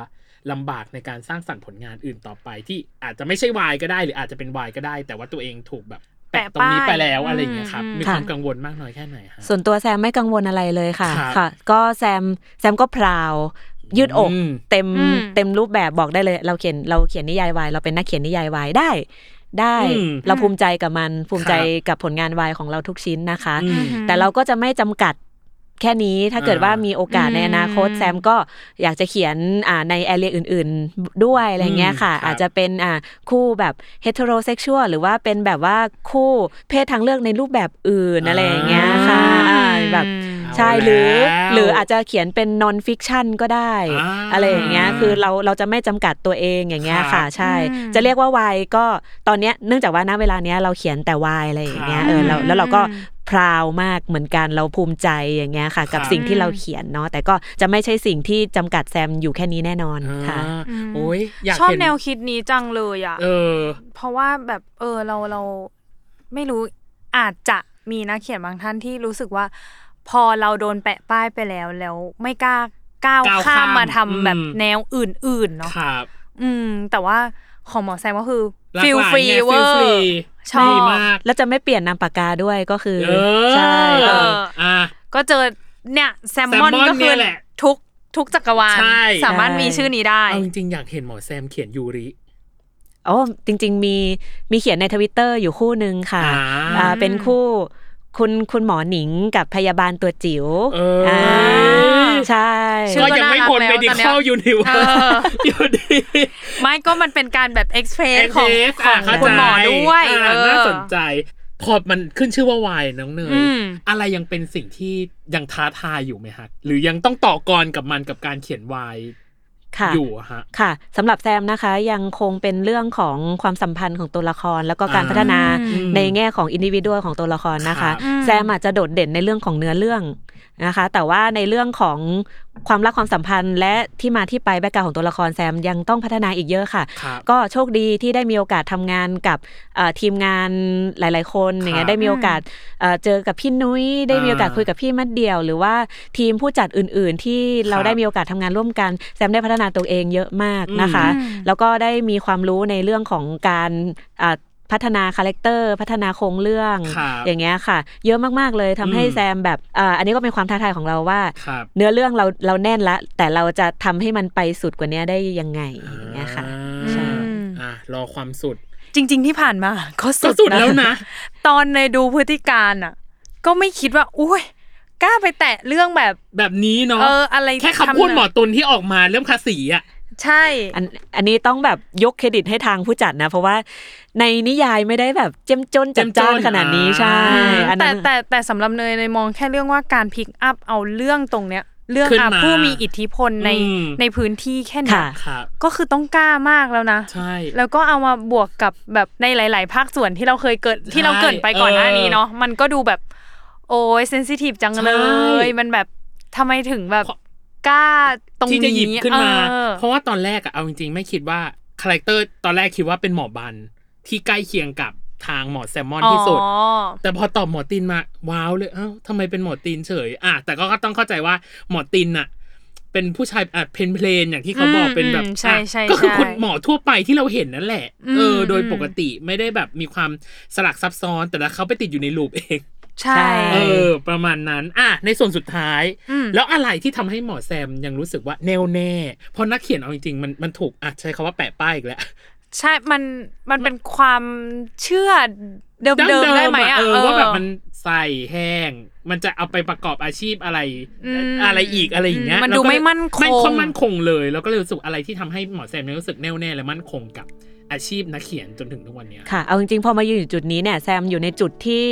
Speaker 2: ลำบากในการสร้างสรรค์ผลงานอื่นต่อไป ที่อาจจะไม่ใช่วายก็ได้ หรืออาจจะเป็นวายก็ได้ แต่ว่าตัวเองถูกแบบแปะตรงนี้ไปแล้วอะไรอย่างเงี้ยครับ
Speaker 3: แปะป้าย
Speaker 2: มีความกังวลมากน้อยแค่ไหนฮะ
Speaker 4: ส่วนตัวแซมไม่กังวลอะไรเลยค่ะ
Speaker 2: ครับ
Speaker 4: ค่ะ ก็แซมแซมก็พราว ยืดอก
Speaker 2: อืม
Speaker 4: เต็ม
Speaker 3: อืม
Speaker 4: เต็มรูปแบบบอกได้เลย เราเขียนเราเขียนนิยายวายเราเป็นนักเขียนนิยายวายได้ ได้
Speaker 2: อืม
Speaker 4: เราภูมิใจกับมันภูมิใจ
Speaker 2: ครับ
Speaker 4: กับผลงานวายของเราทุกชิ้นนะคะ
Speaker 2: อืม
Speaker 4: แต่เราก็จะไม่จำกัดแค่นี้ถ้าเกิด
Speaker 2: อ่า
Speaker 4: ว่ามีโอกาสในอนาคต
Speaker 3: อืม
Speaker 4: แซมก็อยากจะเขียนอ่าในแอเรียอื่น ๆด้วยอะไรเงี้ยค่ะ
Speaker 2: อืมครับ
Speaker 4: อาจจะเป็นอ่าคู่แบบเฮเทโรเซ็กชวลหรือว่าเป็นแบบว่าคู่เพศทางเลือกในรูปแบบอื่น
Speaker 2: อ่า
Speaker 4: อะไรอย่างเงี้ยค่ะอ่าแบบ ใช่
Speaker 2: เอา
Speaker 4: หรือ
Speaker 2: แล้ว
Speaker 4: หรืออาจจะเขียนเป็นนอนฟิกชันก็ได้
Speaker 2: อ่า
Speaker 4: อะไรอย่างเงี้ยคือเราเราจะไม่จำกัดตัวเองอย่างเงี้
Speaker 2: ค
Speaker 4: ย
Speaker 2: รั
Speaker 4: ค่ะ
Speaker 2: บ
Speaker 4: ใช่
Speaker 3: อืม
Speaker 4: จะเรียกว่าวายก็ตอนเนี้ยเนื่องจากว่าณเวลาเนี้ยเราเขียนแต่วายอะไรอย่างเงี้
Speaker 2: ค
Speaker 4: ย
Speaker 2: รับ
Speaker 4: เออแล้วแล้วเราก็
Speaker 3: อืม
Speaker 4: พราวมากเหมือนกันเราภูมิใจอย่างเงี้ยค่ะ กับ
Speaker 2: ครับ
Speaker 4: สิ่งที่เราเขียนเนาะแต่ก็จะไม่ใช่สิ่งที่จำกัดแซมอยู่แค่นี้แน่นอนค่ะ
Speaker 2: อ่า
Speaker 3: อืม
Speaker 2: โอ้ยอยาก
Speaker 3: ชอบ
Speaker 2: เห็น
Speaker 3: แนวคิดนี้จังเลยอ่ะ
Speaker 2: เออ
Speaker 3: เพราะว่าแบบเออเราเราไม่รู้อาจจะมีนักเขียนบางท่านที่รู้สึกว่า พอเราโดนแปะป้ายไปแล้วแล้วไม่กล้าก้าว
Speaker 2: ก้าวข้า
Speaker 3: ข้าม มมาทำแบบ
Speaker 2: อืม
Speaker 3: แนวอื่นๆเนาะ
Speaker 2: ครับ
Speaker 3: อืม แต่ว่าของหมอแซมก็คือ
Speaker 2: หลาก
Speaker 3: ฟิล
Speaker 2: หลาย
Speaker 3: ฟรี
Speaker 2: ไง
Speaker 3: เวอ
Speaker 2: feel
Speaker 3: ร์
Speaker 2: free
Speaker 3: ชอบ
Speaker 2: ดีมาก
Speaker 4: แล้วจะไม่เปลี่ยนนามปากกาด้วยก็คือ
Speaker 2: เออ
Speaker 4: ใช่
Speaker 2: เอ
Speaker 4: เออ
Speaker 2: ออ่ะ
Speaker 3: ก็เจอเนี่ยแซลมอน
Speaker 2: แซลมอน
Speaker 3: ก็
Speaker 2: เนี่
Speaker 3: คือย
Speaker 2: แหละ
Speaker 3: ทุกทุกจักรวาล
Speaker 2: ใช่
Speaker 3: สามารถมีชื่อนี้ได้
Speaker 2: เอาจริงๆอยากเห็นหมอแซมเขียนยูริ
Speaker 4: อ๋อจริง ๆ มีมีเขียนในทวิตเตอร์อยู่คู่หนึ่งค่ะ
Speaker 2: อ่า
Speaker 4: อ่าเป็นคู่คุณคุณหมอหนิงกับพยาบาลตัวจิ๋ว
Speaker 2: เอออ่
Speaker 4: าใช่
Speaker 3: ชื่อ
Speaker 2: ก็ยังไม่พ้น
Speaker 3: ก็น่ารักแล้ว
Speaker 2: ไปดิ
Speaker 3: ตอนเนี้
Speaker 2: เข้าย ยูนิว
Speaker 3: เออ
Speaker 2: อยู่ดี
Speaker 3: ไม่ก็มันเป็นการแบบเอ็กเพรสของ
Speaker 2: NTF
Speaker 3: ของ
Speaker 2: เข้าใจ
Speaker 3: คุณหมอด้วย
Speaker 2: อ่า
Speaker 3: เออ
Speaker 2: น่าสนใจ พอมันขึ้นชื่อว่าวายน้องเนย
Speaker 3: อืม
Speaker 2: อะไรยังเป็นสิ่งที่ยังท้าทายอยู่ไหมฮะ หรือยังต้องต่อกรกับมันกับการเขียนวาย
Speaker 4: ค่ะ
Speaker 2: อยู่อะฮะ
Speaker 4: ค่ะสำหรับแซมนะคะยังคงเป็นเรื่องของความสัมพันธ์ของตัวละคร แล้วก็การ
Speaker 2: อ่า
Speaker 4: พัฒนา
Speaker 3: อืม
Speaker 4: ในแง่ของอินดิวิ a ดของตัวละครนะ
Speaker 2: ครั
Speaker 4: คะ
Speaker 2: บ
Speaker 3: อืม
Speaker 4: แซมอาจจะโดดเด่นในเรื่องของเนื้อเรื่อง นะคะ แต่ว่าในเรื่องของความรักความสัมพันธ์ และที่มาที่ไปแบ็กกราวของตัวละครแซมยังต้องพัฒนาอีกเยอะค่ะ
Speaker 2: ครับ
Speaker 4: ก็โชคดีที่ได้มีโอกาสทำงานกับเอ่อทีมงานหลาย ๆ คนอย่างเงี้
Speaker 2: ครั
Speaker 4: ย
Speaker 2: บ
Speaker 4: ได้มีโอกาสเอ่อเจอกับพี่นุ้ยได้มีโอกาส
Speaker 2: อ่า
Speaker 4: คุยกับพี่มัดเดี่ยว หรือว่าทีมผู้จัดอื่น ๆ ที่เรา
Speaker 2: ครับ
Speaker 4: ได้มีโอกาสทำงานร่วมกันแซมได้พัฒนาตัวเองเยอะมากนะคะ
Speaker 3: อืม
Speaker 4: แล้วก็ได้มีความรู้ในเรื่องของการอ่าพัฒนาคาแรคเตอร์พัฒนาโครงเรื่อง
Speaker 2: ครับ
Speaker 4: อย่างเงี้ยค่ะ เยอะมาก ๆ เลยทำให้
Speaker 2: อืม
Speaker 4: แซมแบบอ่าอันนี้ก็เป็นความท้าทายของเราว่า
Speaker 2: ครับ
Speaker 4: เนื้อเรื่องเราเราแน่นละ แต่เราจะทำให้มันไปสุดกว่านี้ได้ยังไงอย่างเงี้ยค่ะ
Speaker 3: ใช่
Speaker 2: อ่ะรอความสุด
Speaker 3: จริง ๆ ที่ผ่านมา ก็
Speaker 2: ก็
Speaker 3: สุด
Speaker 2: สุดแล้วนะ
Speaker 3: ตอนในดูพฤติการอ่ะ ก็ไม่คิดว่า อุ้ยกล้าไปแตะเรื่องแบบ
Speaker 2: แบบนี้เนาะ
Speaker 3: เอออะไร
Speaker 2: แค่คำพูด
Speaker 3: ทำนะ
Speaker 2: หมอตุนที่ออกมาเรื่องภาษีอ่ะ
Speaker 3: ใช่
Speaker 4: อันอันนี้ต้องแบบยกเครดิตให้ทางผู้จัดนะ เพราะว่าในนิยายไม่ได้แบบเจ้มจนจัดจ้านขนาดนี้
Speaker 2: เจ้มจ้น
Speaker 4: ใช่
Speaker 2: อ่า
Speaker 4: อัน
Speaker 3: แต่
Speaker 4: นั้น
Speaker 3: แต่แต่สำหรับเนยเนยมองแค่เรื่องว่าการพิกอัพเอาเรื่องตรงเนี้ย เรื่อง
Speaker 2: ขึ้น
Speaker 3: อ่ะ
Speaker 2: มา
Speaker 3: ผู้มีอิทธิพลใน
Speaker 2: อืม
Speaker 3: ในพื้นที่แค่เนี้
Speaker 4: ค่ะ
Speaker 3: ย
Speaker 2: ครับ
Speaker 3: ก็คือต้องกล้ามากแล้วนะ
Speaker 2: ใช่
Speaker 3: แล้วก็เอามาบวกกับแบบในหลาย ๆ ภาคส่วนที่เราเคยเกิดที่เราเกริดไปก่อนหน้านี้เนาะมันก็ดูแบบโอ้ยเซนซิทีฟจังเลย
Speaker 2: ใช่
Speaker 3: มันแบบทำไมถึงแบบกล้าตรงนี้
Speaker 2: ที่จะหยิบขึ้นมา
Speaker 3: เออ
Speaker 2: เพราะว่าตอนแรกอะเอาจริงๆ ไม่คิดว่าคาแรคเตอร์ตอนแรกคิดว่าเป็นหมอบันที่ใกล้เคียงกับทางหมอแซลมอนที่สุด
Speaker 3: อ๋อ
Speaker 2: แต่พอตอบหมอตีนมาว้าวเลยเอ้าทำไมเป็นหมอตีนเฉยอ่ะแต่ก็ก็ต้องเข้าใจว่าหมอตีนอะเป็นผู้ชายอ่ะเพนเพลนอย่างที่เขาบอก
Speaker 3: อืม
Speaker 2: เป็นแบบ
Speaker 3: อืมใช่
Speaker 2: อ่ะ
Speaker 3: ใช่
Speaker 2: ก็คือ
Speaker 3: ใช่
Speaker 2: คุณหมอทั่วไปที่เราเห็นนั่นแหละ
Speaker 3: อืม
Speaker 2: เออโดย
Speaker 3: อืม
Speaker 2: ปกติไม่ได้แบบมีความสลักซับซ้อน แต่ละเขาไปติดอยู่ในลูปเอง
Speaker 3: ใช่
Speaker 2: เออ ประมาณนั้น อ่ะในส่วนสุดท้าย
Speaker 3: ม
Speaker 2: แล้วอะไรที่ทำให้หมอแซมยังรู้สึกว่าแน่วแน่ เพราะนักเขียนเอาจริงๆ มันมันถูกอ่ะใช้คาว่าแปะป้ายอีกแล้ว
Speaker 3: ใช่ มัน มันเป็นความเชื่อเดิมๆได้ไหมอ่ะ
Speaker 2: เออ
Speaker 3: เออ
Speaker 2: ว่าแบบมันใส่แห้ง มันจะเอาไปประกอบอาชีพอะไร
Speaker 3: อืม
Speaker 2: อะไรอีกอะไรอย่างเงี้ย
Speaker 3: มัน
Speaker 2: เราก็
Speaker 3: ดูไม่มั่นคง
Speaker 2: ไม่ค่อยมั่นคงเลยแล้วก็เลยรู้สึกอะไรที่ทำให้หมอแซมเนี่ยรู้สึกแน่วแน่และมั่นคงกับอาชีพนักเขียนจนถึงทุกวันเนี้ย
Speaker 4: ค่ะ เอาจริงๆ พอมายืนอยู่จุดนี้เนี่ยแซมอยู่ในจุดที่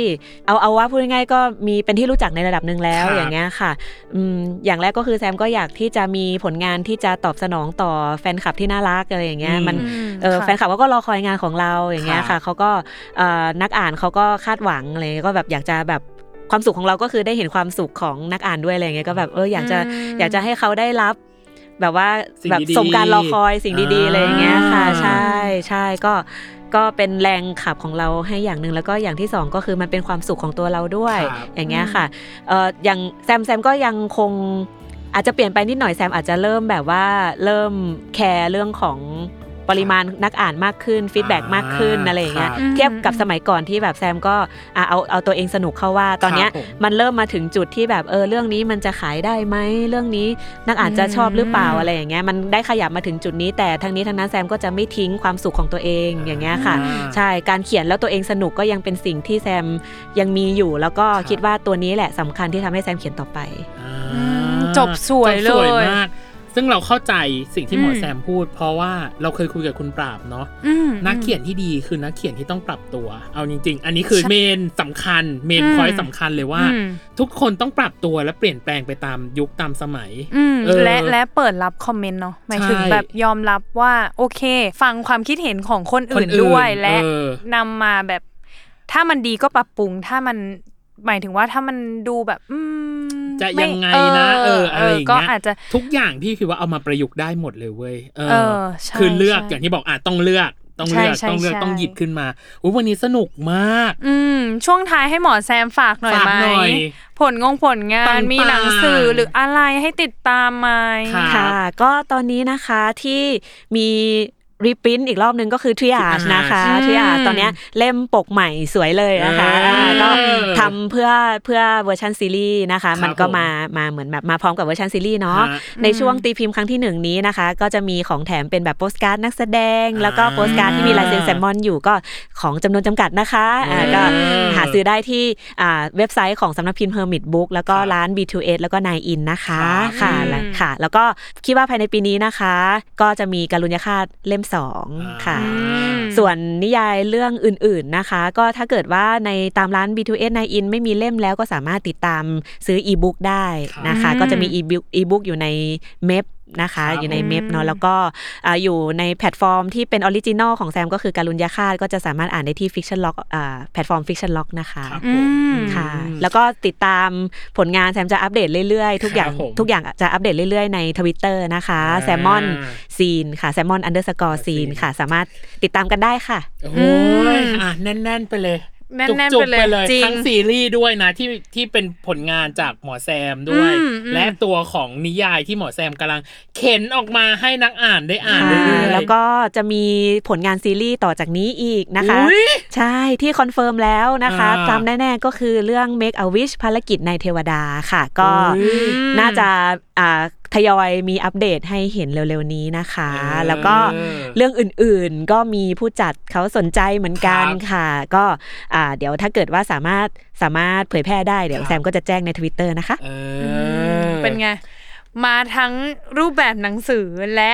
Speaker 4: เอาเอาว่าพูดง่ายๆก็มีเป็นที่รู้จักในระดับหนึ่งแล้ว
Speaker 2: ครับ
Speaker 4: อย่างเงี้ยค่ะอืมอย่างแรกก็คือแซมก็อยากที่จะมีผลงานที่จะตอบสนองต่อแฟนคลับที่น่ารักอะไรอย่างเงี้ย
Speaker 2: อืม
Speaker 4: มัน
Speaker 3: ม
Speaker 4: เออ
Speaker 3: ค่ะ
Speaker 4: แฟนคลับเขาก็รอคอยงานของเราอย่างเงี้ย
Speaker 2: ค่ะ
Speaker 4: ค่ะเขาก็เอ่อนักอ่านเขาก็คาดหวังอะไรเงี้ยก็แบบอยากจะแบบความสุขของเราก็คือได้เห็นความสุขของนักอ่านด้วยอะไรเงี้ยก็แบบเอออยากจะ
Speaker 3: อืม
Speaker 4: อยากจะให้เขาได้รับ แบบว่า
Speaker 2: สิ่ง
Speaker 4: แบบ
Speaker 2: ดีๆ
Speaker 4: สมการรอคอยสิ่งดีๆ
Speaker 2: อ่า
Speaker 4: อะไรอย่างเงี้ยค่ะใช่ใช่ก็ก็เป็นแรงขับของเราให้อย่างหนึ่งแล้วก็อย่างที่สองก็คือมันเป็นความสุขของตัวเราด้วย
Speaker 2: ครับ
Speaker 4: อย่างเงี้ยค่ะเอ่ออย่างแซมแซมก็ยังคงอาจจะเปลี่ยนไปนิดหน่อยแซมอาจจะเริ่มแบบว่าเริ่มแคร์เรื่องของปริมาณนักอ่านมากขึ้นฟีดแบ็กมากขึ้นอะไรอย่างเงี้ย
Speaker 2: ครับ
Speaker 3: อืม
Speaker 4: เทียบกับสมัยก่อนที่แบบแซมก็อ่ะเอาเอาตัวเองสนุกเข้าว่าตอนเนี้
Speaker 2: ค
Speaker 4: ย
Speaker 2: รับผม
Speaker 4: มันเริ่มมาถึงจุดที่แบบเออเรื่องนี้มันจะขายได้ไหมเรื่องนี้นักอ่านจะชอบหรือเปล่า
Speaker 3: อืม
Speaker 4: อะไรอย่างเงี้ยมันได้ขยับมาถึงจุดนี้ แต่ทั้งนี้ทั้งนั้นแซมก็จะไม่ทิ้งความสุขของตัวเองอย่างเงี้ยค่ะ
Speaker 2: อ่า
Speaker 4: ใช่การเขียนแล้วตัวเองสนุกก็ยังเป็นสิ่งที่แซมยังมีอยู่ แล้วก็
Speaker 2: ครับ
Speaker 4: คิดว่าตัวนี้แหละสำคัญที่ทำให้แซมเขียนต่อไป
Speaker 2: อ่า
Speaker 3: อืมจบสวยเลย
Speaker 2: จบสวยมาก ซึ่งเราเข้าใจสิ่งที่หมออ
Speaker 3: ม
Speaker 2: แซมพูด เพราะว่าเราเคยคุยกับคุณปราบเนาะ
Speaker 3: อืม
Speaker 2: นักเขียนที่ดีคือนักเขียนที่ต้องปรับตัว เอาจริง ๆ อันนี้คือ
Speaker 3: ใช่
Speaker 2: เมนสำคัญ เมน
Speaker 3: อืม
Speaker 2: พอยต์สำคัญเลยว่า
Speaker 3: อืม
Speaker 2: ทุกคนต้องปรับตัวและเปลี่ยนแปลงไปตามยุคตามสมัย
Speaker 3: อืม
Speaker 2: เออ
Speaker 3: และและเปิดรับคอมเมนต์เนาะหมายถึง
Speaker 2: ใช่
Speaker 3: แบบยอมรับว่าโอเค ฟังความคิดเห็นของคน
Speaker 2: ค
Speaker 3: อื่นด้วยและ
Speaker 2: เออน
Speaker 3: ำมาแบบ ถ้ามันดีก็ปรับปรุง ถ้ามันหมายถึงว่าถ้ามันดูแบบ อืม
Speaker 2: จะ
Speaker 3: ม่
Speaker 2: ยังไงนะเอออะไรอย่าง
Speaker 3: ก็
Speaker 2: เงี้ย
Speaker 3: อาจจะ
Speaker 2: ทุกอย่างพี่คิดว่าเอามาประยุกต์ได้หมดเลยเว้ยเออ
Speaker 3: เออใช่
Speaker 2: คือเลือก
Speaker 3: ใช่
Speaker 2: อย่างที่บอกอ่ะต้องเลือกต้องเลือก
Speaker 3: ใช่ใช่
Speaker 2: ต้องเลือก
Speaker 3: ใช่
Speaker 2: ต้องหยิบขึ้นมาอุยวันนี้สนุกมาก
Speaker 3: อืมช่วงท้ายให้หมอแซมฝากหน่อย
Speaker 2: ฝาก
Speaker 3: ไหม
Speaker 2: หน่อย
Speaker 3: ผลงงผลงา
Speaker 2: ต่าน งๆ
Speaker 3: มีหนังสือหรืออะไรให้ติดตามไหม
Speaker 2: ครับ
Speaker 4: ค่ะ ก็ตอนนี้นะคะที่มีรีปรินต์อีกรอบนึงก็คือทริอาช
Speaker 2: Triage
Speaker 4: นะคะ
Speaker 3: อืม
Speaker 4: ทริอาชตอนเนี้ยเล่มปกใหม่สวยเลยนะคะ
Speaker 2: เอออ่
Speaker 4: าก็ทำเพื่อเพื่อเวอร์ชันซีรีส์นะคะ มันก็มามาเหมือนแบบมาพร้อมกับเวอร์ชันซีรีส์เนาะ
Speaker 2: ฮะ
Speaker 4: ในช่วงตีพิมพ์ครั้งที่หนึ่งนี้นะคะ ก็จะมีของแถมเป็นแบบโปสการ์ดนักแสดง แล้วก็
Speaker 2: อ่า
Speaker 4: โปสการ์ดที่มีลายเซ็นแซมมอนอยู่ก็ของจำนวนจำกัดนะคะอ่าก็
Speaker 2: อืม
Speaker 4: หาซื้อได้ที่อ่าเว็บไซต์ของสำนักพิมพ์ Hermit Book แล้วก็ร้าน B2S แล้วก็ 9 in นะ
Speaker 2: ค
Speaker 4: คะ
Speaker 2: รับ
Speaker 4: ค่ะ
Speaker 3: อืม
Speaker 4: และค่ะ แล้วก็คิดว่าภายในปีนี้นะคะ ก็จะมีการุญยฆาตเล่มสองค่ะ
Speaker 2: อ่า
Speaker 4: ส่วนนิยายเรื่องอื่นๆนะคะ ก็ถ้าเกิดว่าในตามร้าน B2S ในอินไม่มีเล่มแล้วก็สามารถติดตามซื้ออีบุ๊กได้นะ
Speaker 3: ค
Speaker 4: คะ
Speaker 3: รับ
Speaker 4: ก็จะมีอีบุ๊กอีบุ๊กอยู่ในเมฟ นะคะ
Speaker 2: ครับ
Speaker 4: อยู่ใน
Speaker 3: อืม
Speaker 4: เมพเนาะแล้วก็อ่าอยู่ในแพลตฟอร์มที่เป็นออริจินอลของแซมก็คือการุญยาคาตก็จะสามารถอ่านได้ที่ฟิกชันล็อกแพลตฟอร์มฟิกชันล็อกนะคะ
Speaker 2: ครับ
Speaker 3: อื
Speaker 2: ผม
Speaker 3: ม
Speaker 4: ค่ะ
Speaker 2: อืม
Speaker 4: แล้วก็ติดตามผลงานแซมจะอัปเดตเรื่อยๆ ทุกอย่า
Speaker 2: ค
Speaker 4: ง
Speaker 2: รับผม
Speaker 4: ทุกอย่างจะอัปเดตเรื่อยๆ ในทวิตเตอร์นะคะ
Speaker 2: อ่า
Speaker 4: แซมมอนซีนค่ะ แซมมอนอันเดอร์สกอร์ซีน
Speaker 2: scene
Speaker 4: ค่ะ สามารถติดตามกันได้ค่ะ
Speaker 2: โอ้
Speaker 3: อื
Speaker 2: ย
Speaker 3: ม
Speaker 2: อ่ะแน่น ๆ ไปเลย
Speaker 3: แน่นๆ
Speaker 2: จุก
Speaker 3: ไป
Speaker 2: ๆ
Speaker 3: เล
Speaker 2: ไป
Speaker 3: ย
Speaker 2: เลย
Speaker 3: จริง
Speaker 2: ทั้งซีรีส์ด้วยนะที่ที่เป็นผลงานจากหมอแซมด้วย
Speaker 3: อืมอืม
Speaker 2: และตัวของนิยายที่หมอแซมกำลังเข็นออกมาให้นักอ่านได้อ่าน
Speaker 4: ค่ะ
Speaker 2: เรื่อยๆ
Speaker 4: แล้วก็จะมีผลงานซีรีส์ต่อจากนี้อีกนะคะ
Speaker 2: อุ๊ย
Speaker 4: ใช่ที่คอนเฟิร์มแล้วนะคะ
Speaker 2: อ่า
Speaker 4: ตามแน่ๆก็คือเรื่อง Make a Wish ภารกิจในเทวดาค่ะ ก็
Speaker 2: อุ๊ย
Speaker 4: น่าจะอ่าทยอยมีอัปเดตให้เห็นเร็วๆนี้นะคะ
Speaker 2: เออ
Speaker 4: แล้วก็เรื่องอื่นๆก็มีผู้จัดเขาสนใจเหมือนกัน
Speaker 2: ครับ
Speaker 4: ค่ะ ก็อ่าเดี๋ยวถ้าเกิดว่าสามารถสามารถเผยแพร่ได้เดี๋ยว
Speaker 2: ครับ
Speaker 4: แซมก็จะแจ้งใน Twitter นะคะ
Speaker 2: เออ
Speaker 3: เป็นไง มาทั้งรูปแบบหนังสือและ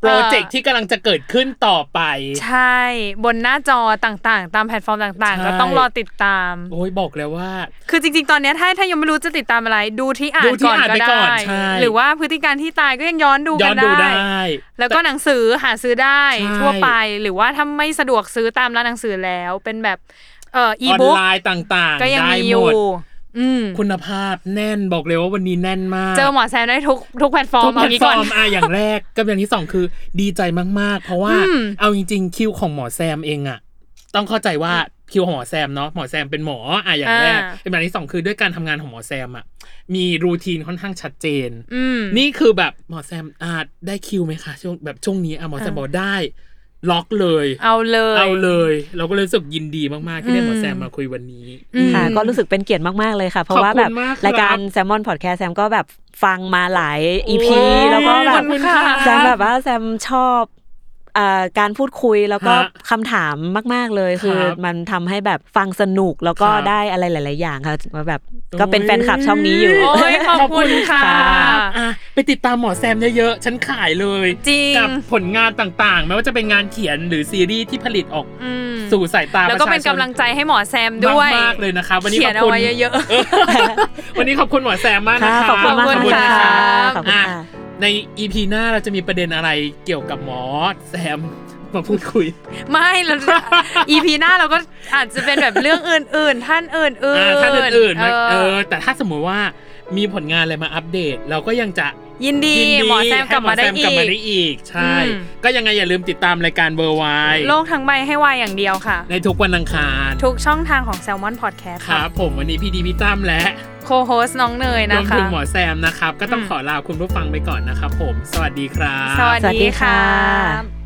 Speaker 2: โปรเจกต์ที่กำลังจะเกิดขึ้นต่อไป
Speaker 3: ใช่ บนหน้าจอต่างๆ ตามแพลตฟอร์มต่างๆ
Speaker 2: ใช่
Speaker 3: ก็ต้องรอติดตาม
Speaker 2: โอ้ยบอกแล้วว่า
Speaker 3: คือจริง ๆ ตอนเนี้ยถ้าถ้ายังไม่รู้จะติดตามอะไร ดูที่อ่า
Speaker 2: ดู
Speaker 3: น
Speaker 2: ที่
Speaker 3: ก่อน
Speaker 2: อ่าน
Speaker 3: ก็
Speaker 2: ไปก่อน
Speaker 3: ได้
Speaker 2: ใช่
Speaker 3: หรือว่าพฤติการที่ตายก็ยังย้อนดู
Speaker 2: ย้อ
Speaker 3: กัน
Speaker 2: นดูได้
Speaker 3: แล้วก็หนังสือหาซื้อได้
Speaker 2: ใช่
Speaker 3: ทั่วไปหรือว่าถ้าไม่สะดวกซื้อตามร้านหนังสือแล้ว เป็นแบบเอ่ออี
Speaker 2: ออน
Speaker 3: บุ๊ก
Speaker 2: ไลน์ต่างๆ
Speaker 3: ก็ยัง
Speaker 2: ได้
Speaker 3: มี
Speaker 2: ห
Speaker 3: อยู่
Speaker 2: ด
Speaker 3: อืม
Speaker 2: คุณภาพแน่นบอกเลยว่าวันนี้แน่นมาก
Speaker 3: เจอหมอแซมได้ทุกทุกแพลตฟอร์ม
Speaker 2: ทุกแพล
Speaker 3: เอา
Speaker 2: ต
Speaker 3: งี้
Speaker 2: ฟ
Speaker 3: ก่
Speaker 2: อ
Speaker 3: อน
Speaker 2: ร์มอ่ะอย่างแรกกับอย่างที่สองคือดีใจมาก ๆ เพราะว่า
Speaker 3: อืม
Speaker 2: เอาจริง ๆ คิวของหมอแซมเองอ่ะ ต้องเข้าใจว่าคิวของหมอแซมเนาะหมอแซมเป็นหมออ่ะอย่างแรกเป็นแบบที่สองคือด้วยการทำงานของหมอแซมอ่ะมีรูทีนค่อนข้างชัดเจน
Speaker 3: อืม
Speaker 2: นี่คือแบบหมอแซมอ่ะได้คิวไหมคะช่วงแบบช่วงนี้อ่ะหมอแซม
Speaker 3: อ่า
Speaker 2: บอกได้ ล็อกเลย
Speaker 3: เอาเลย
Speaker 2: เอาเลย เราก็เลยรู้สึกยินดีมาก ๆ ที่ได้หมอแซม
Speaker 3: อืม
Speaker 2: มาคุยวันนี้
Speaker 3: อืม
Speaker 4: ค่ะ ก็รู้สึกเป็นเกียรติมาก ๆ เลยค่ะ เพราะว่าแบ
Speaker 2: ขอ
Speaker 4: บ
Speaker 2: บคุณมากครับ
Speaker 4: รายการแซมมอนพอดแคสต์แซมก็แบบฟังมาหลาย EP
Speaker 2: โอ้ย
Speaker 4: แล้วก็แบ
Speaker 2: ขอ
Speaker 4: บบ
Speaker 2: คุณค่ะ
Speaker 4: แซมแบบว่าแซมชอบอ่าการพูดคุยแล้วก็
Speaker 2: ฮะ
Speaker 4: คำถามมาก ๆ เลย คือ
Speaker 2: ครับ
Speaker 4: มันทำให้แบบฟังสนุกแล้วก็
Speaker 2: ครับ
Speaker 4: ได้อะไรหลาย ๆ อย่างค่ะมาแบบ
Speaker 2: โอ้ย
Speaker 4: ก็เป็นแฟนคลับช่องนี้อยู่
Speaker 3: โอ้ยขอบคุณค่ะ
Speaker 2: อ่ะไปติดตามหมอแซมเยอะๆ ฉันขายเลย
Speaker 3: จริง
Speaker 2: กับผลงานต่างๆ ไม่ว่าจะเป็นงานเขียนหรือซีรีส์ที่ผลิตออก
Speaker 3: อืม
Speaker 2: สู่สายตา
Speaker 3: แล้วก็เป็นกำลังใจให้หมอแซม
Speaker 2: ด้
Speaker 3: ด้ว
Speaker 2: ว
Speaker 3: ย ย
Speaker 2: มากๆเลยนะคะวันนี้
Speaker 3: เขีย
Speaker 2: ขอน บ
Speaker 3: เอา
Speaker 2: คุณ
Speaker 3: ไว้เยอะ
Speaker 2: วันนี้ขอบคุณหมอแซมมากนะ
Speaker 4: ค่ะ
Speaker 2: คะ
Speaker 4: ขอบคุณ
Speaker 3: ข
Speaker 4: มาก
Speaker 3: อบคุณ
Speaker 4: ค่ะ
Speaker 3: ค่ะ
Speaker 4: ขอบคุณ
Speaker 2: อ่
Speaker 4: ค่ะ
Speaker 2: ในอีพีหน้าเราจะมีประเด็นอะไรเกี่ยวกับหมอแซมมาพูดคุย
Speaker 3: ๆ ไม่แล้ว EP หน้าเราก็อาจจะเป็นแบบเรื่องอื่น ๆ ท่านอื่น
Speaker 2: อ่า
Speaker 3: ๆ
Speaker 2: ถ้าอื่นๆมา
Speaker 3: เออ
Speaker 2: เออ แต่ถ้าสมมุติว่ามีผลงานอะไรมาอัปเดต เราก็ยังจะ
Speaker 3: ยินดี
Speaker 2: ยินดี
Speaker 3: หมอแซมกลับมาได้
Speaker 2: ให้
Speaker 3: อี
Speaker 2: หอแซกลับมาได้
Speaker 3: ก
Speaker 2: อีก ใช่
Speaker 3: อืม
Speaker 2: ก็ยังไงอย่าลืมติดตามรายการเบอร์ไว
Speaker 3: โลกทั้งใบให้วายอย่างเดียวค่ะ
Speaker 2: ในทุกวันอังคาร
Speaker 3: ทุกช่องทางของ Salmon Podcast
Speaker 2: ครับ ผมวันนี้พี่ดีพี่ตั้มและ
Speaker 3: โคโฮสน้องเนย
Speaker 2: ร
Speaker 3: นะ
Speaker 2: วม
Speaker 3: คะ
Speaker 2: ถึงหมอแซมนะครับ ก็ต้อง
Speaker 3: อืม
Speaker 2: ขอลาคุณผู้ฟังไปก่อนนะครับผม สวัสดีครับ
Speaker 3: สวัส
Speaker 4: สวัสดี
Speaker 3: ดี
Speaker 4: ค่ะ
Speaker 3: ค่ะ